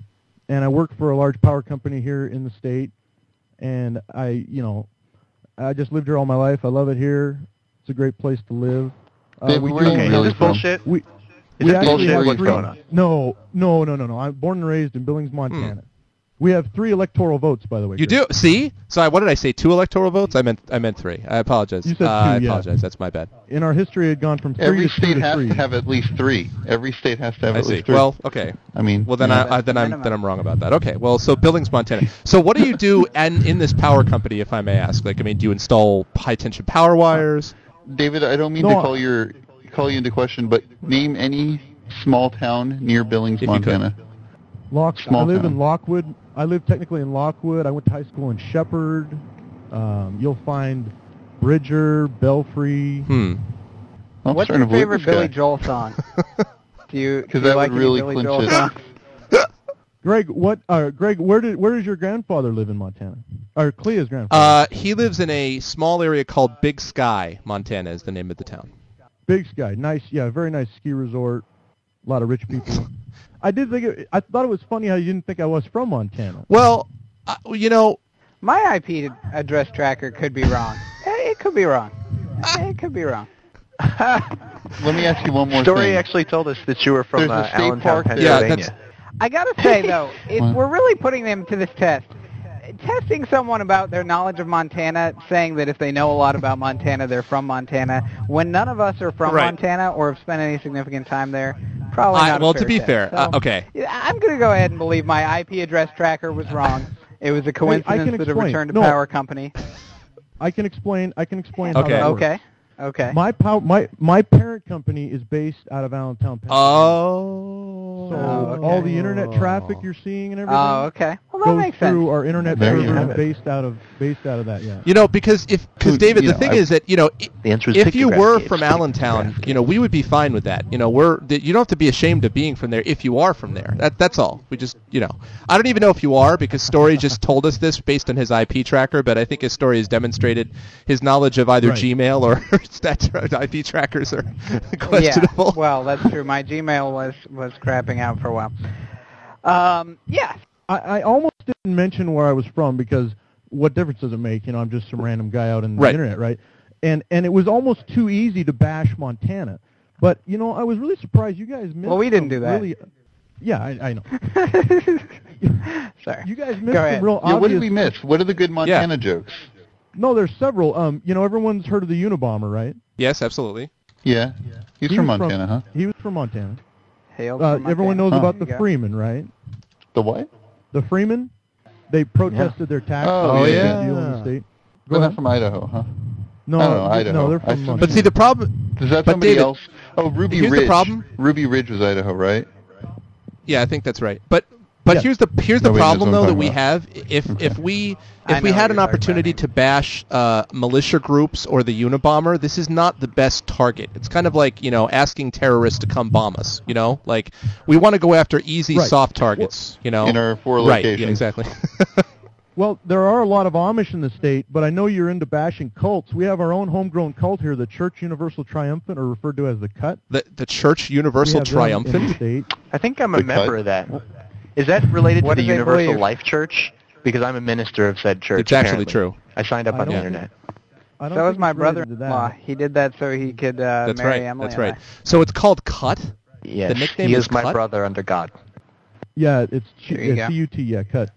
Speaker 11: and I work for a large power company here in the state. And I, you know, I just lived here all my life. I love it here. It's a great place to live. Uh,
Speaker 8: Dave,
Speaker 11: we
Speaker 8: where
Speaker 11: do-
Speaker 8: are you
Speaker 5: Okay,
Speaker 8: really
Speaker 5: is this
Speaker 8: from?
Speaker 5: bullshit?
Speaker 11: We,
Speaker 5: Is
Speaker 11: we
Speaker 5: this
Speaker 11: actually
Speaker 5: bullshit?
Speaker 11: have
Speaker 8: Where are you
Speaker 11: three-
Speaker 8: from?
Speaker 5: Arizona.
Speaker 8: Hmm.
Speaker 11: No, no, no, no, no. I'm born and raised in Billings, Montana. We have three electoral votes, by the way.
Speaker 4: You
Speaker 11: Chris.
Speaker 4: do see? So I, what did I say? Two electoral votes? I meant I meant three. I apologize.
Speaker 11: You said two,
Speaker 4: Uh, I
Speaker 11: yeah.
Speaker 4: apologize. That's my bad.
Speaker 11: In our history, it had gone from three
Speaker 8: Every
Speaker 11: to two
Speaker 8: state
Speaker 11: to
Speaker 8: has
Speaker 11: three.
Speaker 8: to have at least three. Every state has to have
Speaker 4: I
Speaker 8: at
Speaker 4: see.
Speaker 8: least three.
Speaker 4: Well, okay.
Speaker 8: I mean,
Speaker 4: Well, then
Speaker 8: yeah.
Speaker 4: I, I then I'm
Speaker 6: minimum.
Speaker 4: then I'm wrong about that. Okay. Well, so Billings, Montana. So what do you do and in this power company, if I may ask? Like, I mean, do you install high tension power wires?
Speaker 8: David, I don't mean
Speaker 11: No,
Speaker 8: to
Speaker 11: I-
Speaker 8: call your call you into question, but name any small town near Billings,
Speaker 4: If you could.
Speaker 8: Montana.
Speaker 11: Lock,
Speaker 8: Small
Speaker 11: I live
Speaker 8: town.
Speaker 11: in Lockwood. I live technically in Lockwood. I went to high school in Shepherd. Um, you'll find Bridger, Belfry.
Speaker 4: Hmm.
Speaker 8: I'm
Speaker 6: What's your
Speaker 8: starting to believe
Speaker 6: favorite
Speaker 8: this
Speaker 6: Billy
Speaker 8: guy.
Speaker 6: Joel
Speaker 4: *laughs*
Speaker 6: song? do you do
Speaker 8: 'Cause
Speaker 6: you
Speaker 8: that
Speaker 6: like
Speaker 8: would
Speaker 6: any
Speaker 8: really
Speaker 6: Billy
Speaker 8: clinch
Speaker 6: Joel *laughs*
Speaker 8: it.
Speaker 6: songs?
Speaker 11: Greg, what? Uh, Greg, where did where does your grandfather live in Montana? Or Clea's grandfather?
Speaker 4: Uh, he lives in a small area called Big Sky, Montana, is the name of the town.
Speaker 11: Big Sky, nice. Yeah, very nice ski resort. A lot of rich
Speaker 8: *laughs*
Speaker 11: people. I did think it, I thought it was funny how you didn't think I was from Montana.
Speaker 4: Well, uh, you know,
Speaker 6: My IP address tracker could be wrong. Eh, it could be wrong. Eh, It could be wrong.
Speaker 8: Let me ask you one more
Speaker 5: Story
Speaker 8: thing.
Speaker 5: actually told us that you were from
Speaker 8: There's a
Speaker 5: uh,
Speaker 8: state
Speaker 5: Allentown,
Speaker 8: park there.
Speaker 4: Yeah,
Speaker 5: Pennsylvania.
Speaker 4: that's-
Speaker 6: I gotta say
Speaker 5: *laughs*
Speaker 6: though, if
Speaker 8: What?
Speaker 6: we're really putting them to this test, testing someone about their knowledge of Montana, saying that if they know a lot about Montana, they're from Montana, when none of us are from
Speaker 4: Right.
Speaker 6: Montana or have spent any significant time there, probably
Speaker 4: I-
Speaker 6: not. a
Speaker 4: well, to be
Speaker 6: test.
Speaker 4: fair, uh,
Speaker 6: So,
Speaker 4: okay.
Speaker 6: yeah, I'm gonna go ahead and believe my IP address tracker was wrong. It was a coincidence
Speaker 11: can
Speaker 6: that a
Speaker 11: explain.
Speaker 6: return to
Speaker 11: No.
Speaker 6: power company.
Speaker 11: I can explain. I can explain
Speaker 4: Okay.
Speaker 11: how that works.
Speaker 6: Okay. Okay.
Speaker 11: My pow- my my parent company is based out of Allentown, Pennsylvania.
Speaker 4: oh,
Speaker 11: so
Speaker 6: okay.
Speaker 11: all the internet traffic you're seeing and everything.
Speaker 6: oh, okay. Well, that
Speaker 11: goes
Speaker 6: makes sense.
Speaker 11: through our internet
Speaker 8: There you
Speaker 11: server
Speaker 8: have
Speaker 11: and
Speaker 8: it.
Speaker 11: based out of based out of that. Yeah.
Speaker 4: You know, because if because
Speaker 8: Who-
Speaker 4: David,
Speaker 8: you
Speaker 4: the
Speaker 8: know,
Speaker 4: thing
Speaker 8: I-
Speaker 4: is that you know, i-
Speaker 5: The answer is
Speaker 4: if you
Speaker 5: pictograph
Speaker 4: were
Speaker 5: kids,
Speaker 4: from
Speaker 5: pictograph
Speaker 4: Allentown,
Speaker 5: kids.
Speaker 4: you know, we would be fine with that. You know, we're that you don't have to be ashamed of being from there if you are from there. That that's all. We just you know, I don't even know if you are because Story just *laughs* told us this based on his IP tracker, but I think his story has demonstrated his knowledge of either
Speaker 11: Right.
Speaker 4: Gmail or *laughs* stat IP trackers are *laughs* questionable.
Speaker 6: Yeah, well, that's true. My Gmail was was crapping out for a while. Um, yeah,
Speaker 11: I, I almost didn't mention where I was from because what difference does it make? You know, I'm just some random guy out on the
Speaker 4: Right.
Speaker 11: internet, right? And and it was almost too easy to bash Montana. But you know, I was really surprised you guys missed.
Speaker 6: Well, we didn't do
Speaker 11: some
Speaker 6: that.
Speaker 11: Really, yeah, I, I know.
Speaker 6: sorry. *laughs*
Speaker 11: You guys
Speaker 6: Go
Speaker 11: missed
Speaker 6: ahead.
Speaker 11: some real
Speaker 8: Yeah, what did
Speaker 11: obvious.
Speaker 8: we miss? What are the good Montana jokes?
Speaker 11: no, there's several. Um, you know, everyone's heard of the Unabomber, right?
Speaker 4: Yes, absolutely.
Speaker 8: Yeah. He's
Speaker 11: He
Speaker 8: from
Speaker 11: was
Speaker 8: Montana, huh?
Speaker 11: He was from Montana.
Speaker 6: Hail
Speaker 11: Uh,
Speaker 6: from
Speaker 11: everyone knows
Speaker 6: Montana.
Speaker 11: about the
Speaker 6: There you go.
Speaker 11: Freeman, right?
Speaker 8: The what?
Speaker 11: The Freeman, they protested their tax.
Speaker 8: Oh,
Speaker 11: on the
Speaker 8: yeah.
Speaker 11: deal in the state. Go
Speaker 8: Well, they're
Speaker 11: ahead.
Speaker 8: from Idaho, huh?
Speaker 11: No,
Speaker 8: I don't know,
Speaker 11: th-
Speaker 8: Idaho.
Speaker 11: no, they're
Speaker 8: I
Speaker 11: from.
Speaker 8: see.
Speaker 4: But see, the problem.
Speaker 8: Is that
Speaker 4: But
Speaker 8: somebody
Speaker 4: David-
Speaker 8: else? Oh, Ruby
Speaker 4: Here's the
Speaker 8: Ridge.
Speaker 4: problem.
Speaker 8: Ruby Ridge was Idaho, right?
Speaker 4: Yeah, I think that's right. But but
Speaker 11: Yeah.
Speaker 4: here's the here's the
Speaker 8: Nobody knows
Speaker 4: problem
Speaker 8: what I'm
Speaker 4: though that
Speaker 8: talking
Speaker 4: we
Speaker 8: about.
Speaker 4: have if if we
Speaker 6: I
Speaker 4: if we
Speaker 6: know
Speaker 4: had
Speaker 6: what
Speaker 4: an
Speaker 6: you're talking
Speaker 4: opportunity
Speaker 6: about.
Speaker 4: to bash uh, militia groups or the Unabomber, this is not the best target. It's kind of like you know asking terrorists to come bomb us. You know, like we want to go after easy
Speaker 11: Right.
Speaker 4: soft targets. You know,
Speaker 8: In our four
Speaker 4: Oh. right? Yeah,
Speaker 8: locations. *laughs*
Speaker 4: exactly.
Speaker 11: Well, there are a lot of Amish in the state, but I know you're into bashing cults. We have our own homegrown cult here, the Church Universal Triumphant, or referred to as the Cut.
Speaker 4: the the Church
Speaker 11: We
Speaker 4: Universal
Speaker 11: have them in the
Speaker 4: Triumphant.
Speaker 6: *laughs*
Speaker 11: state.
Speaker 5: I think I'm a
Speaker 8: The
Speaker 5: member
Speaker 8: cut?
Speaker 5: of that. Is that related
Speaker 6: What
Speaker 5: to the
Speaker 6: do they
Speaker 5: Universal
Speaker 6: believe?
Speaker 5: Life Church? Because I'm a minister of said church.
Speaker 4: It's actually
Speaker 5: apparently.
Speaker 4: true.
Speaker 5: I signed up
Speaker 11: I
Speaker 5: on the
Speaker 11: don't
Speaker 5: internet.
Speaker 11: I don't
Speaker 6: That was
Speaker 11: think
Speaker 6: my
Speaker 11: it's related to that.
Speaker 6: brother-in-law. He did that so he could uh,
Speaker 4: That's
Speaker 6: marry
Speaker 4: right.
Speaker 6: Emily.
Speaker 4: That's
Speaker 6: and
Speaker 4: right. So it's called Cut.
Speaker 5: Yes,
Speaker 4: The nickname
Speaker 5: he
Speaker 4: is
Speaker 5: is, my
Speaker 4: Cut?
Speaker 5: brother under God.
Speaker 11: Yeah, it's Ch-
Speaker 6: There you
Speaker 11: yeah,
Speaker 6: go.
Speaker 11: CUT. Yeah, Cut.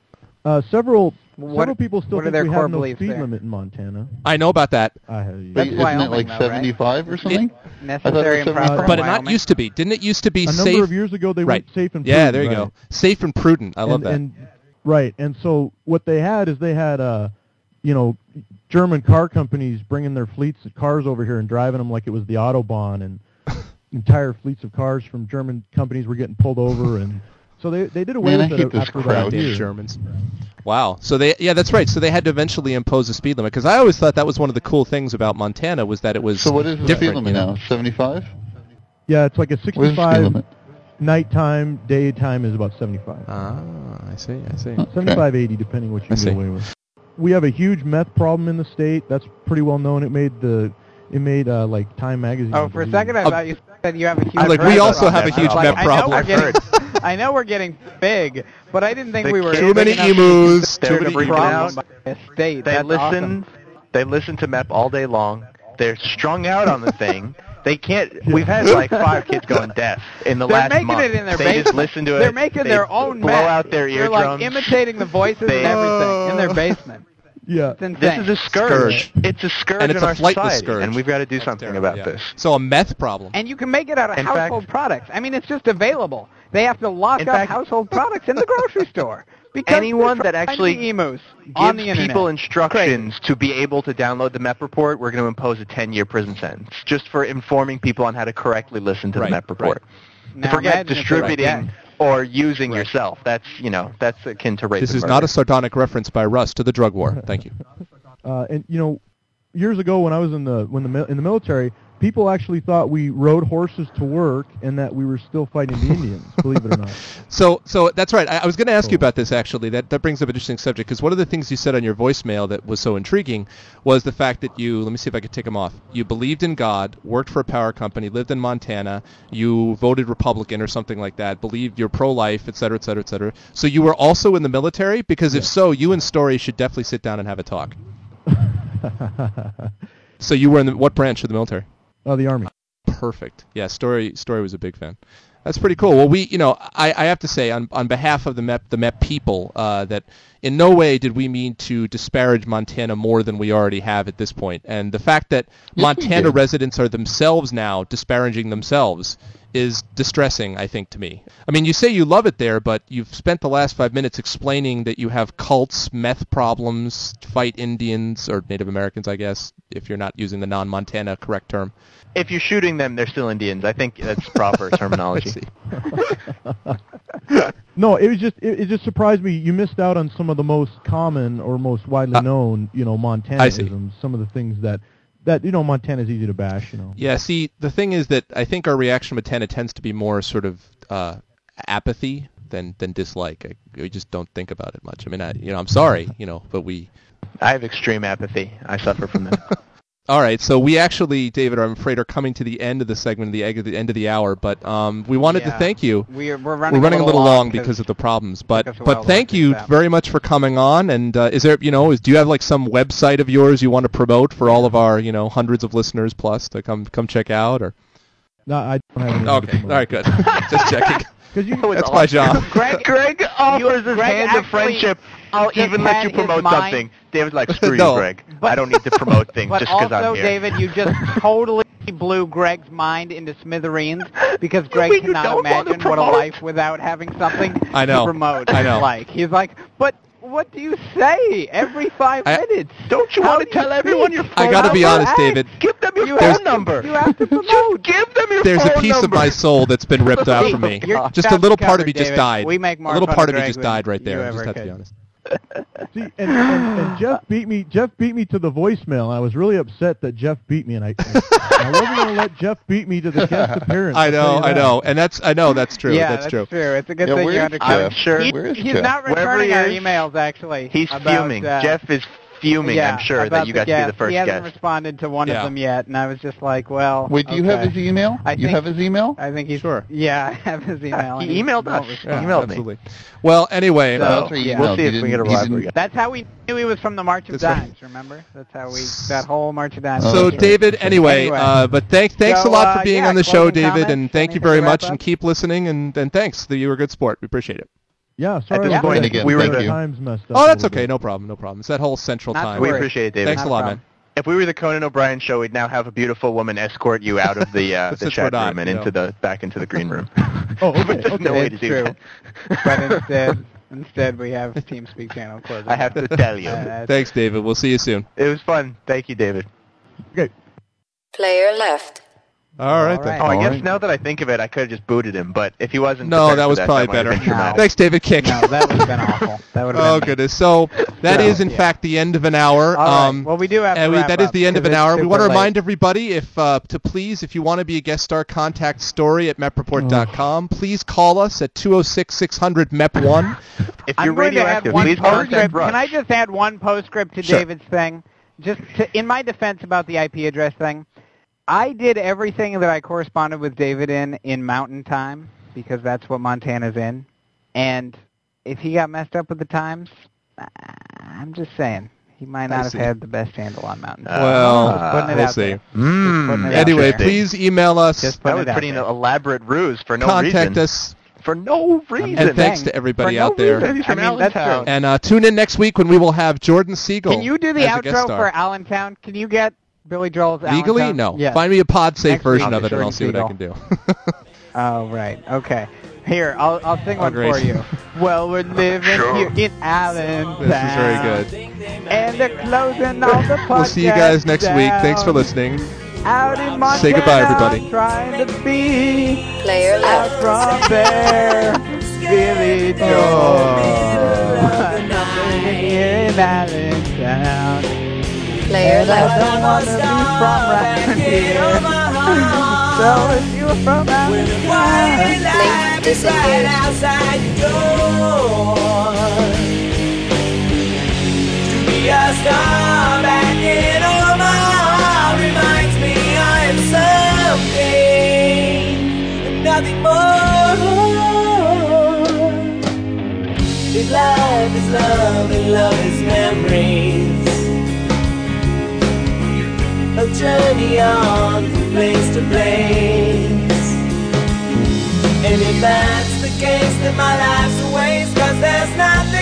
Speaker 11: Uh, several
Speaker 6: What-
Speaker 11: several people still
Speaker 6: what are
Speaker 11: think
Speaker 6: their
Speaker 11: we
Speaker 6: core
Speaker 11: have no
Speaker 6: beliefs
Speaker 11: speed
Speaker 6: there?
Speaker 11: limit in Montana.
Speaker 4: I know about that,
Speaker 11: I have you.
Speaker 8: Wait,
Speaker 6: That's
Speaker 8: isn't it
Speaker 6: Wyoming,
Speaker 8: like
Speaker 6: though, right?
Speaker 8: 75 or something?
Speaker 6: I. Necessary and
Speaker 8: I thought it was
Speaker 6: proper.
Speaker 11: from
Speaker 4: but it
Speaker 6: Wyoming.
Speaker 4: not used to be. Didn't it used to be
Speaker 11: A number
Speaker 4: safe?
Speaker 11: of years ago, they
Speaker 4: right.
Speaker 11: went safe and
Speaker 4: yeah,
Speaker 11: prudent,
Speaker 4: there you
Speaker 11: right.
Speaker 4: go. Safe and prudent. I love
Speaker 11: and,
Speaker 4: that.
Speaker 11: And, right, and so what they had is they had, uh, you know, German car companies bringing their fleets of cars over here and driving them like it was the
Speaker 4: *laughs*
Speaker 11: autobahn, and entire fleets of cars from German companies were getting pulled over, and so they they did away
Speaker 8: Man, I
Speaker 11: with
Speaker 8: hate
Speaker 11: it
Speaker 8: this
Speaker 11: after
Speaker 8: crowd.
Speaker 11: that
Speaker 4: Goddamn
Speaker 11: year.
Speaker 4: Germans. Wow. So they yeah, that's right. So they had to eventually impose a speed limit because I always thought that was one of the cool things about Montana was that it was
Speaker 8: So what is the speed
Speaker 4: different,
Speaker 8: limit
Speaker 4: you know?
Speaker 8: now? 75?
Speaker 11: Yeah, it's like a
Speaker 8: What is the speed
Speaker 11: 65
Speaker 8: limit?
Speaker 11: nighttime, daytime is about 75,
Speaker 4: Ah, I see. I see.
Speaker 8: Huh. okay.
Speaker 11: 75, 80, depending what you
Speaker 4: I
Speaker 11: can
Speaker 4: see.
Speaker 11: get away with. We have a huge meth problem in the state. That's pretty well known. It made the it made uh, like Time magazine. I
Speaker 6: Oh, for a
Speaker 11: believe.
Speaker 6: second I
Speaker 4: Uh,
Speaker 6: thought you said you have a huge.
Speaker 4: like,
Speaker 6: meth
Speaker 4: we also
Speaker 6: problem.
Speaker 4: have a
Speaker 6: I was
Speaker 4: huge
Speaker 6: like,
Speaker 4: meth problem.
Speaker 6: I know, we're getting, I know we're getting big, but I didn't think
Speaker 5: The
Speaker 6: we were.
Speaker 5: kids-
Speaker 4: Too many
Speaker 6: big enough to
Speaker 4: emus.
Speaker 5: They're
Speaker 4: Too
Speaker 6: be
Speaker 4: many
Speaker 6: a
Speaker 5: freaking
Speaker 4: emus.
Speaker 6: problem
Speaker 5: out.
Speaker 6: by the state.
Speaker 5: They
Speaker 6: That's
Speaker 5: listen.
Speaker 6: awesome. *laughs*
Speaker 5: They listen to MEP all day long. They're strung out on the thing. They can't. We've had like five kids going deaf in the
Speaker 6: They're
Speaker 5: last
Speaker 6: making
Speaker 5: month.
Speaker 6: it in their
Speaker 5: they just
Speaker 6: basement.
Speaker 5: listen to it.
Speaker 6: They're making
Speaker 5: they
Speaker 6: their own
Speaker 5: blow
Speaker 6: mess.
Speaker 5: out their
Speaker 6: They're
Speaker 5: eardrums.
Speaker 6: like imitating the voices
Speaker 5: They-
Speaker 6: and everything in their basement.
Speaker 11: Yeah.
Speaker 6: It's
Speaker 5: *laughs*
Speaker 6: insane.
Speaker 5: this is a scourge.
Speaker 4: Scourge.
Speaker 5: It's a scourge
Speaker 4: And it's
Speaker 5: in
Speaker 4: a
Speaker 5: our
Speaker 4: flightless
Speaker 5: society,
Speaker 4: scourge.
Speaker 5: and we've got to do something
Speaker 4: Terrible,
Speaker 5: about
Speaker 4: yeah.
Speaker 5: this.
Speaker 4: So a meth problem.
Speaker 6: And you can make it out of
Speaker 5: In fact-
Speaker 6: household products. I mean, it's just available. They have to lock up
Speaker 5: In fact-
Speaker 6: household products in the grocery
Speaker 5: *laughs*
Speaker 6: store because
Speaker 5: Anyone that
Speaker 6: they're trying to
Speaker 5: actually
Speaker 6: be emus on
Speaker 5: Give
Speaker 6: the internet.
Speaker 5: people instructions to be able to download the MEP report. We're going to impose a 10-year prison sentence just for informing people on how to correctly listen to
Speaker 4: Right,
Speaker 5: the MEP report.
Speaker 6: Now
Speaker 5: Forget
Speaker 6: imagine if they write
Speaker 5: distributing or using yourself. That's you know that's akin to rape.
Speaker 4: this
Speaker 5: and
Speaker 4: is
Speaker 5: murder.
Speaker 4: not a sardonic reference by Russ to the drug war. Thank you.
Speaker 11: Uh, and you know, years ago when I was in the when the mil- in the military, people actually thought we rode horses to work and that we were still
Speaker 4: *laughs*
Speaker 11: fighting the Indians. believe it or not.
Speaker 4: So, so that's right. I, I was going to ask you about this actually. That that brings up an interesting subject because one of the things you said on your voicemail that was so intriguing was the fact that you. Let me see if I could take them off. You believed in God, worked for a power company, lived in Montana, you voted Republican or something like that, believed you're pro-life, et cetera, et cetera, et cetera. So you were also in the military because if so, you and Story should definitely sit down and have a talk. so you were in the, what branch of the military?
Speaker 11: Uh, the army.
Speaker 4: perfect. Yeah, story story was a big fan. That's pretty cool. Well, we, you know, I, I have to say on, on behalf of the MEP, the MEP people uh, that in no way did we mean to disparage Montana more than we already have at this point. And the fact that Montana residents are themselves now disparaging themselves is distressing, I think, to me. I mean, you say you love it there, but you've spent the last five minutes explaining that you have cults, meth problems, fight Indians or Native Americans, I guess, if you're not using the non-Montana correct term.
Speaker 5: If you're shooting them, they're still Indians. I think that's
Speaker 4: *laughs*
Speaker 5: proper terminology.
Speaker 4: see.
Speaker 11: No, it was just it, it just surprised me. You missed out on some of the most common or most widely
Speaker 4: Uh,
Speaker 11: known, you know,
Speaker 4: I see.
Speaker 11: Montanaisms. Some of the things that that you know Montana's easy to bash. You know.
Speaker 4: Yeah, see, the thing is that I think our reaction with Tana tends to be more sort of uh, apathy than than dislike. I, we just don't think about it much. I mean, I, you know, I'm sorry, you know, but we.
Speaker 5: I have extreme apathy. I suffer from that.
Speaker 4: *laughs* All right, so we actually, David, I'm afraid, are coming to the end of the segment, the egg- the end of the hour. But um, we wanted to
Speaker 6: Yeah.
Speaker 4: thank you.
Speaker 6: We're, we're running,
Speaker 4: We're running a little long
Speaker 6: because
Speaker 4: because of the problems, but
Speaker 6: took us a while
Speaker 4: but
Speaker 6: to
Speaker 4: thank
Speaker 6: figure
Speaker 4: you
Speaker 6: this out.
Speaker 4: very much for coming on. And uh, is there, you know, is do you have like some website of yours you want to promote for all of our, you know, hundreds of listeners plus to come come check out? Or
Speaker 11: No, I don't have any.
Speaker 4: okay, all right, good. *laughs* Just checking.
Speaker 11: Because you
Speaker 4: That's my job.
Speaker 6: *laughs* Greg,
Speaker 5: Greg offers his
Speaker 6: Greg
Speaker 5: hand of
Speaker 6: actually
Speaker 5: friendship. I'll
Speaker 6: just
Speaker 5: even let
Speaker 6: had
Speaker 5: you
Speaker 6: his
Speaker 5: promote
Speaker 6: mind-
Speaker 5: something. David's
Speaker 6: *laughs*
Speaker 5: like, screw you,
Speaker 4: No.
Speaker 5: Greg. I don't need to promote things
Speaker 6: But
Speaker 5: just because
Speaker 6: also,
Speaker 5: I'm here.
Speaker 6: David, you
Speaker 5: *laughs*
Speaker 6: just totally blew Greg's mind into smithereens because Greg
Speaker 5: mean you
Speaker 6: cannot
Speaker 5: don't want to
Speaker 6: imagine what a
Speaker 5: promote?
Speaker 6: life without having something
Speaker 5: *laughs*
Speaker 4: I know.
Speaker 6: to promote
Speaker 4: I know.
Speaker 6: is like. He's like, but what do you say every five
Speaker 4: I-
Speaker 6: minutes?
Speaker 5: don't you
Speaker 6: How
Speaker 5: want to
Speaker 6: do
Speaker 5: tell everyone your phone
Speaker 4: I gotta be
Speaker 5: number?
Speaker 4: honest,
Speaker 5: Hey,
Speaker 4: David.
Speaker 5: Give them your
Speaker 6: You
Speaker 5: phone
Speaker 6: have to-
Speaker 5: number.
Speaker 6: You have
Speaker 5: *laughs*
Speaker 6: to *laughs* promote.
Speaker 5: Give them your
Speaker 4: There's
Speaker 5: phone
Speaker 4: a piece of
Speaker 5: number.
Speaker 4: my soul that's been ripped out from me.
Speaker 6: You're
Speaker 4: Just a little
Speaker 6: covered,
Speaker 4: part of me just
Speaker 6: David.
Speaker 4: died.
Speaker 6: We make more
Speaker 4: a little
Speaker 6: fun
Speaker 4: part
Speaker 6: of
Speaker 4: of me
Speaker 6: Greg
Speaker 4: just
Speaker 6: than
Speaker 4: died right there.
Speaker 6: you
Speaker 4: I just
Speaker 6: ever
Speaker 4: have to be
Speaker 6: could.
Speaker 4: honest.
Speaker 11: See, and, and, and Jeff beat me. Jeff beat me to the voicemail. I was really upset that Jeff beat me, and I, I, I wasn't going to let Jeff beat me to the guest appearance.
Speaker 4: I
Speaker 11: I'll
Speaker 4: know,
Speaker 11: tell you
Speaker 4: I
Speaker 11: that.
Speaker 4: know, and that's I know that's true.
Speaker 6: yeah,
Speaker 4: that's,
Speaker 6: that's
Speaker 4: true.
Speaker 6: It's a good
Speaker 8: Yeah,
Speaker 6: thing
Speaker 8: where
Speaker 6: you
Speaker 8: is
Speaker 6: understood.
Speaker 8: Jeff?
Speaker 5: sure-
Speaker 6: He-
Speaker 8: Where is
Speaker 6: he's
Speaker 8: Jeff?
Speaker 6: not
Speaker 5: Wherever
Speaker 6: returning
Speaker 5: he
Speaker 6: our
Speaker 5: is,
Speaker 6: emails, actually.
Speaker 5: He's
Speaker 6: about,
Speaker 5: fuming.
Speaker 6: uh,
Speaker 5: Jeff is fuming,
Speaker 6: yeah,
Speaker 5: I'm sure,
Speaker 6: about
Speaker 5: that you got
Speaker 6: the
Speaker 5: to be
Speaker 6: guest.
Speaker 5: the first
Speaker 6: He hasn't
Speaker 5: guest.
Speaker 6: responded to one
Speaker 4: Yeah.
Speaker 6: of them yet, and I was just like, well.
Speaker 8: Wait, do you have
Speaker 6: okay.
Speaker 8: his email?
Speaker 6: I
Speaker 8: you
Speaker 6: think-
Speaker 8: have his email?
Speaker 6: I think he's
Speaker 4: Sure.
Speaker 6: Yeah, *laughs* I have his email. and
Speaker 5: he emailed
Speaker 6: won't
Speaker 5: us.
Speaker 6: respond.
Speaker 4: Yeah,
Speaker 5: He emailed me.
Speaker 4: absolutely. Well, anyway,
Speaker 6: So,
Speaker 8: No, that's right, you
Speaker 6: yeah.
Speaker 5: We'll
Speaker 8: emailed.
Speaker 5: see
Speaker 8: You
Speaker 5: if we
Speaker 8: didn't-
Speaker 5: get a
Speaker 8: you
Speaker 5: rivalry.
Speaker 8: didn't-
Speaker 6: That's how we knew he was from the March of
Speaker 4: That's right.
Speaker 6: Dimes. Remember? That's how we that whole March of Dimes.
Speaker 8: Oh,
Speaker 4: so
Speaker 8: that's right.
Speaker 4: David, anyway,
Speaker 6: Anyway.
Speaker 4: Uh, but thank, thanks
Speaker 6: So,
Speaker 4: a lot
Speaker 6: uh,
Speaker 4: for being
Speaker 6: yeah,
Speaker 4: on the show,
Speaker 6: closing
Speaker 4: David,
Speaker 6: comments?
Speaker 4: and thank you
Speaker 6: Anything
Speaker 4: very
Speaker 6: to wrap
Speaker 4: much,
Speaker 6: up?
Speaker 4: and keep listening, and, and thanks. You were a good sport. We appreciate it.
Speaker 11: Yeah, sorry.
Speaker 5: this
Speaker 11: I was
Speaker 5: point,
Speaker 11: like,
Speaker 8: again,
Speaker 11: we were
Speaker 5: thank
Speaker 11: the
Speaker 5: you.
Speaker 11: times messed up.
Speaker 4: oh,
Speaker 11: a
Speaker 4: that's
Speaker 11: little
Speaker 4: okay.
Speaker 11: bit.
Speaker 4: No problem. No problem. It's that whole central
Speaker 6: Not to
Speaker 4: time.
Speaker 5: We
Speaker 6: worry.
Speaker 5: appreciate it, David.
Speaker 4: Thanks
Speaker 6: Not
Speaker 4: a
Speaker 6: a
Speaker 4: lot, man.
Speaker 6: problem.
Speaker 5: If we were the Conan O'Brien show, we'd now have a beautiful woman escort you out of the
Speaker 4: But
Speaker 5: uh, the
Speaker 4: since we're
Speaker 5: chat
Speaker 4: not,
Speaker 5: room and
Speaker 4: you
Speaker 5: into the back into the
Speaker 4: *laughs*
Speaker 5: green room.
Speaker 11: Oh, okay.
Speaker 5: *laughs* There's no
Speaker 11: okay.
Speaker 5: way to do
Speaker 6: True.
Speaker 5: that.
Speaker 6: but instead, instead we have TeamSpeak channel closing.
Speaker 5: I have to tell you,
Speaker 6: Uh,
Speaker 4: Thanks, David. We'll see you soon.
Speaker 5: *laughs* it was fun. Thank you, David.
Speaker 11: Okay.
Speaker 12: Player left.
Speaker 4: All right,
Speaker 6: All
Speaker 4: then.
Speaker 6: right.
Speaker 5: Oh, I
Speaker 8: All
Speaker 5: guess
Speaker 8: right.
Speaker 5: now that I think of it, I could have just booted him. But if he wasn't,
Speaker 4: No,
Speaker 5: prepared
Speaker 4: that
Speaker 5: for
Speaker 4: was probably
Speaker 5: that might have
Speaker 4: better.
Speaker 5: been traumatic.
Speaker 4: Thanks, David. Kick. *laughs*
Speaker 6: no, that would have been awful. That would have
Speaker 4: Oh
Speaker 6: been.
Speaker 4: goodness! So that
Speaker 6: Yeah.
Speaker 4: is in
Speaker 6: Yeah.
Speaker 4: fact the end of an hour.
Speaker 6: All right.
Speaker 4: Um,
Speaker 6: well, we do have
Speaker 4: and
Speaker 6: to
Speaker 4: we,
Speaker 6: wrap
Speaker 4: that is
Speaker 6: up
Speaker 4: the end of
Speaker 6: 'cause
Speaker 4: an
Speaker 6: it's
Speaker 4: hour. We
Speaker 6: super
Speaker 4: want to
Speaker 6: late.
Speaker 4: remind everybody if uh, to please, if you want to be a guest star, contact story at mepreport.com. Please call us at E 206-600-MEP1.
Speaker 5: If
Speaker 6: I'm
Speaker 5: you're
Speaker 6: going to add
Speaker 5: radioactive,
Speaker 6: one
Speaker 5: please
Speaker 6: postscript.
Speaker 5: contact Russ.
Speaker 6: Can I just add one postscript to
Speaker 4: Sure.
Speaker 6: David's thing? Just to, in my defense about the IP address thing, I did everything that I corresponded with David in in Mountain Time because that's what Montana's in. And if he got messed up with the times, I- I'm just saying He might
Speaker 4: I
Speaker 6: not have
Speaker 4: see.
Speaker 6: had the best handle on Mountain Dew.
Speaker 4: Well,
Speaker 6: Just putting it
Speaker 4: we'll
Speaker 6: out
Speaker 4: see.
Speaker 6: there.
Speaker 5: Mm,
Speaker 6: Putting it out
Speaker 4: anyway,
Speaker 6: there.
Speaker 4: please email us,
Speaker 6: Just
Speaker 5: That
Speaker 6: putting
Speaker 5: was
Speaker 6: it out
Speaker 5: pretty
Speaker 6: there.
Speaker 5: elaborate ruse for no
Speaker 4: contact
Speaker 5: reason.
Speaker 4: us,
Speaker 5: For no reason.
Speaker 4: and thanks
Speaker 6: saying,
Speaker 4: to everybody
Speaker 5: for no
Speaker 4: out there.
Speaker 5: reason. He's
Speaker 6: I
Speaker 5: from
Speaker 6: mean, that's
Speaker 5: Allentown.
Speaker 6: true.
Speaker 4: And uh, tune in next week when we will have Jordan Siegel.
Speaker 6: Can you do the
Speaker 4: as a guest
Speaker 6: outro
Speaker 4: star.
Speaker 6: for Allentown? Can you get Billy Joel's
Speaker 4: legally?
Speaker 6: Allentown?
Speaker 4: No.
Speaker 6: Yes.
Speaker 4: Find me a pod safe
Speaker 6: Next
Speaker 4: version
Speaker 6: week,
Speaker 4: of it, and
Speaker 6: Jordan
Speaker 4: I'll see what I
Speaker 6: Siegel.
Speaker 4: can do. *laughs*
Speaker 6: Oh, right. Okay. Here, I'll, I'll sing one
Speaker 4: great.
Speaker 6: for
Speaker 4: *laughs*
Speaker 6: you. well, we're living here in Allentown.
Speaker 4: this is very good.
Speaker 6: And they're closing all the
Speaker 4: *laughs*
Speaker 6: podcasts
Speaker 4: We'll see you guys next week. Thanks for
Speaker 6: down.
Speaker 4: listening.
Speaker 6: Out in Montana,
Speaker 4: Say goodbye, everybody.
Speaker 6: I'm trying to be
Speaker 13: Player
Speaker 6: out
Speaker 13: left.
Speaker 6: from there, Billy
Speaker 4: Oh.
Speaker 6: *laughs* Joel. in Allentown.
Speaker 13: Player
Speaker 6: And I
Speaker 13: left.
Speaker 6: don't want to be from around here. So if you were from Allentown,
Speaker 13: Blink disengaged.
Speaker 3: If life is love and love is memories A journey on from place to place And if that's the case then my life's a waste Cause there's nothing